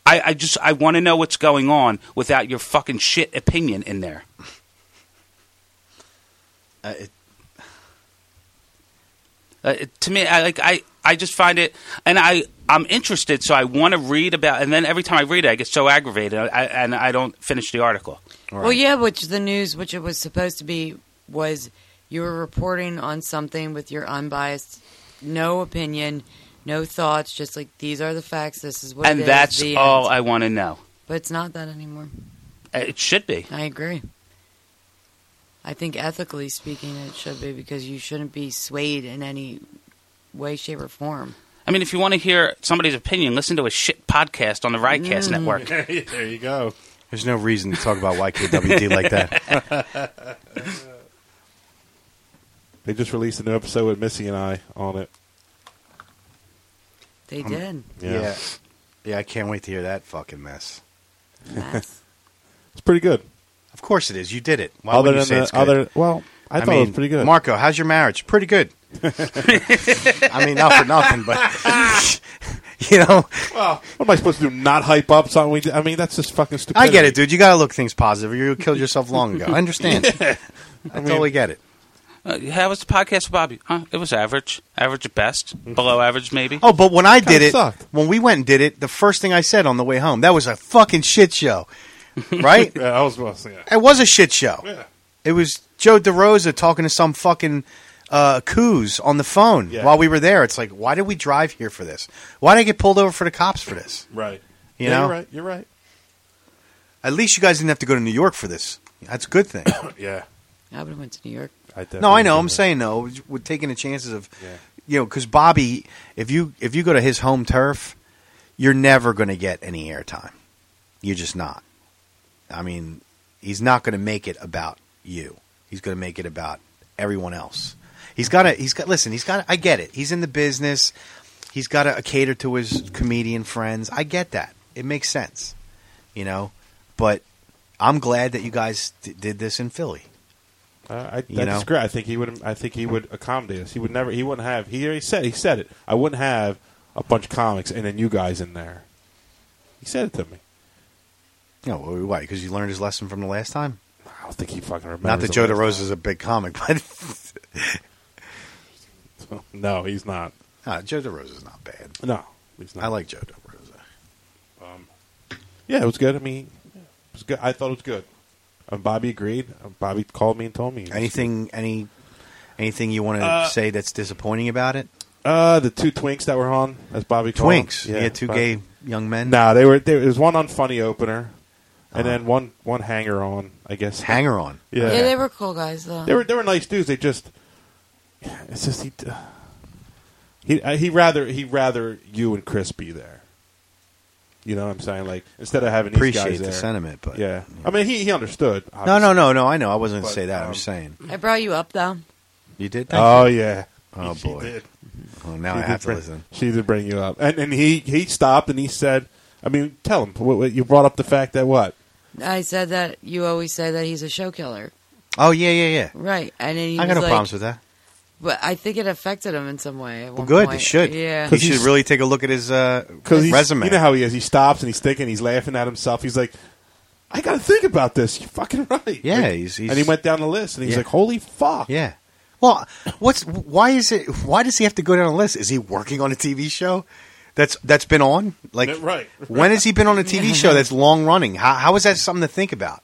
[SPEAKER 2] I, I just I want to know what's going on without your fucking shit opinion in there.
[SPEAKER 9] Uh, it-
[SPEAKER 2] Uh, it- to me, I like I I just find it, and I I'm interested, so I want to read about. And then every time I read it, I get so aggravated, I, I, and I don't finish the article.
[SPEAKER 8] Well, yeah, which the news, which it was supposed to be, was you were reporting on something with your unbiased, no opinion, no thoughts, just like these are the facts. This is what.
[SPEAKER 2] and
[SPEAKER 8] it is,
[SPEAKER 2] that's
[SPEAKER 8] the
[SPEAKER 2] all
[SPEAKER 8] end.
[SPEAKER 2] I want to know. Uh,
[SPEAKER 8] But it's not that anymore.
[SPEAKER 2] It should be.
[SPEAKER 8] I agree. I think ethically speaking, it should be because you shouldn't be swayed in any way, shape, or form.
[SPEAKER 2] I mean, if you want to hear somebody's opinion, listen to a shit podcast on the
[SPEAKER 9] Mm.
[SPEAKER 2] Riotcast Network.
[SPEAKER 10] there you go.
[SPEAKER 9] there's no reason to talk about YKWD like that.
[SPEAKER 10] They just released a new episode with Missy and I on it.
[SPEAKER 8] They did.
[SPEAKER 9] yeah. Yeah, I can't wait to hear that fucking mess.
[SPEAKER 8] That's-
[SPEAKER 10] It's pretty good.
[SPEAKER 9] Of course it is. You did it. Why
[SPEAKER 10] other
[SPEAKER 9] would you
[SPEAKER 10] than
[SPEAKER 9] say
[SPEAKER 10] the
[SPEAKER 9] it's good?
[SPEAKER 10] other, well, I, thought
[SPEAKER 9] mean,
[SPEAKER 10] it was pretty good.
[SPEAKER 9] Marco, how's your marriage? Pretty good. I mean, not for nothing, but You know,
[SPEAKER 10] Well, what am I supposed to do? Not hype up something? We, I mean, that's just fucking stupid.
[SPEAKER 9] I get it, dude. You got to look things positive. You killed yourself long ago. I understand. I, totally get it.
[SPEAKER 2] Uh, how was the podcast with Bobby? Huh? It was average, average at best, below average maybe.
[SPEAKER 9] Mm-hmm. Oh, but when I did it,
[SPEAKER 10] sucked.
[SPEAKER 9] when we went and did it, the first thing I said on the way home, that was a fucking shit show, right?
[SPEAKER 10] Yeah, I was supposed to say that.
[SPEAKER 9] It was a shit show.
[SPEAKER 10] Yeah.
[SPEAKER 9] It was Joe DeRosa talking to some fucking uh, coos on the phone
[SPEAKER 10] Yeah.
[SPEAKER 9] while we were there. It's like, why did we drive here for this? Why did I get pulled over for the cops for this?
[SPEAKER 10] Right.
[SPEAKER 9] You
[SPEAKER 10] yeah,
[SPEAKER 9] know?
[SPEAKER 10] You're right. You're right.
[SPEAKER 9] At least you guys didn't have to go to New York for this. That's a good thing.
[SPEAKER 10] Yeah.
[SPEAKER 8] I would have went to New York.
[SPEAKER 10] I
[SPEAKER 9] no, I know. I'm
[SPEAKER 10] definitely-
[SPEAKER 9] saying no. We're taking the chances of,
[SPEAKER 10] Yeah.
[SPEAKER 9] you know, because Bobby, if you if you go to his home turf, you're never going to get any airtime. You're just not. I mean, he's not going to make it about you. He's going to make it about everyone else. He's got to. He's got. Listen, he's got. I get it. He's in the business. He's got to cater to his comedian friends. I get that. It makes sense, you know. But I'm glad that you guys d- did this in Philly.
[SPEAKER 10] Uh, I, that's
[SPEAKER 9] You know?
[SPEAKER 10] great. I think he would. I think he would accommodate us. He would never. He wouldn't have. He already said. He said it. I wouldn't have a bunch of comics and then you guys in there. He said it to me.
[SPEAKER 9] No, wh- why? Because you learned his lesson from the last time.
[SPEAKER 10] I don't think he fucking remembers.
[SPEAKER 9] Not that Joe
[SPEAKER 10] the
[SPEAKER 9] DeRosa
[SPEAKER 10] last
[SPEAKER 9] is a big comic, but
[SPEAKER 10] time. No, he's not.
[SPEAKER 9] no, Joe DeRosa is not bad.
[SPEAKER 10] No, he's not.
[SPEAKER 9] I like Joe DeRosa.
[SPEAKER 10] Yeah, it was good. I mean, it was good. I thought it was good. And Bobby agreed. Uh, Bobby called me and told me.
[SPEAKER 9] Anything, any, anything you want to say that's disappointing about it?
[SPEAKER 10] Uh, the two twinks that were on, as Bobby called them.
[SPEAKER 9] Twinks. Yeah, two
[SPEAKER 10] Bob-
[SPEAKER 9] gay young men.
[SPEAKER 10] No, they were. There was one on funny opener,
[SPEAKER 9] Uh-huh.
[SPEAKER 10] and then one one hanger on. I guess
[SPEAKER 9] Hanger on.
[SPEAKER 10] Yeah,
[SPEAKER 8] Yeah, they were cool guys though.
[SPEAKER 10] They were they were nice dudes. They just it's just he he uh, he rather he rather you and Chris be there. You know what I'm saying? Like instead of having these
[SPEAKER 9] Appreciate
[SPEAKER 10] guys
[SPEAKER 9] the
[SPEAKER 10] there.
[SPEAKER 9] sentiment, but
[SPEAKER 10] Yeah. I mean he he understood.
[SPEAKER 9] No, no,
[SPEAKER 10] obviously.
[SPEAKER 9] no, no. I know. I wasn't
[SPEAKER 10] But,
[SPEAKER 9] going to say that.
[SPEAKER 10] um,
[SPEAKER 9] I'm just saying
[SPEAKER 8] I brought you up though.
[SPEAKER 9] you did. Thank
[SPEAKER 10] Oh
[SPEAKER 9] you.
[SPEAKER 10] yeah.
[SPEAKER 9] Oh,
[SPEAKER 10] She
[SPEAKER 9] boy.
[SPEAKER 10] did.
[SPEAKER 9] Well, now
[SPEAKER 10] She
[SPEAKER 9] I
[SPEAKER 10] did
[SPEAKER 9] have to
[SPEAKER 10] bring-
[SPEAKER 9] listen.
[SPEAKER 10] She did bring you up, and and he he stopped and he said, I mean, tell him what, what, you brought up the fact that what
[SPEAKER 8] I said that you always say that he's a show killer,
[SPEAKER 9] Oh yeah, yeah, yeah.
[SPEAKER 8] right? And then he
[SPEAKER 9] I got
[SPEAKER 8] was
[SPEAKER 9] no
[SPEAKER 8] like,
[SPEAKER 9] problems with that.
[SPEAKER 8] But I think it affected him in some way. at
[SPEAKER 9] Well,
[SPEAKER 8] one
[SPEAKER 9] good.
[SPEAKER 8] point.
[SPEAKER 9] It should.
[SPEAKER 8] Yeah.
[SPEAKER 9] He
[SPEAKER 10] 'Cause
[SPEAKER 9] should
[SPEAKER 10] he's-
[SPEAKER 9] really take a look at his uh,
[SPEAKER 10] he's-
[SPEAKER 9] resume.
[SPEAKER 10] you know how he is. He stops and he's thinking, he's laughing at himself. He's like, I got to think about this. You're fucking right.
[SPEAKER 9] Yeah,
[SPEAKER 10] Like,
[SPEAKER 9] he's- he's-
[SPEAKER 10] and he went down the list and he's
[SPEAKER 9] Yeah.
[SPEAKER 10] like, holy fuck.
[SPEAKER 9] Yeah. Well, what's why is it? Why does he have to go down a list? Is he working on a TV show that's that's been on? Like,
[SPEAKER 10] Yeah, right.
[SPEAKER 9] When has he been on a TV show that's long running? How, how is that something to think about?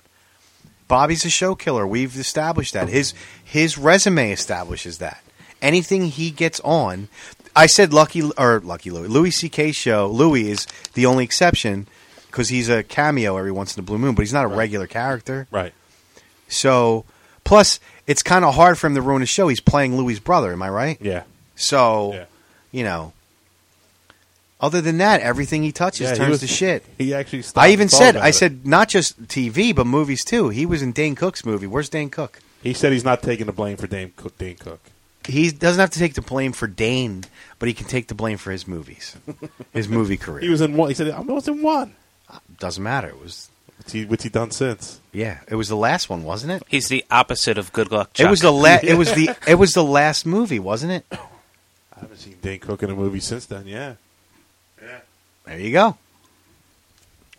[SPEAKER 9] Bobby's a show killer. We've established that his his resume establishes that. Anything he gets on, I said Lucky or Lucky Louis, Louis C.K. show. Louis is the only exception because he's a cameo every once in a blue moon, but he's not a regular character.
[SPEAKER 10] Right.
[SPEAKER 9] So, plus, it's kind of hard for him to ruin his show. He's playing Louis' brother. Am I right?
[SPEAKER 10] Yeah.
[SPEAKER 9] So,
[SPEAKER 10] Yeah.
[SPEAKER 9] you know, other than that, everything he touches
[SPEAKER 10] Yeah, he
[SPEAKER 9] turns
[SPEAKER 10] was-
[SPEAKER 9] to shit.
[SPEAKER 10] He actually stopped.
[SPEAKER 9] I even
[SPEAKER 10] and thought
[SPEAKER 9] said,
[SPEAKER 10] about
[SPEAKER 9] I
[SPEAKER 10] it.
[SPEAKER 9] said not just TV but movies too. He was in Dane Cook's movie. Where's Dane Cook?
[SPEAKER 10] he said he's not taking the blame for Dane Cook. Dane Cook.
[SPEAKER 9] He doesn't have to take the blame for Dane, but he can take the blame for his movies, his movie career.
[SPEAKER 10] He was in one. He said, I was in one.
[SPEAKER 9] doesn't matter. It was
[SPEAKER 10] What's he, what's he done since?
[SPEAKER 9] yeah, it was the last one, wasn't it?
[SPEAKER 2] He's the opposite of Good Luck Chuck.
[SPEAKER 9] It was the la- It was the. It was the last movie, wasn't it?
[SPEAKER 10] I haven't seen Dane Cook in a movie since then. Yeah.
[SPEAKER 9] There you go.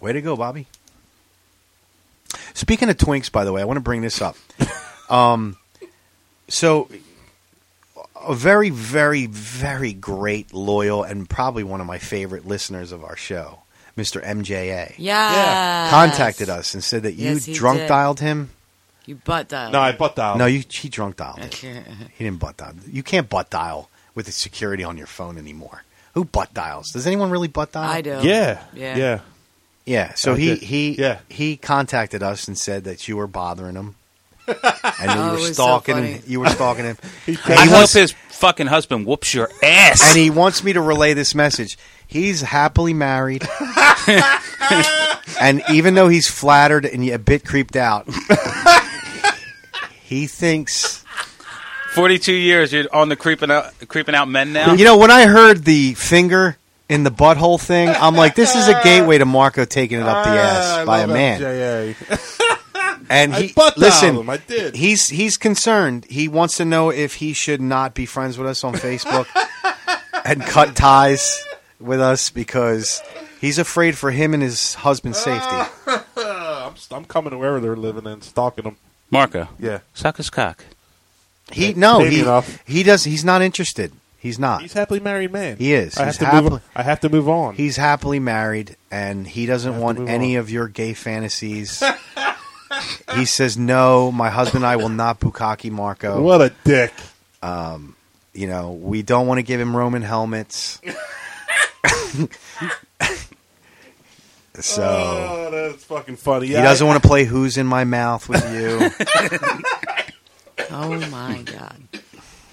[SPEAKER 9] Way to go, Bobby. Speaking of Twinks, by the way, I want to bring this up. um, so, a very, very, very great, loyal, and probably one of my favorite listeners of our show, Mr. MJA,
[SPEAKER 8] Yeah.
[SPEAKER 9] contacted us and said that you
[SPEAKER 8] Yes, he
[SPEAKER 9] drunk
[SPEAKER 8] did.
[SPEAKER 9] dialed him.
[SPEAKER 8] You butt dialed.
[SPEAKER 10] No, I butt dialed.
[SPEAKER 9] No, you, he drunk dialed him.
[SPEAKER 8] Okay.
[SPEAKER 9] He didn't butt dial. You can't butt dial with the security on your phone anymore. Who butt dials? Does anyone really butt dial?
[SPEAKER 8] I do.
[SPEAKER 10] Yeah.
[SPEAKER 8] Yeah.
[SPEAKER 10] Yeah.
[SPEAKER 9] Yeah, so
[SPEAKER 10] I
[SPEAKER 9] he
[SPEAKER 10] did.
[SPEAKER 9] he
[SPEAKER 10] Yeah.
[SPEAKER 9] he contacted us and said that you were bothering him, and that
[SPEAKER 8] Oh,
[SPEAKER 9] you
[SPEAKER 8] it
[SPEAKER 9] were
[SPEAKER 8] was so
[SPEAKER 9] stalking him.
[SPEAKER 8] funny.
[SPEAKER 9] You were stalking him,
[SPEAKER 2] I
[SPEAKER 9] And he
[SPEAKER 2] hope
[SPEAKER 9] wants-
[SPEAKER 2] his fucking husband whoops your ass.
[SPEAKER 9] and he wants me to relay this message. He's happily married, and even though he's flattered and a bit creeped out, he thinks.
[SPEAKER 2] Forty-two years. You're on the creeping out, creeping out men now.
[SPEAKER 9] You know, when I heard the finger in the butthole thing, I'm like, this is a gateway to Marco taking it
[SPEAKER 10] Ah,
[SPEAKER 9] up the ass by a man.
[SPEAKER 10] Yeah.
[SPEAKER 9] And
[SPEAKER 10] I
[SPEAKER 9] he
[SPEAKER 10] butt dialed
[SPEAKER 9] listen,
[SPEAKER 10] him, I did.
[SPEAKER 9] He's he's concerned. He wants to know if he should not be friends with us on Facebook and cut ties with us because he's afraid for him and his husband's safety.
[SPEAKER 10] Ah. I'm, I'm coming to wherever they're living and stalking them.
[SPEAKER 2] Marco,
[SPEAKER 10] Yeah.
[SPEAKER 2] suck his cock.
[SPEAKER 9] He no,
[SPEAKER 10] Maybe
[SPEAKER 9] he
[SPEAKER 10] enough.
[SPEAKER 9] he does. He's not interested. He's not.
[SPEAKER 10] He's
[SPEAKER 9] He's,
[SPEAKER 10] a happily married man.
[SPEAKER 9] He is.
[SPEAKER 10] I
[SPEAKER 9] He's
[SPEAKER 10] have, to
[SPEAKER 9] happily-
[SPEAKER 10] move, I have to move on.
[SPEAKER 9] happily married, and he doesn't
[SPEAKER 10] Have to
[SPEAKER 9] want
[SPEAKER 10] move
[SPEAKER 9] any
[SPEAKER 10] on.
[SPEAKER 9] of your gay fantasies. he says no. My husband and I will not bukkake Marco.
[SPEAKER 10] what a dick.
[SPEAKER 9] You know, we don't want to give him Roman helmets. so.
[SPEAKER 10] Oh, that's fucking funny.
[SPEAKER 9] He doesn't want to play Who's in My Mouth with you.
[SPEAKER 8] Oh my god!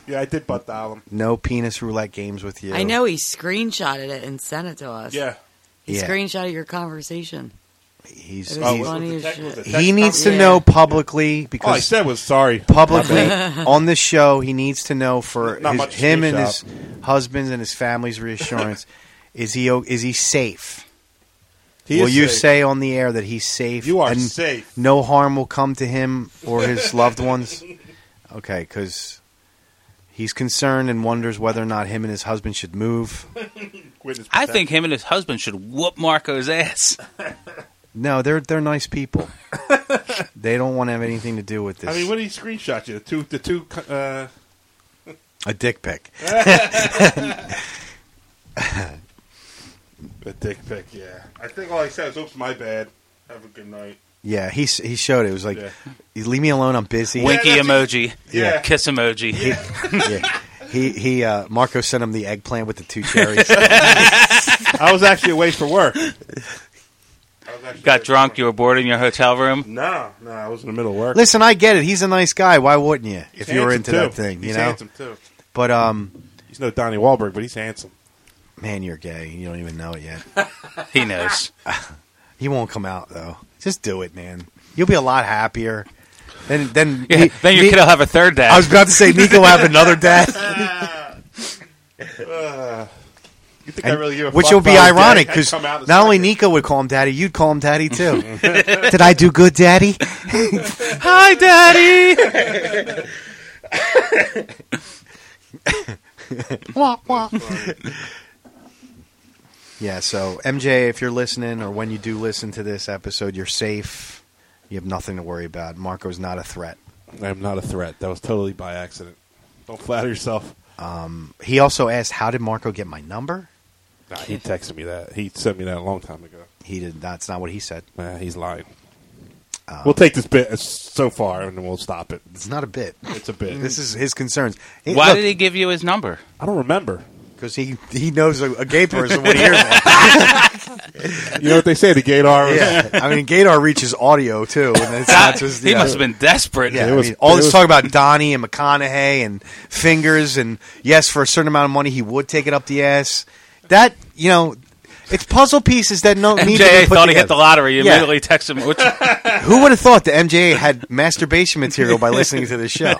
[SPEAKER 10] Yeah, I did butt dial him.
[SPEAKER 9] no penis roulette games with you.
[SPEAKER 8] I know he screenshotted it and sent it to us.
[SPEAKER 10] Yeah.
[SPEAKER 8] he
[SPEAKER 9] Yeah.
[SPEAKER 8] screenshotted your conversation.
[SPEAKER 9] He's,
[SPEAKER 8] It was
[SPEAKER 9] he's-
[SPEAKER 8] funny as
[SPEAKER 10] text- was
[SPEAKER 8] shit.
[SPEAKER 10] it text
[SPEAKER 9] he needs to
[SPEAKER 8] Yeah.
[SPEAKER 9] know
[SPEAKER 10] All
[SPEAKER 9] publicly
[SPEAKER 10] Oh, I
[SPEAKER 9] because
[SPEAKER 10] Oh, said was sorry.
[SPEAKER 9] publicly on this show he needs to know for
[SPEAKER 10] Not
[SPEAKER 9] his-
[SPEAKER 10] much
[SPEAKER 9] him and
[SPEAKER 10] screenshot.
[SPEAKER 9] his husband's and his family's reassurance. is he o- is he safe?
[SPEAKER 10] He
[SPEAKER 9] will
[SPEAKER 10] is
[SPEAKER 9] you
[SPEAKER 10] safe.
[SPEAKER 9] say on the air that he's safe?
[SPEAKER 10] You are
[SPEAKER 9] and
[SPEAKER 10] safe.
[SPEAKER 9] No harm will come to him or his loved ones. Okay, because he's concerned and wonders whether or not him and his husband should move.
[SPEAKER 10] Witness
[SPEAKER 2] I
[SPEAKER 10] protection.
[SPEAKER 2] think him and his husband should whoop Marco's ass.
[SPEAKER 9] No, they're they're nice people. they don't want to have anything to do with this.
[SPEAKER 10] I mean, what did he screenshot you? The two, the two. Uh,
[SPEAKER 9] a dick pic.
[SPEAKER 10] the dick pic. Yeah. I think all he said was, "Oops, my bad. Have a good night."
[SPEAKER 9] Yeah, he s- he showed it. It was like,
[SPEAKER 10] Yeah.
[SPEAKER 9] "You leave me alone. I'm busy.
[SPEAKER 2] Winky
[SPEAKER 10] that's-
[SPEAKER 2] emoji.
[SPEAKER 10] Yeah.
[SPEAKER 2] Kiss emoji.
[SPEAKER 9] Yeah. He he. Uh, Marco sent him the eggplant with the two cherries.
[SPEAKER 10] I was actually away for work. I was actually away
[SPEAKER 2] Got
[SPEAKER 10] for
[SPEAKER 2] drunk.
[SPEAKER 10] work.
[SPEAKER 2] You were bored in your hotel room.
[SPEAKER 10] No, no, I was in the middle of work.
[SPEAKER 9] Listen, I get it. He's a nice guy. Why wouldn't you?
[SPEAKER 10] He's
[SPEAKER 9] if you were into
[SPEAKER 10] handsome,
[SPEAKER 9] that
[SPEAKER 10] too.
[SPEAKER 9] thing, you
[SPEAKER 10] he's
[SPEAKER 9] know.
[SPEAKER 10] handsome too.
[SPEAKER 9] But um,
[SPEAKER 10] He's no Donnie Wahlberg, but he's handsome.
[SPEAKER 9] man, you're gay. You don't even know it yet.
[SPEAKER 2] He knows.
[SPEAKER 9] He won't come out though. Just do it, man. You'll be a lot happier. Then then
[SPEAKER 2] Yeah,
[SPEAKER 9] me-
[SPEAKER 2] then your
[SPEAKER 9] me-
[SPEAKER 2] kid will have a third dad.
[SPEAKER 9] I was about to say Nico will have another dad.
[SPEAKER 10] You think
[SPEAKER 9] And-
[SPEAKER 10] I really give a
[SPEAKER 9] which
[SPEAKER 10] fuck
[SPEAKER 9] will be
[SPEAKER 10] about his dad?
[SPEAKER 9] ironic
[SPEAKER 10] I'd
[SPEAKER 9] because
[SPEAKER 10] come out
[SPEAKER 9] not
[SPEAKER 10] and
[SPEAKER 9] only
[SPEAKER 10] smack it.
[SPEAKER 9] Nico would call him daddy, you'd call him daddy too. Did I do good, daddy? Hi, daddy. Wah, wah. yeah. So MJ, if you're listening, or when you do listen to this episode, you're safe. You have nothing to worry about. Marco's not a threat.
[SPEAKER 10] I'm not a threat. That was totally by accident. Don't flatter yourself.
[SPEAKER 9] He also asked, "How did Marco get my number?"
[SPEAKER 10] Nah, he texted me that. He sent me that a long time ago.
[SPEAKER 9] He did. That's not what he said.
[SPEAKER 10] Nah, he's lying.
[SPEAKER 9] Uh,
[SPEAKER 10] we'll take this bit as- so far, and then we'll stop it.
[SPEAKER 9] It's not a bit.
[SPEAKER 10] It's a bit.
[SPEAKER 9] This is his concerns. Hey,
[SPEAKER 2] Why
[SPEAKER 9] look,
[SPEAKER 2] did he give you his number?
[SPEAKER 10] I don't remember.
[SPEAKER 9] because he he knows a, a gay person when he hears that.
[SPEAKER 10] You know what they say? The gator.
[SPEAKER 9] yeah, I mean, Gator reaches audio too, and it's not just
[SPEAKER 2] he
[SPEAKER 9] yeah.
[SPEAKER 2] must have been desperate.
[SPEAKER 9] Yeah,
[SPEAKER 10] It
[SPEAKER 9] I
[SPEAKER 10] was-
[SPEAKER 9] mean, all
[SPEAKER 10] it
[SPEAKER 9] this
[SPEAKER 10] was-
[SPEAKER 9] talk about Donnie and McConaughey and fingers, and yes, for a certain amount of money, he would take it up the ass. That you know, it's puzzle pieces that no need to be
[SPEAKER 2] MJ
[SPEAKER 9] put
[SPEAKER 2] thought he
[SPEAKER 9] together.
[SPEAKER 2] hit the lottery. You
[SPEAKER 9] Yeah.
[SPEAKER 2] immediately text him. Which,
[SPEAKER 9] Who would have thought the MJA had masturbation material by listening to this show?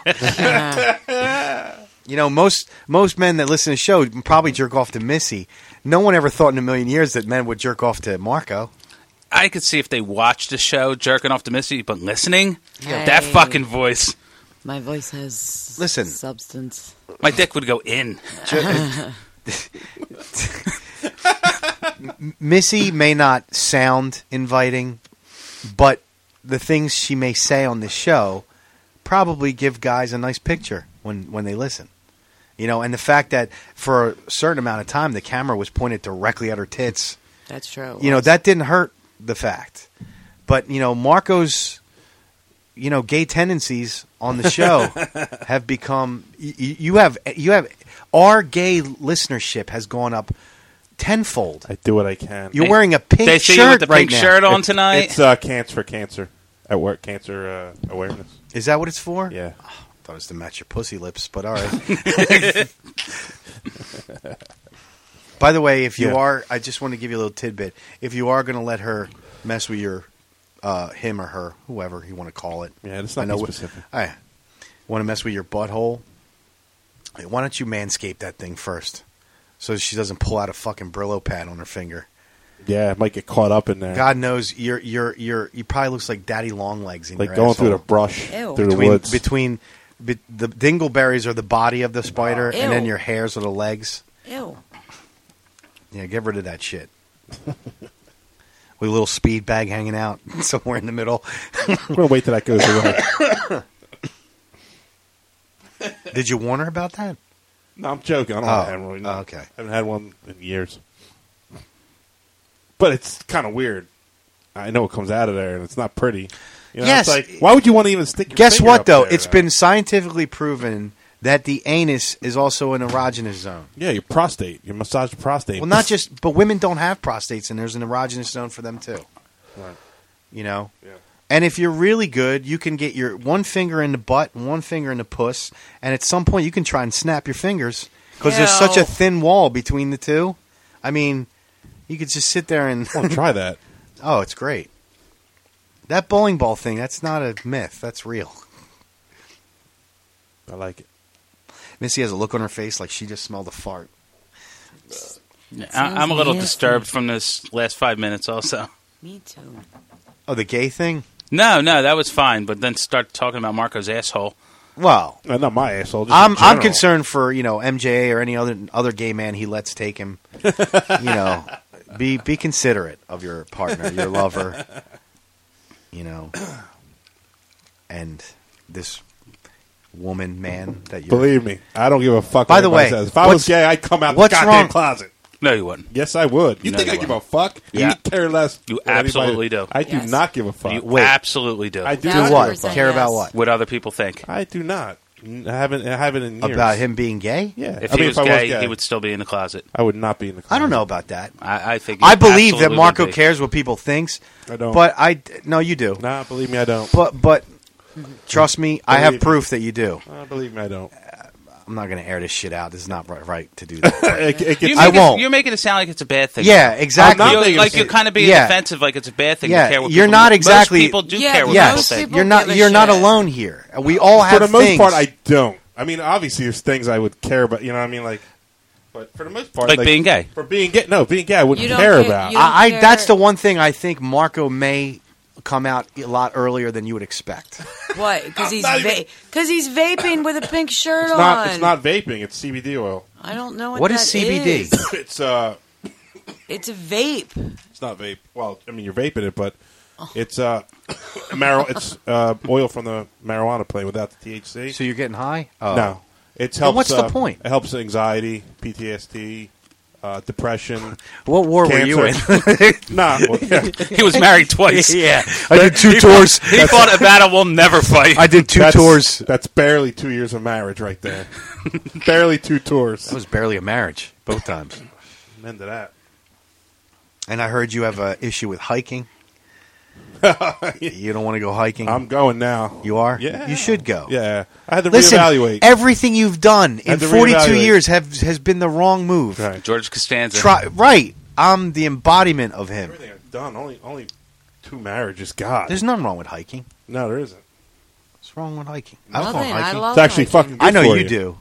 [SPEAKER 9] you know, most most men that listen to the show probably jerk off to Missy. No one ever thought in a million years that men would jerk off to Marco.
[SPEAKER 2] I could see if they watched the show, jerking off to Missy, but listening,
[SPEAKER 8] Yeah.
[SPEAKER 2] that
[SPEAKER 8] Hey.
[SPEAKER 2] fucking voice,
[SPEAKER 8] My voice has
[SPEAKER 9] Listen.
[SPEAKER 8] substance.
[SPEAKER 2] my dick would go in.
[SPEAKER 9] Missy may not sound inviting, but the things she may say on this show probably give guys a nice picture when, when they listen. You know, and the fact that for a certain amount of time the camera was pointed directly at her tits.
[SPEAKER 8] That's true.
[SPEAKER 9] you know that didn't hurt the fact but you know marco's you know gay tendencies on the show have become you, you have you have our gay listenership has gone up tenfold
[SPEAKER 10] I do what I can.
[SPEAKER 9] you're wearing a pink
[SPEAKER 2] they see
[SPEAKER 9] shirt
[SPEAKER 2] you with the
[SPEAKER 9] right
[SPEAKER 2] pink
[SPEAKER 9] now
[SPEAKER 2] shirt on
[SPEAKER 10] It's-
[SPEAKER 2] tonight.
[SPEAKER 10] It's uh, cancer for cancer at work. Cancer uh, awareness.
[SPEAKER 9] is that what it's for
[SPEAKER 10] Yeah.
[SPEAKER 9] thought it was to match your pussy lips but all right by the way if you
[SPEAKER 10] Yeah.
[SPEAKER 9] are i just want to give you a little tidbit if you are going to let her mess with your uh, him or her whoever you want to call it
[SPEAKER 10] Yeah, it's not
[SPEAKER 9] I know
[SPEAKER 10] be
[SPEAKER 9] what-
[SPEAKER 10] specific.
[SPEAKER 9] I want to mess with your butthole. Hey, Why don't you manscape that thing first, so she doesn't pull out a fucking Brillo pad on her finger?
[SPEAKER 10] Yeah, it might get caught up in there.
[SPEAKER 9] God knows you're you're you're you probably looks like Daddy Long Legs in
[SPEAKER 10] like
[SPEAKER 9] your
[SPEAKER 10] going through the
[SPEAKER 9] asshole.
[SPEAKER 10] brush,
[SPEAKER 8] Ew.
[SPEAKER 10] through the
[SPEAKER 9] between
[SPEAKER 10] woods.
[SPEAKER 9] between be, the dingleberries are the body of the spider, and then
[SPEAKER 8] Ew.
[SPEAKER 9] your hairs are the legs.
[SPEAKER 8] Ew.
[SPEAKER 9] Yeah, get rid of that shit. With a little speed bag hanging out somewhere in the middle.
[SPEAKER 10] I'm gonna wait till that goes away.
[SPEAKER 9] Did you warn her about that?
[SPEAKER 10] no, I'm joking. I don't
[SPEAKER 9] Oh,
[SPEAKER 10] have hemorrhoids.
[SPEAKER 9] oh, okay.
[SPEAKER 10] haven't had one in years. But it's kind of weird. I know it comes out of there, and it's not pretty. You know,
[SPEAKER 9] Yes.
[SPEAKER 10] It's like, why would you want to even stick? Your
[SPEAKER 9] Guess
[SPEAKER 10] finger
[SPEAKER 9] what,
[SPEAKER 10] up
[SPEAKER 9] though?
[SPEAKER 10] there? uh,
[SPEAKER 9] It's been scientifically proven that the anus is also an erogenous zone.
[SPEAKER 10] yeah, your prostate, your massage prostate.
[SPEAKER 9] Well, not just, but women don't have prostates, and there's an erogenous zone for them too.
[SPEAKER 10] Right.
[SPEAKER 9] You know,
[SPEAKER 10] Yeah.
[SPEAKER 9] and if you're really good, you can get your one finger in the butt, and one finger in the puss, and at some point you can try and snap your fingers because there's such
[SPEAKER 2] Ew.
[SPEAKER 9] a thin wall between the two. I mean, you could just sit there and
[SPEAKER 10] Well, try that.
[SPEAKER 9] oh, it's great. That bowling ball thing—that's not a myth. That's real.
[SPEAKER 10] I like it.
[SPEAKER 9] Missy has a look on her face like she just smelled a fart.
[SPEAKER 2] I, I'm a little
[SPEAKER 8] nasty.
[SPEAKER 2] disturbed from this last five minutes. Also,
[SPEAKER 8] Me too.
[SPEAKER 9] Oh, the gay thing.
[SPEAKER 2] no, no, that was fine. But then start talking about Marco's asshole.
[SPEAKER 9] Well,
[SPEAKER 10] No, Uh, not my asshole. just
[SPEAKER 9] I'm
[SPEAKER 10] in
[SPEAKER 9] I'm
[SPEAKER 10] general.
[SPEAKER 9] concerned for you know MJA or any other other gay man he lets take him. you know, be be considerate of your partner, your lover. You know, and this woman, man that you
[SPEAKER 10] Believe me, I don't give a fuck.
[SPEAKER 9] By
[SPEAKER 10] what
[SPEAKER 9] the
[SPEAKER 10] anybody
[SPEAKER 9] way,
[SPEAKER 10] says. if I
[SPEAKER 9] what's-
[SPEAKER 10] was gay, I'd come out the
[SPEAKER 9] what's
[SPEAKER 10] goddamn
[SPEAKER 9] wrong-
[SPEAKER 10] closet.
[SPEAKER 2] No, you wouldn't.
[SPEAKER 10] Yes, I would. You
[SPEAKER 2] No,
[SPEAKER 10] think
[SPEAKER 2] you
[SPEAKER 10] I give a
[SPEAKER 2] wouldn't.
[SPEAKER 10] fuck?
[SPEAKER 2] Yeah.
[SPEAKER 10] You care less.
[SPEAKER 2] You
[SPEAKER 10] what anybody-
[SPEAKER 2] absolutely do.
[SPEAKER 10] I
[SPEAKER 8] Yes.
[SPEAKER 10] do not give a fuck.
[SPEAKER 2] You
[SPEAKER 9] Uh, Wait.
[SPEAKER 2] absolutely do.
[SPEAKER 10] I do
[SPEAKER 9] do
[SPEAKER 10] not
[SPEAKER 9] what
[SPEAKER 10] give a fuck.
[SPEAKER 9] care about
[SPEAKER 8] yes.
[SPEAKER 9] what
[SPEAKER 2] What other people think
[SPEAKER 10] I do not. I haven't. I haven't in years.
[SPEAKER 9] about him being gay.
[SPEAKER 10] Yeah.
[SPEAKER 2] if
[SPEAKER 10] I mean,
[SPEAKER 2] he was,
[SPEAKER 10] if I
[SPEAKER 2] gay,
[SPEAKER 10] was gay,
[SPEAKER 2] he would still be in the closet.
[SPEAKER 10] I would not be in the. Closet.
[SPEAKER 9] I don't know about that.
[SPEAKER 2] I, I think.
[SPEAKER 9] I
[SPEAKER 2] he
[SPEAKER 9] believe that
[SPEAKER 2] absolutely
[SPEAKER 9] Marco
[SPEAKER 2] would be.
[SPEAKER 9] cares what people thinks.
[SPEAKER 10] I don't.
[SPEAKER 9] But I no, you do.
[SPEAKER 10] Nah, believe me, I don't.
[SPEAKER 9] But but trust me, I have
[SPEAKER 10] Believe me.
[SPEAKER 9] proof that you do.
[SPEAKER 10] Nah, believe me, I don't.
[SPEAKER 9] I'm not going to air this shit out. This is not ri- right to do that.
[SPEAKER 10] It, it
[SPEAKER 2] You
[SPEAKER 10] gets,
[SPEAKER 9] I
[SPEAKER 2] make it-
[SPEAKER 9] won't.
[SPEAKER 2] You're making it sound like it's a bad thing.
[SPEAKER 9] yeah, exactly.
[SPEAKER 10] I'm not
[SPEAKER 2] You're,
[SPEAKER 10] making
[SPEAKER 2] like
[SPEAKER 10] it-
[SPEAKER 2] you're kind of being
[SPEAKER 9] Yeah.
[SPEAKER 2] offensive, like it's a bad thing.
[SPEAKER 9] Yeah,
[SPEAKER 2] to care what
[SPEAKER 9] you're
[SPEAKER 2] people-
[SPEAKER 9] not
[SPEAKER 2] most
[SPEAKER 9] exactly-
[SPEAKER 2] people do
[SPEAKER 8] Yeah,
[SPEAKER 2] care what
[SPEAKER 8] yes.
[SPEAKER 2] people
[SPEAKER 9] yes,
[SPEAKER 2] say.
[SPEAKER 8] people
[SPEAKER 9] you're
[SPEAKER 8] give
[SPEAKER 9] not.
[SPEAKER 8] a
[SPEAKER 9] You're not
[SPEAKER 8] shit.
[SPEAKER 9] alone here. We all have
[SPEAKER 10] for the most
[SPEAKER 9] things.
[SPEAKER 10] part, I don't. I mean, obviously, there's things I would care about. You know, what I mean, like, but for the most part,
[SPEAKER 2] Like being gay.
[SPEAKER 10] For being gay, no, being gay, I wouldn't
[SPEAKER 8] You don't
[SPEAKER 10] care
[SPEAKER 8] care-
[SPEAKER 10] about.
[SPEAKER 8] you-
[SPEAKER 9] I, I
[SPEAKER 8] care.
[SPEAKER 9] that's the one thing I think Marco may come out a lot earlier than you would expect.
[SPEAKER 8] What? Because he's
[SPEAKER 10] not even-
[SPEAKER 8] because he's vaping with a pink shirt
[SPEAKER 10] it's not.
[SPEAKER 8] on.
[SPEAKER 10] It's not vaping. It's CBD oil.
[SPEAKER 8] I don't know what
[SPEAKER 9] What is
[SPEAKER 8] that
[SPEAKER 9] CBD?
[SPEAKER 8] is.
[SPEAKER 10] It's uh,
[SPEAKER 8] It's a vape.
[SPEAKER 10] it's not vape. Well, I mean, you're vaping it, but it's uh, mar- It's uh, oil from the marijuana plant without the THC.
[SPEAKER 9] So you're getting high? Oh.
[SPEAKER 10] No, it helps.
[SPEAKER 9] what's the
[SPEAKER 10] uh,
[SPEAKER 9] point?
[SPEAKER 10] It helps anxiety, PTSD, uh, depression.
[SPEAKER 9] What war were you in?
[SPEAKER 10] Cancer. nah, well, yeah.
[SPEAKER 2] He was married twice.
[SPEAKER 9] yeah, I did two
[SPEAKER 2] He
[SPEAKER 9] tours.
[SPEAKER 2] fought- He fought a battle we'll never fight.
[SPEAKER 9] I did two
[SPEAKER 10] that's,
[SPEAKER 9] tours. That
[SPEAKER 10] That's barely two years of marriage, right there. barely two tours.
[SPEAKER 9] was barely a marriage both times.
[SPEAKER 10] End of that.
[SPEAKER 9] And I heard you have an issue with hiking. you don't want to go hiking.
[SPEAKER 10] I'm going now.
[SPEAKER 9] you are.
[SPEAKER 10] Yeah.
[SPEAKER 9] You should go.
[SPEAKER 10] Yeah, I had to
[SPEAKER 9] Listen, eh,
[SPEAKER 10] reevaluate.
[SPEAKER 9] everything you've done in
[SPEAKER 10] Had to
[SPEAKER 9] 42
[SPEAKER 10] reevaluate.
[SPEAKER 9] years have has been the wrong move.
[SPEAKER 10] Right.
[SPEAKER 2] George Costanza.
[SPEAKER 9] Try, right. I'm the embodiment of him.
[SPEAKER 10] Everything I've done, only only two marriages. God,
[SPEAKER 9] There's nothing wrong with hiking.
[SPEAKER 10] no, there isn't.
[SPEAKER 9] What's wrong with hiking? I don't
[SPEAKER 8] Nothing.
[SPEAKER 9] know
[SPEAKER 8] I
[SPEAKER 9] hiking.
[SPEAKER 8] love
[SPEAKER 10] It's actually
[SPEAKER 8] hiking.
[SPEAKER 10] fucking. Good
[SPEAKER 9] Oh I know
[SPEAKER 10] for
[SPEAKER 9] you do.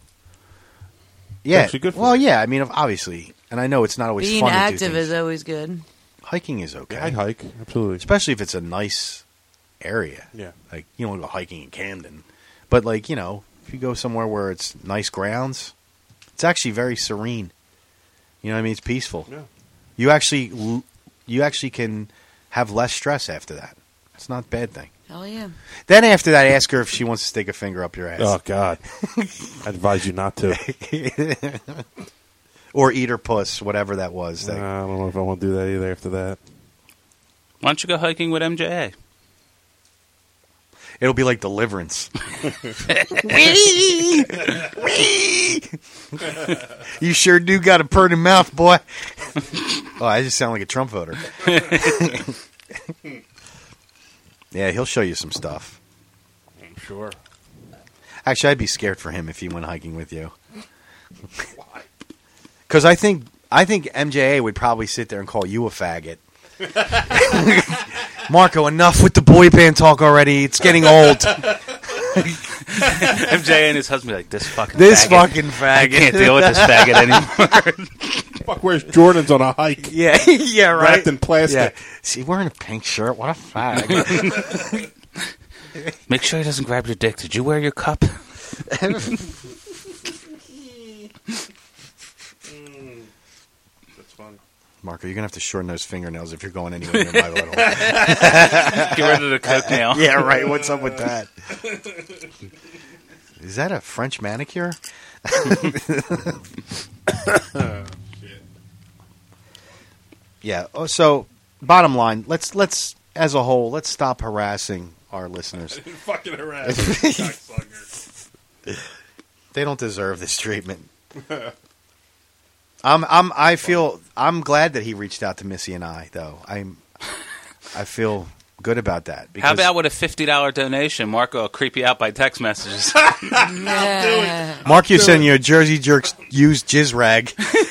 [SPEAKER 9] Yeah.
[SPEAKER 10] actually good for
[SPEAKER 9] well,
[SPEAKER 10] you.
[SPEAKER 9] yeah. I mean, obviously, and I know it's not always
[SPEAKER 8] Being
[SPEAKER 9] fun to do
[SPEAKER 8] active
[SPEAKER 9] things.
[SPEAKER 8] is always good.
[SPEAKER 9] hiking is okay,
[SPEAKER 10] Yeah, I hike absolutely.
[SPEAKER 9] especially if it's a nice area.
[SPEAKER 10] Yeah.
[SPEAKER 9] Like you don't want to go hiking in Camden, but like you know, if you go somewhere where it's nice grounds, it's actually very serene. You know what I mean? It's peaceful.
[SPEAKER 10] Yeah.
[SPEAKER 9] You actually, l- you actually can have less stress after that. It's not a bad thing.
[SPEAKER 8] Hell yeah.
[SPEAKER 9] Then after that, ask her if she wants to stick a finger up your ass
[SPEAKER 10] Oh God, I advise you not to.
[SPEAKER 9] or eat her puss, whatever that was.
[SPEAKER 10] Nah,
[SPEAKER 9] That,
[SPEAKER 10] I don't know if I want to do that either. After that,
[SPEAKER 2] Why don't you go hiking with MJA?
[SPEAKER 9] It'll be like Deliverance. you sure do got a pretty mouth, boy. oh, I just sound like a Trump voter. yeah, he'll show you some stuff.
[SPEAKER 10] I'm sure.
[SPEAKER 9] Actually, I'd be scared for him if he went hiking with you. Because I think I think MJA would probably sit there and call you a faggot. Marco, enough with the boy band talk already. It's getting old.
[SPEAKER 2] MJA and his husband be like, this fucking
[SPEAKER 9] This
[SPEAKER 2] faggot.
[SPEAKER 9] fucking
[SPEAKER 2] I
[SPEAKER 9] faggot.
[SPEAKER 2] can't deal with this faggot anymore.
[SPEAKER 10] Fuck, where's Jordan's on a hike?
[SPEAKER 9] Yeah, yeah, right.
[SPEAKER 10] Wrapped in plastic.
[SPEAKER 9] Yeah. See, wearing a pink shirt. What a fag.
[SPEAKER 2] Make sure he doesn't grab your dick. Did you wear your cup?
[SPEAKER 10] That's funny.
[SPEAKER 9] Marco, you're gonna have to shorten those fingernails if you're going anywhere near my little. yeah,
[SPEAKER 2] Get rid of the coke nail.
[SPEAKER 9] right. What's up with that? Is that a French manicure? Yeah. Oh, so, bottom line, let's let's as a whole, let's stop harassing our listeners.
[SPEAKER 10] Fucking harass.
[SPEAKER 9] They don't deserve this treatment. I'm, I'm, I feel I'm glad that he reached out to Missy and I, though. I'm, I feel good about that. Because
[SPEAKER 2] How about with a fifty dollar donation? Marco will creep you out by text messages.
[SPEAKER 8] Yeah.
[SPEAKER 9] Mark? You send you a Jersey Jerks used jizz rag, fifty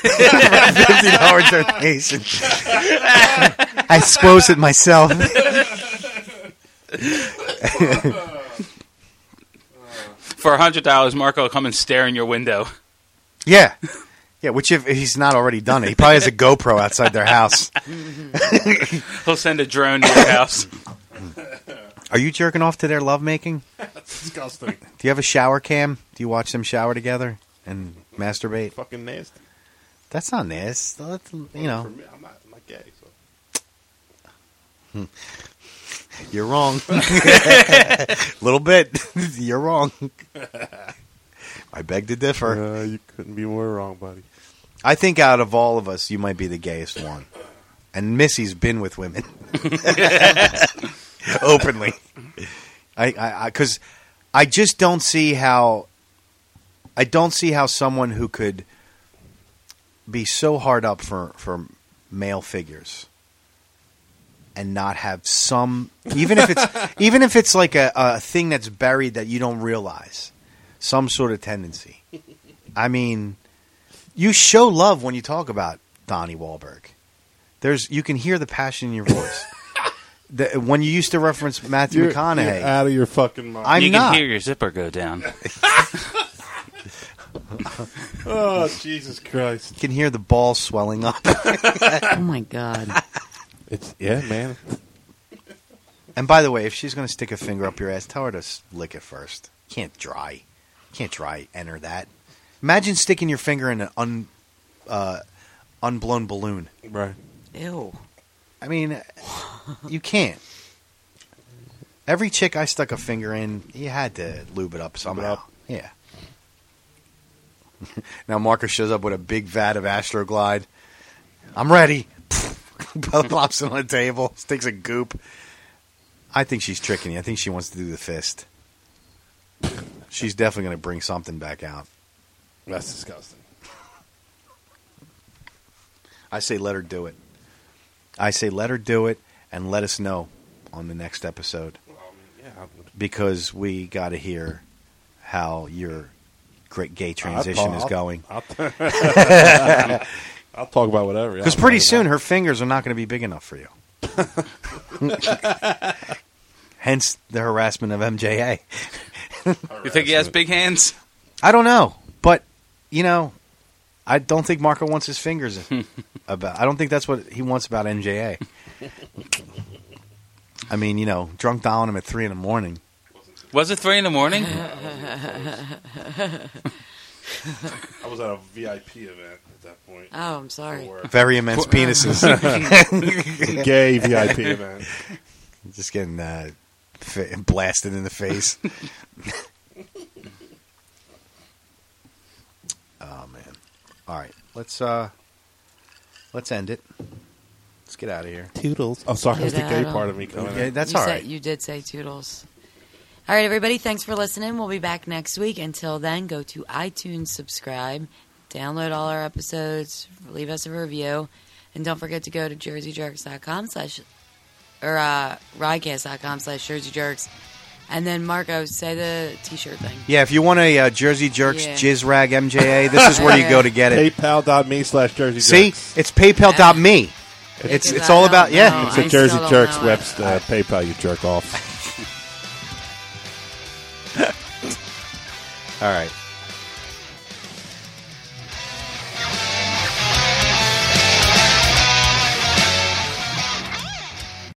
[SPEAKER 9] dollar donation. I suppose it myself.
[SPEAKER 2] For hundred dollars, Marco will come and stare in your window.
[SPEAKER 9] Yeah. Yeah, which if he's not already done it, he probably has a GoPro outside their house.
[SPEAKER 2] He'll send a drone to your house.
[SPEAKER 9] Are you jerking off to their lovemaking?
[SPEAKER 10] That's disgusting.
[SPEAKER 9] Do you have a shower cam? Do you watch them shower together and masturbate?
[SPEAKER 10] Fucking nasty.
[SPEAKER 9] That's not this. That's- You know,
[SPEAKER 10] For me, I'm not, I'm not gay. So.
[SPEAKER 9] you're wrong. Little bit. you're wrong. I beg to differ.
[SPEAKER 10] Uh, you couldn't be more wrong, buddy.
[SPEAKER 9] I think out of all of us, you might be the gayest one. And Missy's been with women openly. I because I, 'cause I just don't see how I don't see how someone who could be so hard up for for male figures and not have some even if it's even if it's like a, a thing that's buried that you don't realize some sort of tendency. I mean you show love when you talk about Donnie Wahlberg. There's you can hear the passion in your voice. The- when you used to reference Matthew McConaughey,
[SPEAKER 10] out of your fucking mind.
[SPEAKER 9] I'm
[SPEAKER 2] you
[SPEAKER 9] not.
[SPEAKER 2] can hear your zipper go down.
[SPEAKER 10] oh, Jesus Christ.
[SPEAKER 9] can hear the balls swelling up.
[SPEAKER 8] Oh my god.
[SPEAKER 10] It's yeah, man.
[SPEAKER 9] and by the way, if she's going to stick a finger up your ass, tell her to s- lick it first. Can't dry, can't dry enter that. Imagine sticking your finger in an un, uh, unblown balloon.
[SPEAKER 10] Right.
[SPEAKER 8] Ew.
[SPEAKER 9] I mean, you can't. Every chick I stuck a finger in, you had to lube it up somehow.
[SPEAKER 10] up.
[SPEAKER 9] Yeah. now Marcus shows up with a big vat of Astroglide. I'm ready. Plops it on the table, sticks a goop. I think she's tricking you. I think she wants to do the fist. She's definitely going to bring something back out.
[SPEAKER 10] That's disgusting.
[SPEAKER 9] I say let her do it. I say let her do it and let us know on the next episode.
[SPEAKER 10] Yeah,
[SPEAKER 9] because we got to hear how your great gay transition is going.
[SPEAKER 10] I'll, I'll talk about whatever.
[SPEAKER 9] Because pretty soon her fingers are not going to be big enough for you. Hence the harassment of MJA.
[SPEAKER 2] You think he has big hands?
[SPEAKER 9] I don't know, but you know, I don't think Marco wants his fingers about. I don't think that's what he wants about MJA. I mean, you know, drunk dialing him at three in the morning.
[SPEAKER 2] Was it three in the morning?
[SPEAKER 10] I was at a VIP event at that point.
[SPEAKER 8] Oh, I'm sorry.
[SPEAKER 9] Very immense penises.
[SPEAKER 10] Gay VIP event.
[SPEAKER 9] just getting uh, fa blasted in the face. oh man! All right, let's uh, let's end it. Let's get out of here.
[SPEAKER 10] Toodles. Oh, sorry, it was the
[SPEAKER 8] Get
[SPEAKER 10] gay
[SPEAKER 8] out.
[SPEAKER 10] part of me coming.
[SPEAKER 9] Yeah,
[SPEAKER 10] in.
[SPEAKER 9] that's
[SPEAKER 8] you
[SPEAKER 9] all
[SPEAKER 8] said-
[SPEAKER 9] right.
[SPEAKER 8] You did say toodles. All right, everybody. Thanks for listening. We'll be back next week. Until then, go to iTunes, subscribe, download all our episodes, leave us a review, and don't forget to go to jerseyjerks.com slash or uh, rydcast.com slash jerseyjerks. And then Marco, say the T-shirt thing.
[SPEAKER 9] yeah, if you want a uh, Jersey Jerks
[SPEAKER 8] Yeah.
[SPEAKER 9] Jizz Rag MJA, this is where you go to get it.
[SPEAKER 10] PayPal.me slash Jersey
[SPEAKER 9] See,
[SPEAKER 10] Jerks.
[SPEAKER 9] it's PayPal.me. It's it's all about yeah.
[SPEAKER 10] It's a
[SPEAKER 8] I still
[SPEAKER 10] Jersey
[SPEAKER 8] don't
[SPEAKER 10] Jerks
[SPEAKER 8] know it.
[SPEAKER 10] website. Uh, PayPal, you jerk off.
[SPEAKER 9] All right.